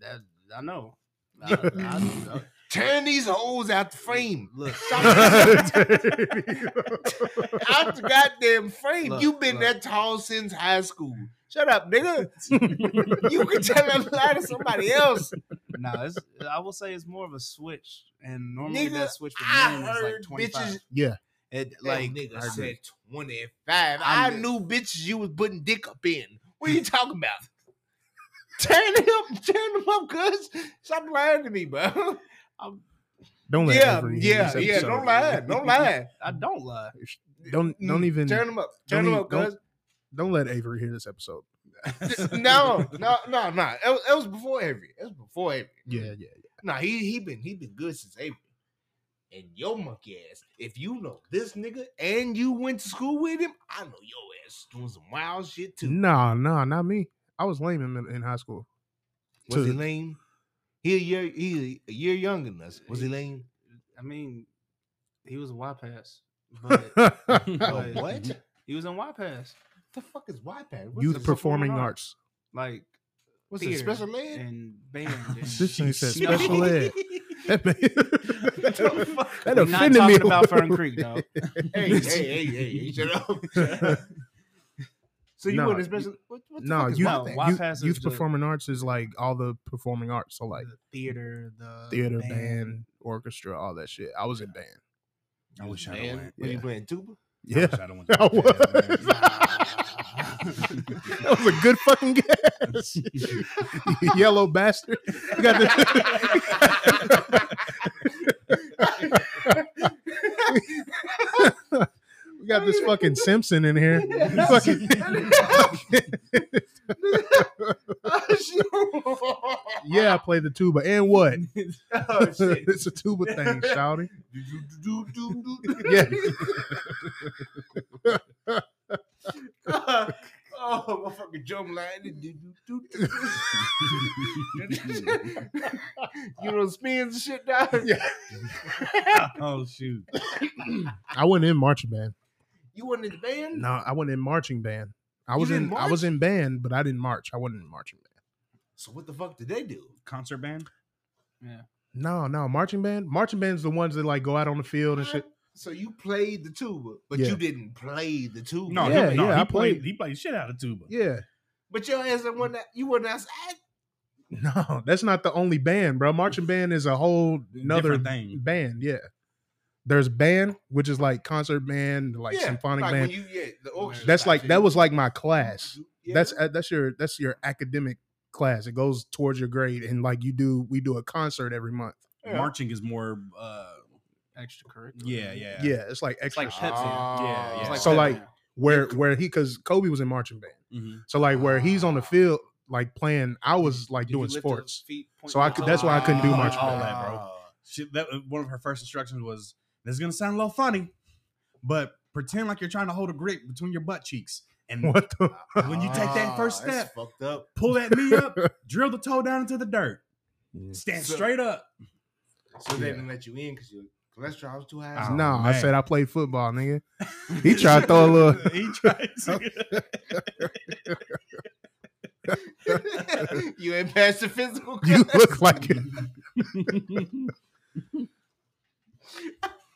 Speaker 4: That I know.
Speaker 5: I, I,
Speaker 3: Turn these holes out the frame.
Speaker 5: look,
Speaker 3: Out the goddamn frame.
Speaker 5: Look,
Speaker 3: You've been
Speaker 5: look.
Speaker 3: that tall since high school. Shut up, nigga. you can tell that lie to somebody else.
Speaker 5: no, it's, I will say it's more of a switch, and normally
Speaker 3: Nigga,
Speaker 5: that switch for
Speaker 3: I
Speaker 5: men is like
Speaker 3: heard
Speaker 5: twenty
Speaker 3: bitches
Speaker 5: five.
Speaker 2: yeah,
Speaker 5: It
Speaker 3: like
Speaker 5: like
Speaker 3: nigga
Speaker 5: I agree.
Speaker 3: said 25. i
Speaker 5: I'm-
Speaker 3: knew bitches you was putting dick up in. What are you talking about? turn him, turn them up, cuz. Stop lying to me, bro.
Speaker 2: don't let
Speaker 3: yeah,
Speaker 2: Avery hear
Speaker 3: yeah,
Speaker 2: this
Speaker 3: yeah.
Speaker 2: episode.
Speaker 3: Don't Mm, lie. Don't lie.
Speaker 5: I don't lie.
Speaker 2: Don't don't even
Speaker 3: turn them up.
Speaker 2: don't
Speaker 3: Turn them
Speaker 2: even-
Speaker 3: up, cuz.
Speaker 2: don't let Avery hear this episode.
Speaker 3: no, no, no, no. It was, it was before Avery. It was before Avery.
Speaker 2: Yeah, yeah.
Speaker 3: Nah, he he been he been good since April. And your monkey ass, if you know this nigga and you went to school with him, I know your ass doing some wild shit too.
Speaker 2: No, no, not me. I was lame in, in high school.
Speaker 3: Was he
Speaker 2: Too.
Speaker 3: lame? He a year he a year younger than us. Was he lame?
Speaker 5: I mean, he was a Y pass, but
Speaker 3: Oh,
Speaker 5: Right.
Speaker 3: what?
Speaker 5: he was in Y pass,
Speaker 3: the fuck is YPAD? What's
Speaker 2: Youth
Speaker 3: this?
Speaker 2: performing
Speaker 5: performing
Speaker 2: arts.
Speaker 5: like
Speaker 3: What's
Speaker 5: theater
Speaker 3: it, special ed?
Speaker 5: and band. And,
Speaker 2: This thing said
Speaker 5: No.
Speaker 2: special ed. That, man, that
Speaker 5: We're not
Speaker 2: offended me. a
Speaker 5: talking about
Speaker 2: little
Speaker 5: Fern Creek, though.
Speaker 3: hey, hey, hey, hey, hey, shut up.
Speaker 2: bit.
Speaker 3: So you
Speaker 2: Nah,
Speaker 3: went to special what, what the
Speaker 2: no,
Speaker 3: fuck is
Speaker 2: youth,
Speaker 5: No,
Speaker 3: YPAD?
Speaker 5: why
Speaker 2: youth-
Speaker 5: pass is
Speaker 2: youth
Speaker 5: the-
Speaker 2: performing arts is like all the performing arts. So like
Speaker 5: the theater, the
Speaker 2: theater, band, orchestra, all that shit. I was in band.
Speaker 1: I wish I
Speaker 3: Man,
Speaker 1: went.
Speaker 3: What you
Speaker 2: Yeah.
Speaker 3: playing tuba?
Speaker 1: I
Speaker 2: Yeah,
Speaker 1: wish I went.
Speaker 2: I
Speaker 1: to
Speaker 2: that was a good fucking guess. You Yellow bastard. You got the- we got this fucking Simpson in here. Fucking-
Speaker 3: Oh,
Speaker 2: yeah, I play the tuba. And what?
Speaker 3: oh shit.
Speaker 2: it's a tuba thing, shouty.
Speaker 3: Do, do, do, do, do.
Speaker 2: Yeah.
Speaker 3: oh, my fucking jump line. Do, do, do, do, do. you know spins and shit now?
Speaker 2: Yeah.
Speaker 1: oh shoot!
Speaker 2: I wasn't in marching band.
Speaker 3: You weren't in the band?
Speaker 2: No, I wasn't in marching band. I
Speaker 3: You
Speaker 2: was in
Speaker 3: didn't
Speaker 2: I was in band, but I didn't march. I wasn't in marching band.
Speaker 3: So what the fuck did they do?
Speaker 1: Concert band.
Speaker 2: No, no, marching band. Marching band's the ones that like go out on the field and shit.
Speaker 3: So you played the tuba, but
Speaker 2: Yeah.
Speaker 3: you didn't play the tuba.
Speaker 1: No,
Speaker 2: Yeah,
Speaker 1: he, no,
Speaker 2: yeah,
Speaker 1: he
Speaker 2: I
Speaker 1: played,
Speaker 2: played-
Speaker 1: He played shit out of tuba.
Speaker 2: Yeah.
Speaker 3: But your ass that one you weren't outside.
Speaker 2: No, that's not the only band, bro. Marching band is a whole another
Speaker 1: Different thing.
Speaker 2: band. Yeah. There's band, which is like concert band, like
Speaker 3: Yeah,
Speaker 2: symphonic
Speaker 3: like
Speaker 2: band.
Speaker 3: When you, yeah, the orchestra
Speaker 2: that's
Speaker 3: type
Speaker 2: like
Speaker 3: shit.
Speaker 2: that was like my class.
Speaker 3: Yeah.
Speaker 2: That's uh, that's your that's your academic class. It goes towards your grade, and like you do, we do a concert every month.
Speaker 3: Yeah.
Speaker 1: Marching is more. Uh,
Speaker 5: extracurricular.
Speaker 1: yeah, yeah,
Speaker 2: Yeah, it's like extra.
Speaker 5: like
Speaker 2: shit.
Speaker 5: Pepsi.
Speaker 1: Yeah, yeah.
Speaker 5: It's like
Speaker 2: So,
Speaker 5: Pepsi.
Speaker 2: like, where where he because Kobe was in marching band.
Speaker 1: Mhm.
Speaker 2: So like where he's on the field like playing, I was like
Speaker 5: Ah. Did you
Speaker 2: doing
Speaker 5: lift
Speaker 2: sports.
Speaker 5: those feet, point
Speaker 2: So I
Speaker 5: those
Speaker 2: could-
Speaker 5: up?
Speaker 2: that's why I couldn't do
Speaker 1: Ah,
Speaker 2: marching
Speaker 1: All
Speaker 2: band.
Speaker 1: that, bro. She, that uh, one of her first instructions was, "This is gonna sound a little funny, but pretend like you're trying to hold a grip between your butt cheeks, and
Speaker 2: What the?
Speaker 1: when you take that first
Speaker 3: Ah, that's
Speaker 1: step,
Speaker 3: fucked up.
Speaker 1: pull that knee up, drill the toe down into the dirt, stand
Speaker 3: So-
Speaker 1: straight up."
Speaker 3: So
Speaker 2: Yeah. Uh,
Speaker 3: they didn't let you in because your cholesterol was too high.
Speaker 1: Oh,
Speaker 2: no, I
Speaker 1: man.
Speaker 2: said I played football, nigga. He tried to throw a little.
Speaker 1: he tried.
Speaker 3: you ain't passed the physical.
Speaker 2: You
Speaker 3: class.
Speaker 2: look like it.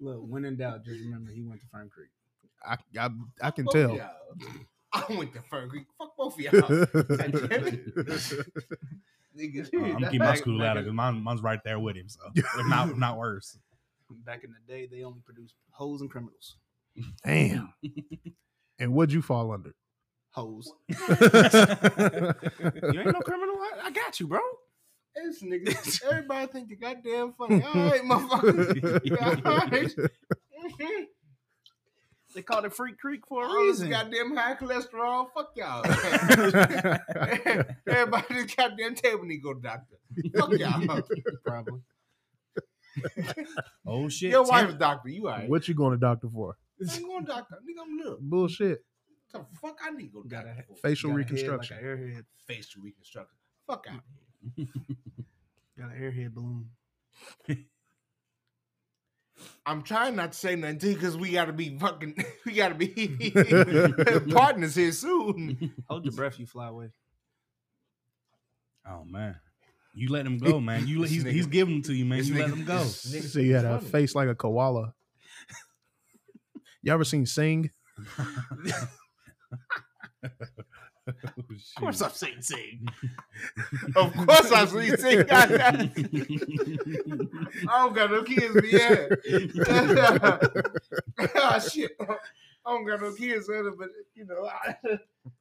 Speaker 5: Look, when in doubt, just remember he went to Fern Creek.
Speaker 2: I, I, I can
Speaker 5: Oh,
Speaker 3: Fuck
Speaker 2: tell.
Speaker 3: y'all. I went to Fern Creek. Fuck both of y'all. Niggas,
Speaker 1: I'm
Speaker 3: that-
Speaker 1: keeping my school out of because mine, mine's right there with him, so if not not worse.
Speaker 5: Back in the day, they only produced hoes and criminals.
Speaker 2: Damn. And what'd you fall under?
Speaker 5: Hoes. You
Speaker 2: yeah,
Speaker 5: ain't no criminal. I, I got you, bro.
Speaker 3: This nigga, everybody think the goddamn funny. All right, motherfucker. All right.
Speaker 5: They called it Freak Creek for a
Speaker 3: All this
Speaker 5: reason.
Speaker 3: goddamn high cholesterol. Fuck y'all.
Speaker 2: I
Speaker 3: Everybody's goddamn table need to go to the doctor. Fuck y'all.
Speaker 5: Probably.
Speaker 1: Oh shit!
Speaker 3: Your
Speaker 1: Tim-
Speaker 3: wife's doctor. You all right?
Speaker 2: What you going to doctor for?
Speaker 3: I'm going to doctor. Nigga, I'm little.
Speaker 2: Bullshit.
Speaker 3: The fuck I need to go to
Speaker 5: Got a
Speaker 3: doctor.
Speaker 5: head-
Speaker 3: for?
Speaker 2: Facial
Speaker 5: Got a head
Speaker 2: reconstruction.
Speaker 5: Like an airhead.
Speaker 3: facial reconstruction. Fuck out.
Speaker 5: Got an airhead balloon.
Speaker 3: I'm trying not to say nothing too because we gotta be fucking we gotta be partners here soon.
Speaker 5: Hold your breath, you fly away.
Speaker 1: oh man, You let him go, man. You let, he's,
Speaker 3: This
Speaker 1: he's
Speaker 3: nigga-
Speaker 1: giving them to you, man.
Speaker 3: this
Speaker 1: You let
Speaker 3: nigga-
Speaker 1: him go.
Speaker 3: this nigga
Speaker 2: So you had a
Speaker 3: funny.
Speaker 2: face like a koala. you ever seen Sing?
Speaker 1: Of
Speaker 5: Of course, I'm saying sing.
Speaker 3: Of course I see sing. I don't got no kids, but yeah. oh shit. I don't got no kids, other, but you know, I,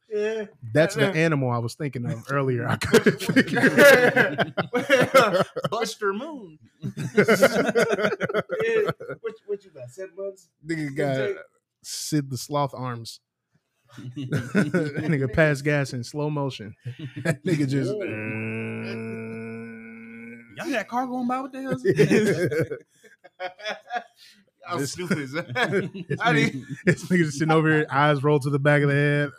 Speaker 3: yeah.
Speaker 2: That's the
Speaker 3: Uh-uh.
Speaker 2: animal I was thinking of earlier. I couldn't think of it.
Speaker 3: what,
Speaker 5: Buster Moon.
Speaker 3: what you got? Seven months?
Speaker 2: Nigga got Sid the Sloth arms. nigga pass gas in slow motion. That nigga just. "Mm."
Speaker 1: Y'all got that car going by? What the hell's
Speaker 3: I'm
Speaker 2: This-
Speaker 3: stupid. as hell.
Speaker 2: This
Speaker 3: I
Speaker 2: nigga, this nigga just sitting over here, eyes rolled to the back of the head.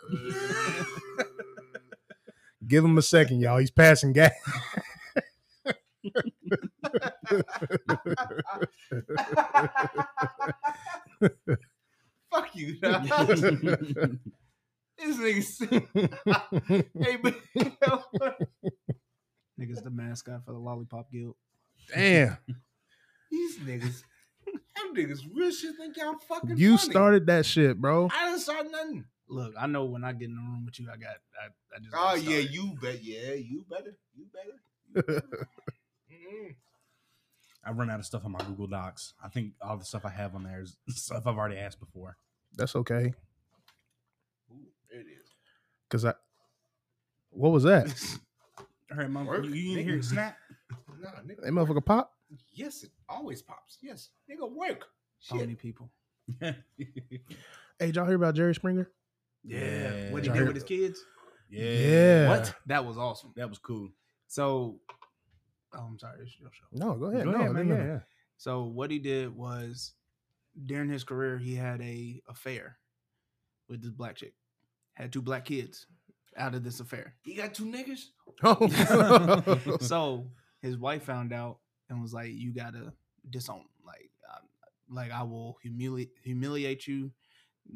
Speaker 2: Give him a second, y'all. He's passing gas.
Speaker 3: Fuck you. dog. this nigga. hey, but,
Speaker 5: Niggas the mascot for the Lollipop Guild.
Speaker 2: Damn,
Speaker 3: these niggas. Them niggas real shit think y'all fucking
Speaker 2: you
Speaker 3: funny.
Speaker 2: started that shit, bro.
Speaker 3: I didn't start nothing.
Speaker 5: Look, I know when I get in the room with you, I got. I, I just.
Speaker 3: Oh yeah, you bet. Yeah, you better. You better. Mhm.
Speaker 1: I run out of stuff on my Google Docs. I think all the stuff I have on there is stuff I've already asked before.
Speaker 2: That's okay,
Speaker 3: Ooh, there it is.
Speaker 2: cause I. What was that?
Speaker 1: All right, mom,
Speaker 3: Work,
Speaker 1: you, you didn't hear it
Speaker 3: nigga.
Speaker 1: snap?
Speaker 3: Nah, nigga.
Speaker 2: That motherfucker pop.
Speaker 3: Yes, it always pops. Yes, nigga, work. Shit.
Speaker 5: Phony people.
Speaker 1: yeah.
Speaker 2: Hey, did y'all hear about Jerry Springer?
Speaker 1: Yeah.
Speaker 5: What he did with his kids?
Speaker 2: What?
Speaker 5: That was awesome.
Speaker 1: That was cool.
Speaker 5: So, oh, I'm sorry. It's your show.
Speaker 2: No, go ahead.
Speaker 1: Go
Speaker 2: no,
Speaker 1: ahead,
Speaker 2: no,
Speaker 1: man,
Speaker 2: no,
Speaker 1: yeah,
Speaker 2: no.
Speaker 5: So what he did was during his career he had a affair with this black chick. Had two black kids out of this affair.
Speaker 3: He got two niggas.
Speaker 2: Oh.
Speaker 5: so his wife found out and was like, "You gotta disown. Like, um, like I will humiliate humiliate you,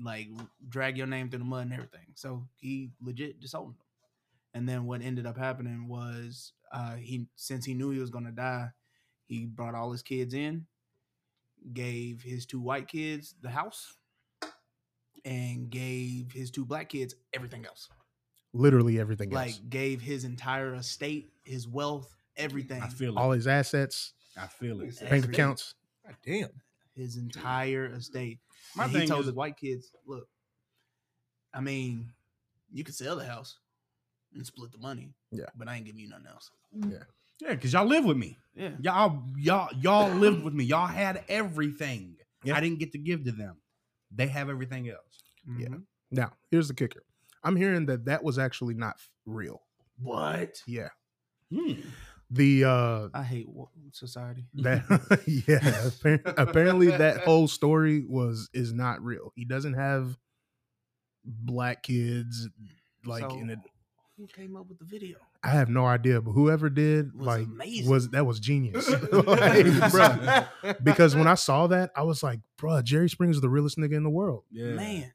Speaker 5: like drag your name through the mud and everything." So he legit disowned him. And then what ended up happening was uh, he since he knew he was gonna die, he brought all his kids in, gave his two white kids the house, and gave his two black kids everything else
Speaker 2: Literally everything else.
Speaker 5: like gave his entire estate, his wealth, everything,
Speaker 1: I feel it.
Speaker 2: All his assets,
Speaker 1: I feel it.
Speaker 2: bank
Speaker 5: Everything.
Speaker 2: accounts.
Speaker 3: God damn.
Speaker 5: his entire estate.
Speaker 1: My
Speaker 5: and
Speaker 1: thing
Speaker 5: he told
Speaker 1: is-
Speaker 5: the white kids, "Look, I mean, you could sell the house and split the money,
Speaker 2: Yeah.
Speaker 5: but I ain't giving you nothing else."
Speaker 1: Yeah, because y'all live with me.
Speaker 5: Yeah,
Speaker 1: Y'all, y'all, y'all lived with me. Y'all had everything.
Speaker 2: Yeah.
Speaker 1: I didn't get to give to them. They have everything else.
Speaker 2: Yeah.
Speaker 5: Mm-hmm.
Speaker 2: Now, here's the kicker. I'm hearing that that was actually not real.
Speaker 5: What?
Speaker 2: Yeah.
Speaker 1: Hmm.
Speaker 2: The uh
Speaker 5: I hate wo- society.
Speaker 2: that yeah, appar- apparently that whole story was is not real. He doesn't have black kids like
Speaker 5: So,
Speaker 2: in it.
Speaker 5: Who came up with the video?
Speaker 2: I have no idea, but whoever did
Speaker 5: Was
Speaker 2: like
Speaker 5: amazing.
Speaker 2: was that was genius. Like, bruh. because when I saw that, I was like, bruh, Jerry Springs is the realest nigga in the world."
Speaker 1: Yeah.
Speaker 5: Man,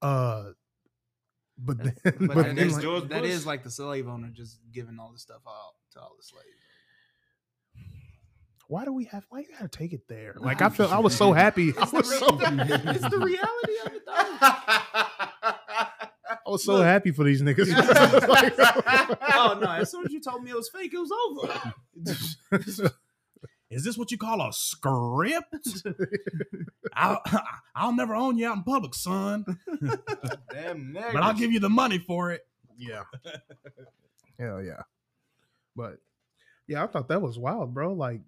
Speaker 2: Uh but then, but,
Speaker 5: but, that
Speaker 2: then
Speaker 5: is
Speaker 3: next
Speaker 2: like,
Speaker 3: door- George
Speaker 5: that
Speaker 3: Bush.
Speaker 5: is like the slave owner just giving all this stuff out to all the slaves.
Speaker 2: why do we have why you gotta take it there? Like I feel I was so happy. I was so
Speaker 5: it's the reality of it, though.
Speaker 2: I was so happy for these niggas.
Speaker 5: oh no! As soon as you told me it was fake, it was over.
Speaker 1: Is this what you call a script? I'll, I'll never own you out in public, son,
Speaker 3: Damn
Speaker 1: but I'll
Speaker 3: niggas.
Speaker 1: give you the money for it.
Speaker 2: yeah. Hell yeah. But yeah, I thought that was wild, bro. Like,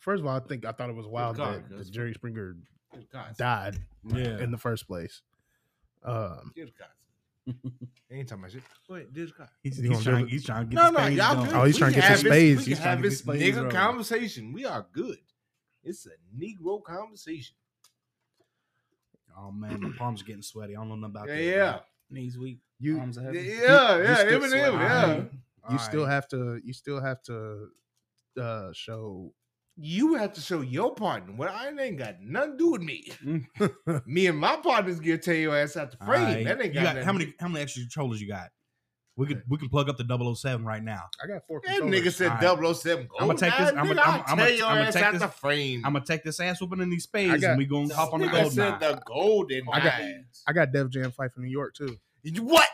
Speaker 2: first of all, I think I thought it was wild
Speaker 3: God,
Speaker 2: that,
Speaker 3: that's
Speaker 2: that Jerry Springer
Speaker 3: Good God.
Speaker 2: died
Speaker 1: Yeah.
Speaker 2: in the first place. Um,
Speaker 3: Good God. Ain't talking about shit. Wait, this guy.
Speaker 1: He's,
Speaker 2: You gonna
Speaker 1: he's, trying,
Speaker 2: do it?
Speaker 1: he's trying to get
Speaker 3: No,
Speaker 1: his
Speaker 3: no,
Speaker 1: things
Speaker 3: y'all
Speaker 1: done.
Speaker 3: good.
Speaker 2: Oh, he's
Speaker 3: We
Speaker 2: trying
Speaker 3: can
Speaker 2: to get
Speaker 3: have
Speaker 2: some
Speaker 3: this-
Speaker 2: spades.
Speaker 3: We
Speaker 1: He's
Speaker 3: can
Speaker 1: trying
Speaker 3: have
Speaker 1: to get
Speaker 3: this
Speaker 1: some spades
Speaker 3: nigga
Speaker 1: rolling.
Speaker 3: conversation. We are good. It's a Negro conversation.
Speaker 1: Oh man, my palms are getting sweaty. I don't know nothing about
Speaker 3: Yeah,
Speaker 1: that.
Speaker 3: yeah.
Speaker 5: Knees weak,
Speaker 2: you
Speaker 5: arms are
Speaker 3: Yeah,
Speaker 5: heavy.
Speaker 3: yeah,
Speaker 2: you
Speaker 3: yeah.
Speaker 2: still
Speaker 3: Eminem,
Speaker 2: sweating.
Speaker 3: yeah.
Speaker 2: you still have to you still have to uh show
Speaker 3: You have to show your partner. Well, I ain't got nothing to do with me. me and my partners get tell your ass out the frame. That ain't got,
Speaker 1: Mm. you got
Speaker 3: nothing.
Speaker 1: how many how many extra controllers you got? We could we can plug up the 007 right now.
Speaker 2: I got four.
Speaker 3: That
Speaker 2: controllers.
Speaker 3: nigga said
Speaker 1: Alright.
Speaker 3: 007. Go
Speaker 1: I'ma take this-
Speaker 3: nine,
Speaker 1: I'ma-
Speaker 3: nigga. I'll
Speaker 1: I'ma- I'ma-
Speaker 3: tear your
Speaker 1: I'ma
Speaker 3: ass
Speaker 1: take
Speaker 3: out
Speaker 1: this-
Speaker 3: the frame.
Speaker 1: I'm gonna take this ass whooping in these spades,
Speaker 2: got-
Speaker 1: and we gonna hop on the
Speaker 3: Nigga
Speaker 1: gold
Speaker 3: said
Speaker 1: mine.
Speaker 3: the golden
Speaker 1: I got-
Speaker 3: nine.
Speaker 2: I got Def Jam fight from New York too.
Speaker 3: You- What?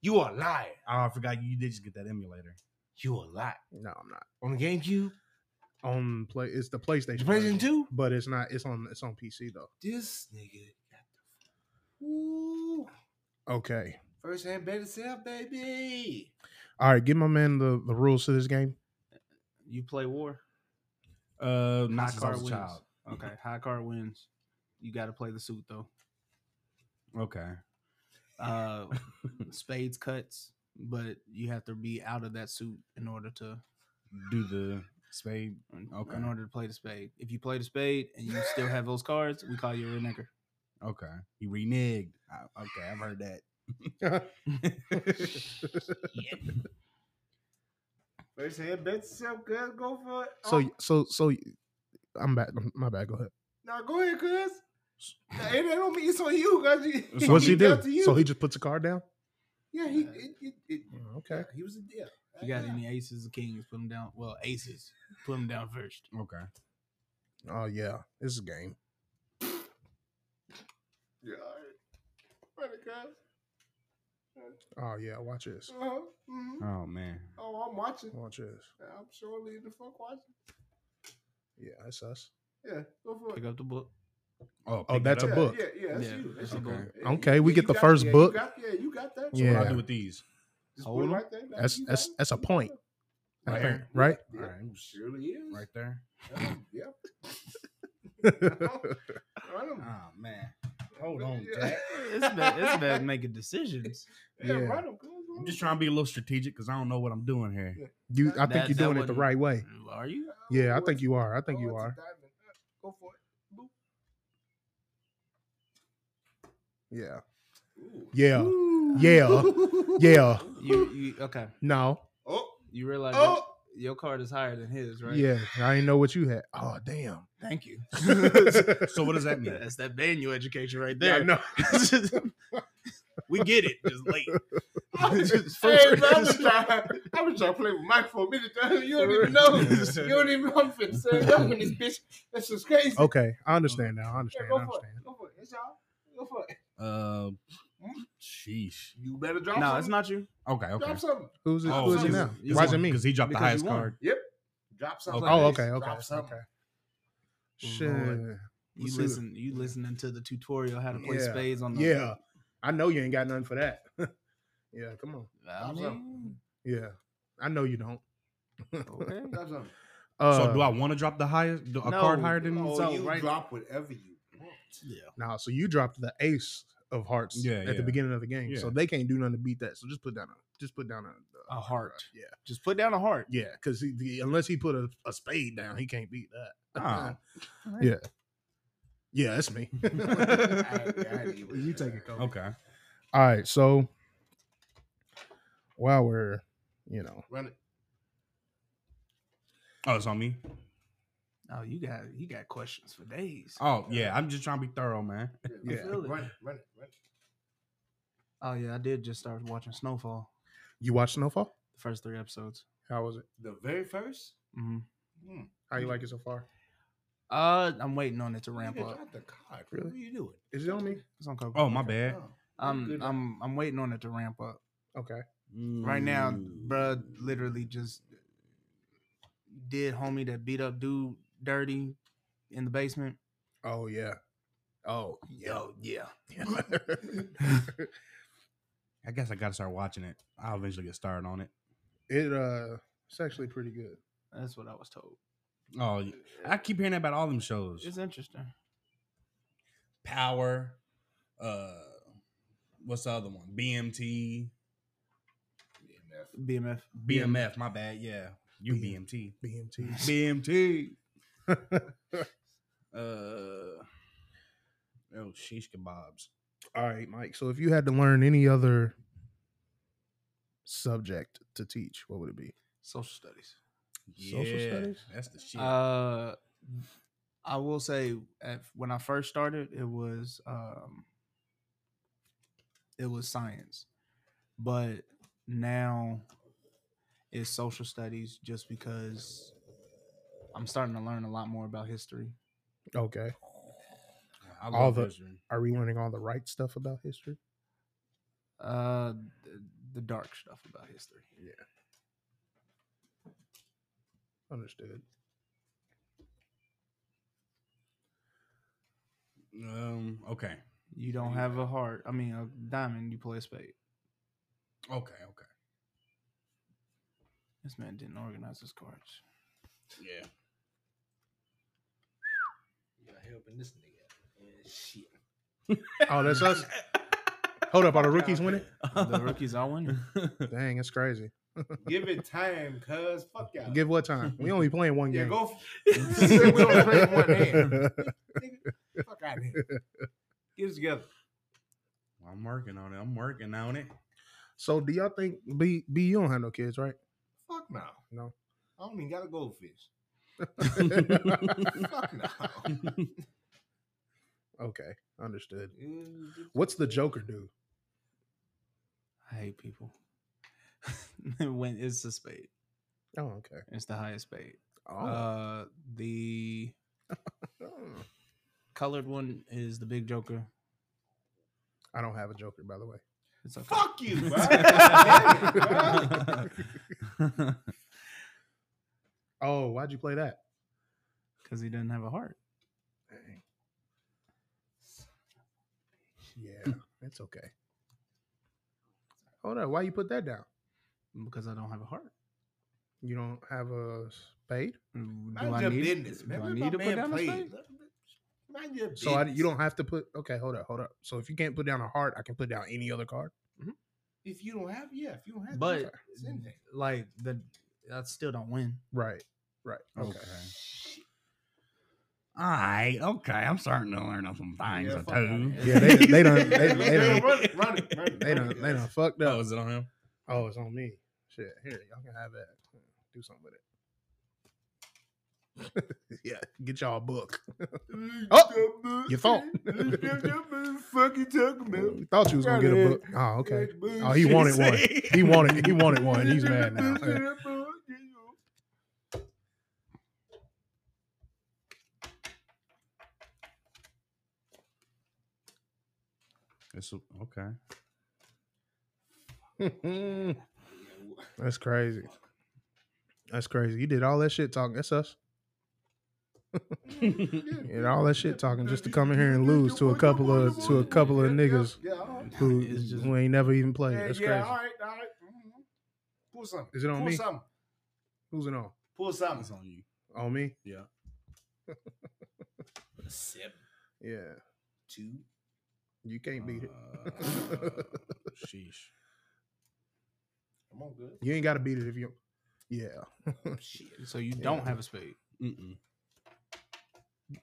Speaker 3: You a liar.
Speaker 1: Oh, I forgot you did just get that emulator.
Speaker 3: You a liar.
Speaker 2: No, I'm not
Speaker 3: On the GameCube,
Speaker 2: on play. It's the PlayStation.
Speaker 3: PlayStation
Speaker 2: version,
Speaker 3: 2?
Speaker 2: but it's not. It's on. It's on PC though.
Speaker 3: This nigga got the. Ooh.
Speaker 2: Okay.
Speaker 3: First hand better self, baby.
Speaker 2: All right. Give my man the, the rules to this game.
Speaker 5: You play war.
Speaker 1: Uh,
Speaker 5: High
Speaker 1: not since I
Speaker 5: card
Speaker 1: was a
Speaker 5: wins.
Speaker 1: child.
Speaker 5: Okay, high card wins. You got to play the suit though.
Speaker 1: Okay.
Speaker 5: Uh, spades cuts, but you have to be out of that suit in order to
Speaker 1: Do the spade.
Speaker 5: okay.
Speaker 1: Okay.
Speaker 5: in order to play the spade. If you play the spade and you still have those cards, we call you a renegger.
Speaker 1: Okay. He reneged. I, okay, I've heard that.
Speaker 3: First hand better self, cuz. Go for it.
Speaker 2: So
Speaker 3: Oh,
Speaker 2: y- so so. y- I'm back. My bad. Go ahead.
Speaker 3: Now go ahead, cuz. Nah, It ain't on me. It's on you, cuz. You,
Speaker 1: So
Speaker 2: What's he
Speaker 3: dealt
Speaker 2: do?
Speaker 3: to you.
Speaker 2: So he just puts a card down.
Speaker 3: yeah, he. It, it, it,
Speaker 2: Okay.
Speaker 3: yeah, he was a deal.
Speaker 5: You got any aces or kings? Put them down. Well, aces. Put them down first.
Speaker 1: Okay.
Speaker 2: Oh yeah, this is a game.
Speaker 3: Yeah. all right. Ready, cuz?
Speaker 2: Oh yeah, watch this.
Speaker 3: Uh-huh. mhm.
Speaker 1: Oh man.
Speaker 3: Oh, I'm watching.
Speaker 2: Watch this.
Speaker 3: I'm surely the fuck watching.
Speaker 2: Yeah, that's us.
Speaker 3: Yeah, go for it.
Speaker 5: Pick up the book.
Speaker 1: Oh,
Speaker 2: Oh,
Speaker 1: pick
Speaker 2: that's
Speaker 1: that
Speaker 2: a
Speaker 1: up.
Speaker 3: yeah,
Speaker 2: book.
Speaker 3: Yeah, yeah, that's
Speaker 5: Yeah,
Speaker 3: you. That's
Speaker 1: okay.
Speaker 3: you. Yeah,
Speaker 2: Okay,
Speaker 3: you-
Speaker 2: we
Speaker 3: yeah,
Speaker 2: get
Speaker 3: you
Speaker 2: the
Speaker 3: got-
Speaker 2: first
Speaker 3: yeah,
Speaker 2: book.
Speaker 3: You got, yeah, you got that.
Speaker 1: So what I
Speaker 2: Yeah.
Speaker 1: do with these?
Speaker 3: Just
Speaker 5: Hold
Speaker 3: put it
Speaker 5: on.
Speaker 3: right there. Now
Speaker 2: That's
Speaker 3: you got
Speaker 2: that's
Speaker 3: it.
Speaker 2: that's a
Speaker 3: You got
Speaker 2: point.
Speaker 3: it.
Speaker 2: I
Speaker 1: Right
Speaker 2: think,
Speaker 1: here.
Speaker 2: right?
Speaker 3: Yeah,
Speaker 1: All right.
Speaker 3: surely is.
Speaker 1: Right there.
Speaker 3: Yeah, yeah. Run 'em.
Speaker 1: Oh man. Hold
Speaker 3: Yeah.
Speaker 1: on, Jack.
Speaker 5: This man, this man making decisions.
Speaker 3: Yeah,
Speaker 2: Yeah.
Speaker 3: run 'em, cuz, run
Speaker 1: I'm
Speaker 3: 'em.
Speaker 1: just trying to be a little strategic because I don't know what I'm doing here.
Speaker 2: you, I think
Speaker 5: That-
Speaker 2: you're
Speaker 5: that
Speaker 2: doing it the
Speaker 5: wouldn't-
Speaker 2: right way.
Speaker 5: Are you?
Speaker 2: Yeah,
Speaker 3: Oh,
Speaker 2: I think
Speaker 3: it's-
Speaker 2: you are. I think
Speaker 3: oh,
Speaker 2: you
Speaker 3: it's a
Speaker 2: are.
Speaker 3: diamond. Uh, Go for it. Boop.
Speaker 2: Yeah.
Speaker 3: Ooh.
Speaker 2: Yeah. Yeah. Yeah.
Speaker 5: You, you okay?
Speaker 2: No.
Speaker 3: Oh,
Speaker 5: You realize your-
Speaker 3: oh.
Speaker 5: your, card is higher than his, right?
Speaker 2: Yeah. I didn't know what you had. Oh damn.
Speaker 5: Thank you.
Speaker 1: So what does that mean?
Speaker 5: That's that manual education right
Speaker 2: Yeah,
Speaker 5: there.
Speaker 2: no.
Speaker 5: we get it. Just late.
Speaker 3: I was
Speaker 5: Just
Speaker 3: Hey,
Speaker 5: fruit-
Speaker 3: man, I was trying. I was trying to play with Mike for a minute. Time. You don't even know. You don't even know I'm finna say nothing in this bitch. That's just crazy.
Speaker 2: Okay. I understand now. I
Speaker 3: Yeah,
Speaker 2: understand. I
Speaker 3: go for it.
Speaker 2: understand.
Speaker 3: Go for it. It's y'all. Go for it.
Speaker 1: Uh, sheesh.
Speaker 3: You better drop.
Speaker 5: no,
Speaker 3: something.
Speaker 5: it's not you.
Speaker 1: Okay. Okay.
Speaker 3: Drop something.
Speaker 2: Who's it?
Speaker 3: Oh,
Speaker 2: who is it
Speaker 3: he's-
Speaker 2: now?
Speaker 3: he's
Speaker 2: Why is it me?
Speaker 1: Because he dropped the
Speaker 5: Because you
Speaker 1: highest
Speaker 5: won.
Speaker 1: card.
Speaker 3: Drop something.
Speaker 1: Okay.
Speaker 2: Oh, okay, okay,
Speaker 3: Drop something.
Speaker 2: okay. Shit.
Speaker 5: Lord. You
Speaker 2: Let's see what-
Speaker 5: listen. You listening to the tutorial how to play
Speaker 2: Yeah.
Speaker 5: spades on the
Speaker 2: Yeah. I know you ain't got nothing for that. yeah. Come on.
Speaker 5: I mean,
Speaker 2: Yeah. I know you don't.
Speaker 5: okay.
Speaker 3: Drop something.
Speaker 2: Uh,
Speaker 1: so do I want to drop the highest do- a
Speaker 5: No.
Speaker 1: card higher than?
Speaker 3: Oh,
Speaker 5: So,
Speaker 3: you
Speaker 5: right-
Speaker 3: drop whatever you want.
Speaker 2: Nah, so you dropped the ace of hearts
Speaker 1: Yeah,
Speaker 2: at
Speaker 1: yeah.
Speaker 2: the beginning of the game, so
Speaker 1: Yeah.
Speaker 2: they can't do nothing to beat that. So just put down a just put down a,
Speaker 5: A heart.
Speaker 2: Yeah,
Speaker 5: Just put down a heart.
Speaker 2: yeah, because he, the- unless he put a, a spade down, he can't beat that.
Speaker 1: Oh.
Speaker 2: yeah, yeah, that's me.
Speaker 3: You take it, Kobe.
Speaker 1: Okay.
Speaker 2: All right, so while we're you know
Speaker 3: Run it.
Speaker 1: Oh, it's on me.
Speaker 5: Oh, you got you got questions for days.
Speaker 2: Uh,
Speaker 1: Oh yeah, I'm just trying to be thorough, man.
Speaker 3: Yeah.
Speaker 2: Yeah.
Speaker 3: Run it. Run it. Run it. Run it.
Speaker 5: Oh yeah, I did just start watching Snowfall.
Speaker 2: you watch Snowfall,
Speaker 5: The first three episodes.
Speaker 2: how was it?
Speaker 3: The very first.
Speaker 5: hmm
Speaker 3: Hmm.
Speaker 2: How you like it so far?
Speaker 5: Uh, I'm waiting on it to ramp
Speaker 3: Nigga,
Speaker 5: up.
Speaker 3: drop the card.
Speaker 2: Really?
Speaker 3: What are you doing?
Speaker 2: Is it on me?
Speaker 5: It's on Coco.
Speaker 1: Oh my bad.
Speaker 3: Oh,
Speaker 5: I'm
Speaker 3: good.
Speaker 5: I'm I'm waiting on it to ramp up.
Speaker 2: Okay,
Speaker 5: Right now,
Speaker 1: Mm.
Speaker 5: bruh, literally just did homie that beat up dude dirty in the basement.
Speaker 2: oh yeah, oh yeah,
Speaker 5: yeah.
Speaker 1: I guess I gotta start watching it. I'll eventually get started on it.
Speaker 2: it uh, it's actually pretty good.
Speaker 5: That's what I was told.
Speaker 1: Oh, y- I keep hearing about all them shows.
Speaker 5: It's interesting.
Speaker 1: Power. Uh, what's the other one? BMT.
Speaker 3: BMF.
Speaker 5: BMF.
Speaker 1: BMF. My bad. Yeah, you
Speaker 2: BM.
Speaker 1: BMT.
Speaker 2: BMT.
Speaker 1: BMT. uh, oh, sheesh kebabs.
Speaker 2: All right, Mike. So if you had to learn any other subject to teach, what would it be?
Speaker 5: Social studies.
Speaker 1: Yeah,
Speaker 2: Social studies?
Speaker 1: that's the shit.
Speaker 5: Uh, I will say at, when I first started, it was um, it was science, but now is social studies just because I'm starting to learn a lot more about history.
Speaker 2: Okay.
Speaker 1: I love
Speaker 2: All the-
Speaker 1: history.
Speaker 2: Are we learning all the right stuff about history?
Speaker 5: Uh, the, the dark stuff about history.
Speaker 2: Understood.
Speaker 1: Um. Okay.
Speaker 5: You don't have a heart. I mean, a diamond. You play a spade.
Speaker 1: Okay. Okay.
Speaker 5: This man didn't organize his cards.
Speaker 1: Yeah.
Speaker 6: You're helping this nigga. out. Yeah, shit.
Speaker 2: Oh, that's us. Hold up, are the rookies winning?
Speaker 5: The rookies all winning.
Speaker 2: Dang, that's crazy.
Speaker 3: Give it time, cuz. Fuck y'all.
Speaker 2: Give what time? We only playing one
Speaker 3: yeah,
Speaker 2: game.
Speaker 3: go. F- we don't play one hand. Fuck out here. Get it together.
Speaker 1: I'm working on it. I'm working on it.
Speaker 2: so, do y'all think B B you don't have no kids, right?
Speaker 3: Fuck no.
Speaker 2: No.
Speaker 3: I don't even got a goldfish. Fuck no.
Speaker 2: okay, understood.
Speaker 3: Mm,
Speaker 2: What's the Joker do?
Speaker 5: I hate people. when it's a spade,
Speaker 2: Oh, okay.
Speaker 5: it's the highest spade.
Speaker 2: Oh,
Speaker 5: Uh, the colored one is the big joker.
Speaker 2: I don't have a Joker, by the way.
Speaker 5: It's okay.
Speaker 3: Fuck you, bro. Damn it, bro.
Speaker 2: Oh, why'd you play that?
Speaker 5: Because he doesn't have a heart.
Speaker 2: Dang. Yeah, that's okay. Hold on, why you put that down?
Speaker 5: Because I don't have a heart.
Speaker 2: You don't have a spade,
Speaker 5: Mm, Do
Speaker 3: Mind
Speaker 5: I
Speaker 3: your
Speaker 5: need,
Speaker 3: business, man.
Speaker 5: do I
Speaker 3: Let
Speaker 5: need
Speaker 3: my
Speaker 5: to
Speaker 3: man
Speaker 5: put down a
Speaker 3: play.
Speaker 5: spade?
Speaker 3: Mind your
Speaker 2: so I,
Speaker 3: business.
Speaker 2: you don't have to put. Okay, hold up, hold up. So if you can't put down a heart, I can put down any other card.
Speaker 3: If you don't have, yeah. If you don't have,
Speaker 5: But
Speaker 3: it's in there.
Speaker 5: like the, I still don't win.
Speaker 2: Right, right.
Speaker 1: Okay.
Speaker 2: Okay.
Speaker 1: All right. Okay. I'm starting to learn some things
Speaker 3: Yeah,
Speaker 1: or
Speaker 3: fuck
Speaker 1: two.
Speaker 3: out.
Speaker 2: Yeah, they, they done, they,
Speaker 3: Run
Speaker 2: they
Speaker 3: it,
Speaker 2: done,
Speaker 3: run it, run it, run it.
Speaker 2: they done, they done fucked
Speaker 1: Oh,
Speaker 2: up.
Speaker 1: is it on him?
Speaker 2: Oh, it's on me. Shit, here y'all can have that. Do something with it. yeah, get y'all a book.
Speaker 3: Oh,
Speaker 2: your phone.
Speaker 3: Fuck you talking about?
Speaker 2: We thought you was gonna get a book. Oh, okay. Oh, he wanted one. He wanted, he wanted one. He's mad now.
Speaker 1: It's okay.
Speaker 2: That's crazy. That's crazy. You did all that shit talking. That's us. You did all that shit talking just to come in here and lose to a couple of to a couple of niggas
Speaker 3: Yeah, all right.
Speaker 2: who, who ain't never even played.
Speaker 3: Yeah,
Speaker 2: That's
Speaker 3: yeah,
Speaker 2: crazy.
Speaker 3: all right, all right. Mhm. Pull something.
Speaker 2: Is it on
Speaker 3: Pull
Speaker 2: me?
Speaker 3: something.
Speaker 2: Who's it on?
Speaker 3: Pull
Speaker 1: It's
Speaker 3: something.
Speaker 1: on you.
Speaker 2: On me?
Speaker 1: Yeah.
Speaker 3: Seven,
Speaker 2: Yeah.
Speaker 3: two.
Speaker 2: You can't beat it.
Speaker 1: Uh, sheesh.
Speaker 3: Come on, good.
Speaker 2: You ain't got to beat it if you. Yeah.
Speaker 3: Oh,
Speaker 5: So you don't
Speaker 2: Yeah.
Speaker 5: have a spade.
Speaker 1: Mm-mm.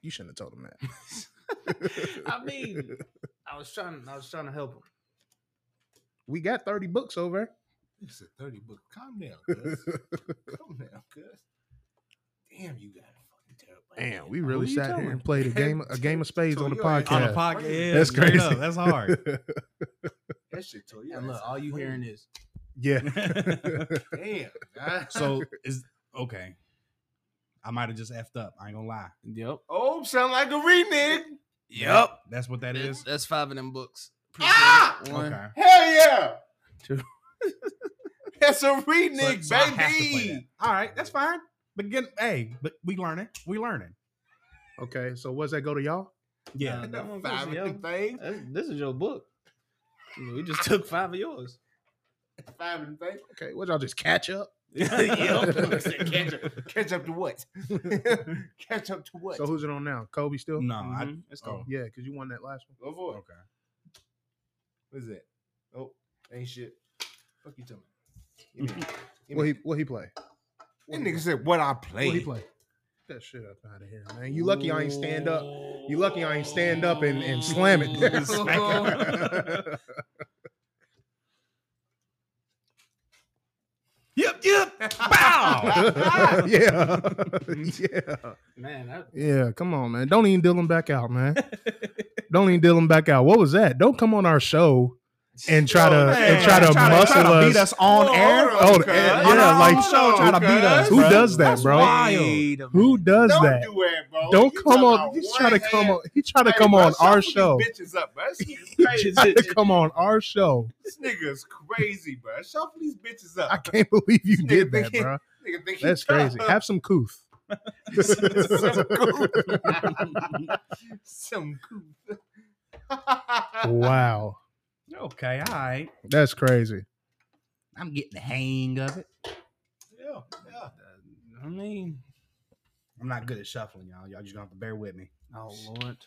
Speaker 2: You shouldn't have told him that.
Speaker 5: I mean, I was trying. I was trying to help him.
Speaker 2: We got 30 books over.
Speaker 3: It's a 30 book. Calm down, cuz. Calm down, cuz. Damn, you got a fucking terrible.
Speaker 2: Damn,
Speaker 3: idea.
Speaker 2: we really
Speaker 5: you
Speaker 2: sat here
Speaker 5: telling?
Speaker 2: and played a game a game of spades
Speaker 3: So
Speaker 2: on the
Speaker 3: your ass-
Speaker 2: podcast.
Speaker 1: On a podcast.
Speaker 3: Crazy.
Speaker 1: Yeah,
Speaker 2: That's
Speaker 1: straight
Speaker 2: crazy.
Speaker 1: Up. That's hard.
Speaker 3: That shit told you.
Speaker 5: And look,
Speaker 3: that's
Speaker 5: all you
Speaker 3: crazy.
Speaker 5: hearing is
Speaker 2: yeah.
Speaker 3: Damn. guys.
Speaker 1: so is okay. I might have just effed up. I ain't gonna lie.
Speaker 5: yep.
Speaker 3: oh, sound like a reneg.
Speaker 1: Yep. That's what that
Speaker 5: That's,
Speaker 1: is.
Speaker 5: that's five of them books. Appreciate it.
Speaker 3: Ah!
Speaker 5: One.
Speaker 1: Okay.
Speaker 3: Hell yeah.
Speaker 5: Two.
Speaker 3: that's a reneg,
Speaker 1: So- so I have to play
Speaker 3: baby.
Speaker 1: that. All right, that's fine. But get, hey, but we learning. We learning.
Speaker 2: Okay, so what's that go to y'all?
Speaker 1: Yeah.
Speaker 5: Nah, that one goes
Speaker 3: Five
Speaker 5: to
Speaker 3: of them
Speaker 5: your-
Speaker 3: things.
Speaker 5: that's- This is your book. We just took five of yours.
Speaker 3: Five of them things.
Speaker 2: Okay, what y'all just catch up?
Speaker 3: Yep. Said catch up. Catch up to what? catch up to what?
Speaker 2: So who's it on now? Kobe still?
Speaker 1: No, I,
Speaker 5: Mhm. It's cool.
Speaker 1: oh,
Speaker 2: Yeah, because you won that last one.
Speaker 5: Oh,
Speaker 3: Go for it.
Speaker 1: okay.
Speaker 3: What is that? Oh, ain't shit. Fuck you, tell me. Give me- give
Speaker 2: What
Speaker 3: me-
Speaker 2: he what he play?
Speaker 3: That nigga said what I play.
Speaker 2: What he play? Get that shit up out of here, man. You lucky I ain't stand up. You lucky I ain't stand up and, and slam it. down.
Speaker 1: Smack Yep, yep. Bow.
Speaker 2: yeah. yeah.
Speaker 5: Man, that,
Speaker 2: Yeah, come on, man. Don't even deal them back out, man. Don't even deal them back out. What was that? Don't come on our show and try to and
Speaker 3: man,
Speaker 2: try to
Speaker 1: Oh, try
Speaker 2: muscle
Speaker 1: try to
Speaker 2: us.
Speaker 1: beat us on
Speaker 3: Whoa,
Speaker 1: air.
Speaker 3: hold
Speaker 2: Oh,
Speaker 3: cuz.
Speaker 2: yeah,
Speaker 3: Hold on,
Speaker 2: like-
Speaker 3: hold on,
Speaker 1: trying to beat us.
Speaker 3: cuz.
Speaker 2: Who
Speaker 1: bruh.
Speaker 2: does that,
Speaker 1: That's
Speaker 2: bro?
Speaker 1: wild.
Speaker 5: Wait a
Speaker 2: Who
Speaker 5: minute.
Speaker 2: does
Speaker 3: Don't
Speaker 2: that?
Speaker 3: do that, bro.
Speaker 2: Don't
Speaker 3: You
Speaker 2: come
Speaker 3: talking
Speaker 2: on.
Speaker 3: about
Speaker 2: He's trying to
Speaker 3: one
Speaker 2: come
Speaker 3: hand.
Speaker 2: on. He's trying to
Speaker 3: Hey,
Speaker 2: come
Speaker 3: bro,
Speaker 2: on
Speaker 3: shuffle
Speaker 2: our
Speaker 3: these
Speaker 2: show.
Speaker 3: Bitches up, bro. This nigga's
Speaker 2: He's
Speaker 3: crazy.
Speaker 2: trying to come on our show.
Speaker 3: this nigga's crazy, bro. Shuffle these bitches up.
Speaker 2: I can't believe you
Speaker 3: Nigga
Speaker 2: did that,
Speaker 3: thinking-
Speaker 2: bro.
Speaker 3: Nigga think he
Speaker 2: That's crazy.
Speaker 3: tough.
Speaker 2: Have some cooth.
Speaker 3: Some goof.
Speaker 2: wow, Oh.
Speaker 1: Okay, all right.
Speaker 2: that's crazy.
Speaker 1: I'm getting the hang of it.
Speaker 3: yeah, yeah.
Speaker 5: I mean,
Speaker 1: I'm not good at shuffling, y'all. Y'all just gonna have to bear with me.
Speaker 5: oh Lord,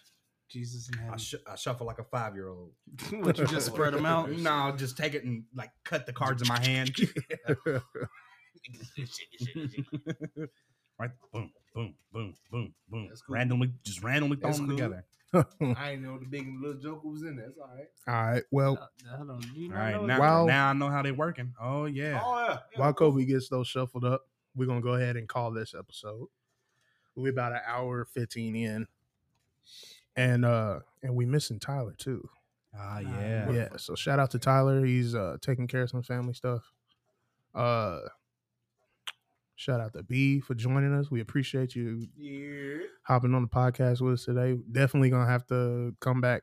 Speaker 5: Jesus in
Speaker 1: I,
Speaker 5: heaven.
Speaker 1: sh- I shuffle like a five year old.
Speaker 5: Would you just spread them out?
Speaker 1: No, I'll just take it and like cut the cards in my hand. right, boom, boom, boom, boom, boom.
Speaker 3: That's cool.
Speaker 1: Randomly, just randomly throw
Speaker 3: That's
Speaker 1: them
Speaker 3: cool.
Speaker 1: together.
Speaker 2: All
Speaker 3: I didn't know the big and little joker was in there. It's all right.
Speaker 2: right. Well,
Speaker 5: I don't. do You
Speaker 1: All
Speaker 5: not
Speaker 1: right,
Speaker 5: know
Speaker 1: now,
Speaker 5: that?
Speaker 2: Wow.
Speaker 1: now I know how they're working. Oh yeah,
Speaker 3: Oh, yeah. yeah.
Speaker 2: while Kobe gets those shuffled up, we're gonna go ahead and call this episode. We're about an hour fifteen in, and uh, and we missing Tyler too.
Speaker 1: ah
Speaker 5: yeah.
Speaker 1: yeah.
Speaker 2: yeah so shout out to tyler he's uh taking care of some family stuff uh shout out to b for joining us we appreciate you
Speaker 3: Yeah.
Speaker 2: hopping on the podcast with us today definitely gonna have to come back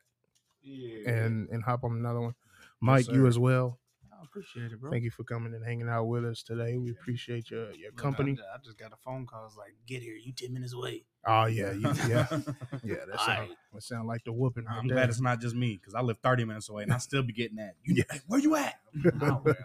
Speaker 3: Yeah.
Speaker 2: and and hop on another one mike you
Speaker 1: sir.
Speaker 2: as well
Speaker 5: I appreciate it, bro.
Speaker 2: thank you for coming and hanging out with us today we appreciate your your
Speaker 5: Look, I-
Speaker 2: company
Speaker 5: I, just got a phone call. It's like, get here. You ten minutes away.
Speaker 2: oh yeah you, yeah yeah that sound,
Speaker 5: Aight.
Speaker 2: that sound like the whooping right
Speaker 1: I'm
Speaker 2: there.
Speaker 1: glad it's not just me because I live 30 minutes away and I still be getting that. You,
Speaker 2: Yeah.
Speaker 1: Where you at?
Speaker 5: Oh, well.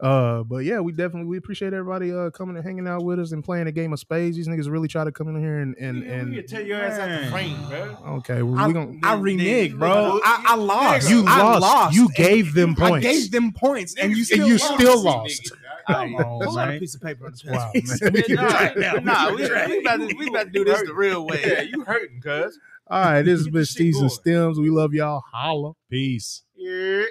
Speaker 2: Uh, but yeah, we definitely we appreciate everybody uh coming and hanging out with us and playing a game of spades. These niggas really try to come in here and and
Speaker 3: you
Speaker 2: and
Speaker 3: tell your ass out the
Speaker 1: Man.
Speaker 3: frame, bro.
Speaker 2: okay, we're
Speaker 1: I,
Speaker 2: gonna
Speaker 1: I
Speaker 3: Nigga,
Speaker 1: reneged,
Speaker 3: you
Speaker 1: bro.
Speaker 3: lost.
Speaker 1: I, I lost.
Speaker 2: You
Speaker 1: I
Speaker 2: lost. You gave them
Speaker 1: I
Speaker 2: points.
Speaker 1: gave them points, and you
Speaker 3: Niggas
Speaker 2: and you
Speaker 3: lost.
Speaker 2: still
Speaker 3: These
Speaker 2: lost.
Speaker 3: niggas, dog.
Speaker 5: Come on,
Speaker 1: Pull out a
Speaker 5: man. piece of paper.
Speaker 2: wow,
Speaker 1: Right
Speaker 2: man.
Speaker 1: now.
Speaker 5: Nah, we, we, about to, we about to do this the real way.
Speaker 3: Yeah, you hurting, cuz.
Speaker 2: All right, this has
Speaker 3: Get
Speaker 2: been
Speaker 3: this shit
Speaker 2: Steez and
Speaker 3: going.
Speaker 2: Stems. We love y'all. Holla.
Speaker 1: Peace.
Speaker 3: Yeah.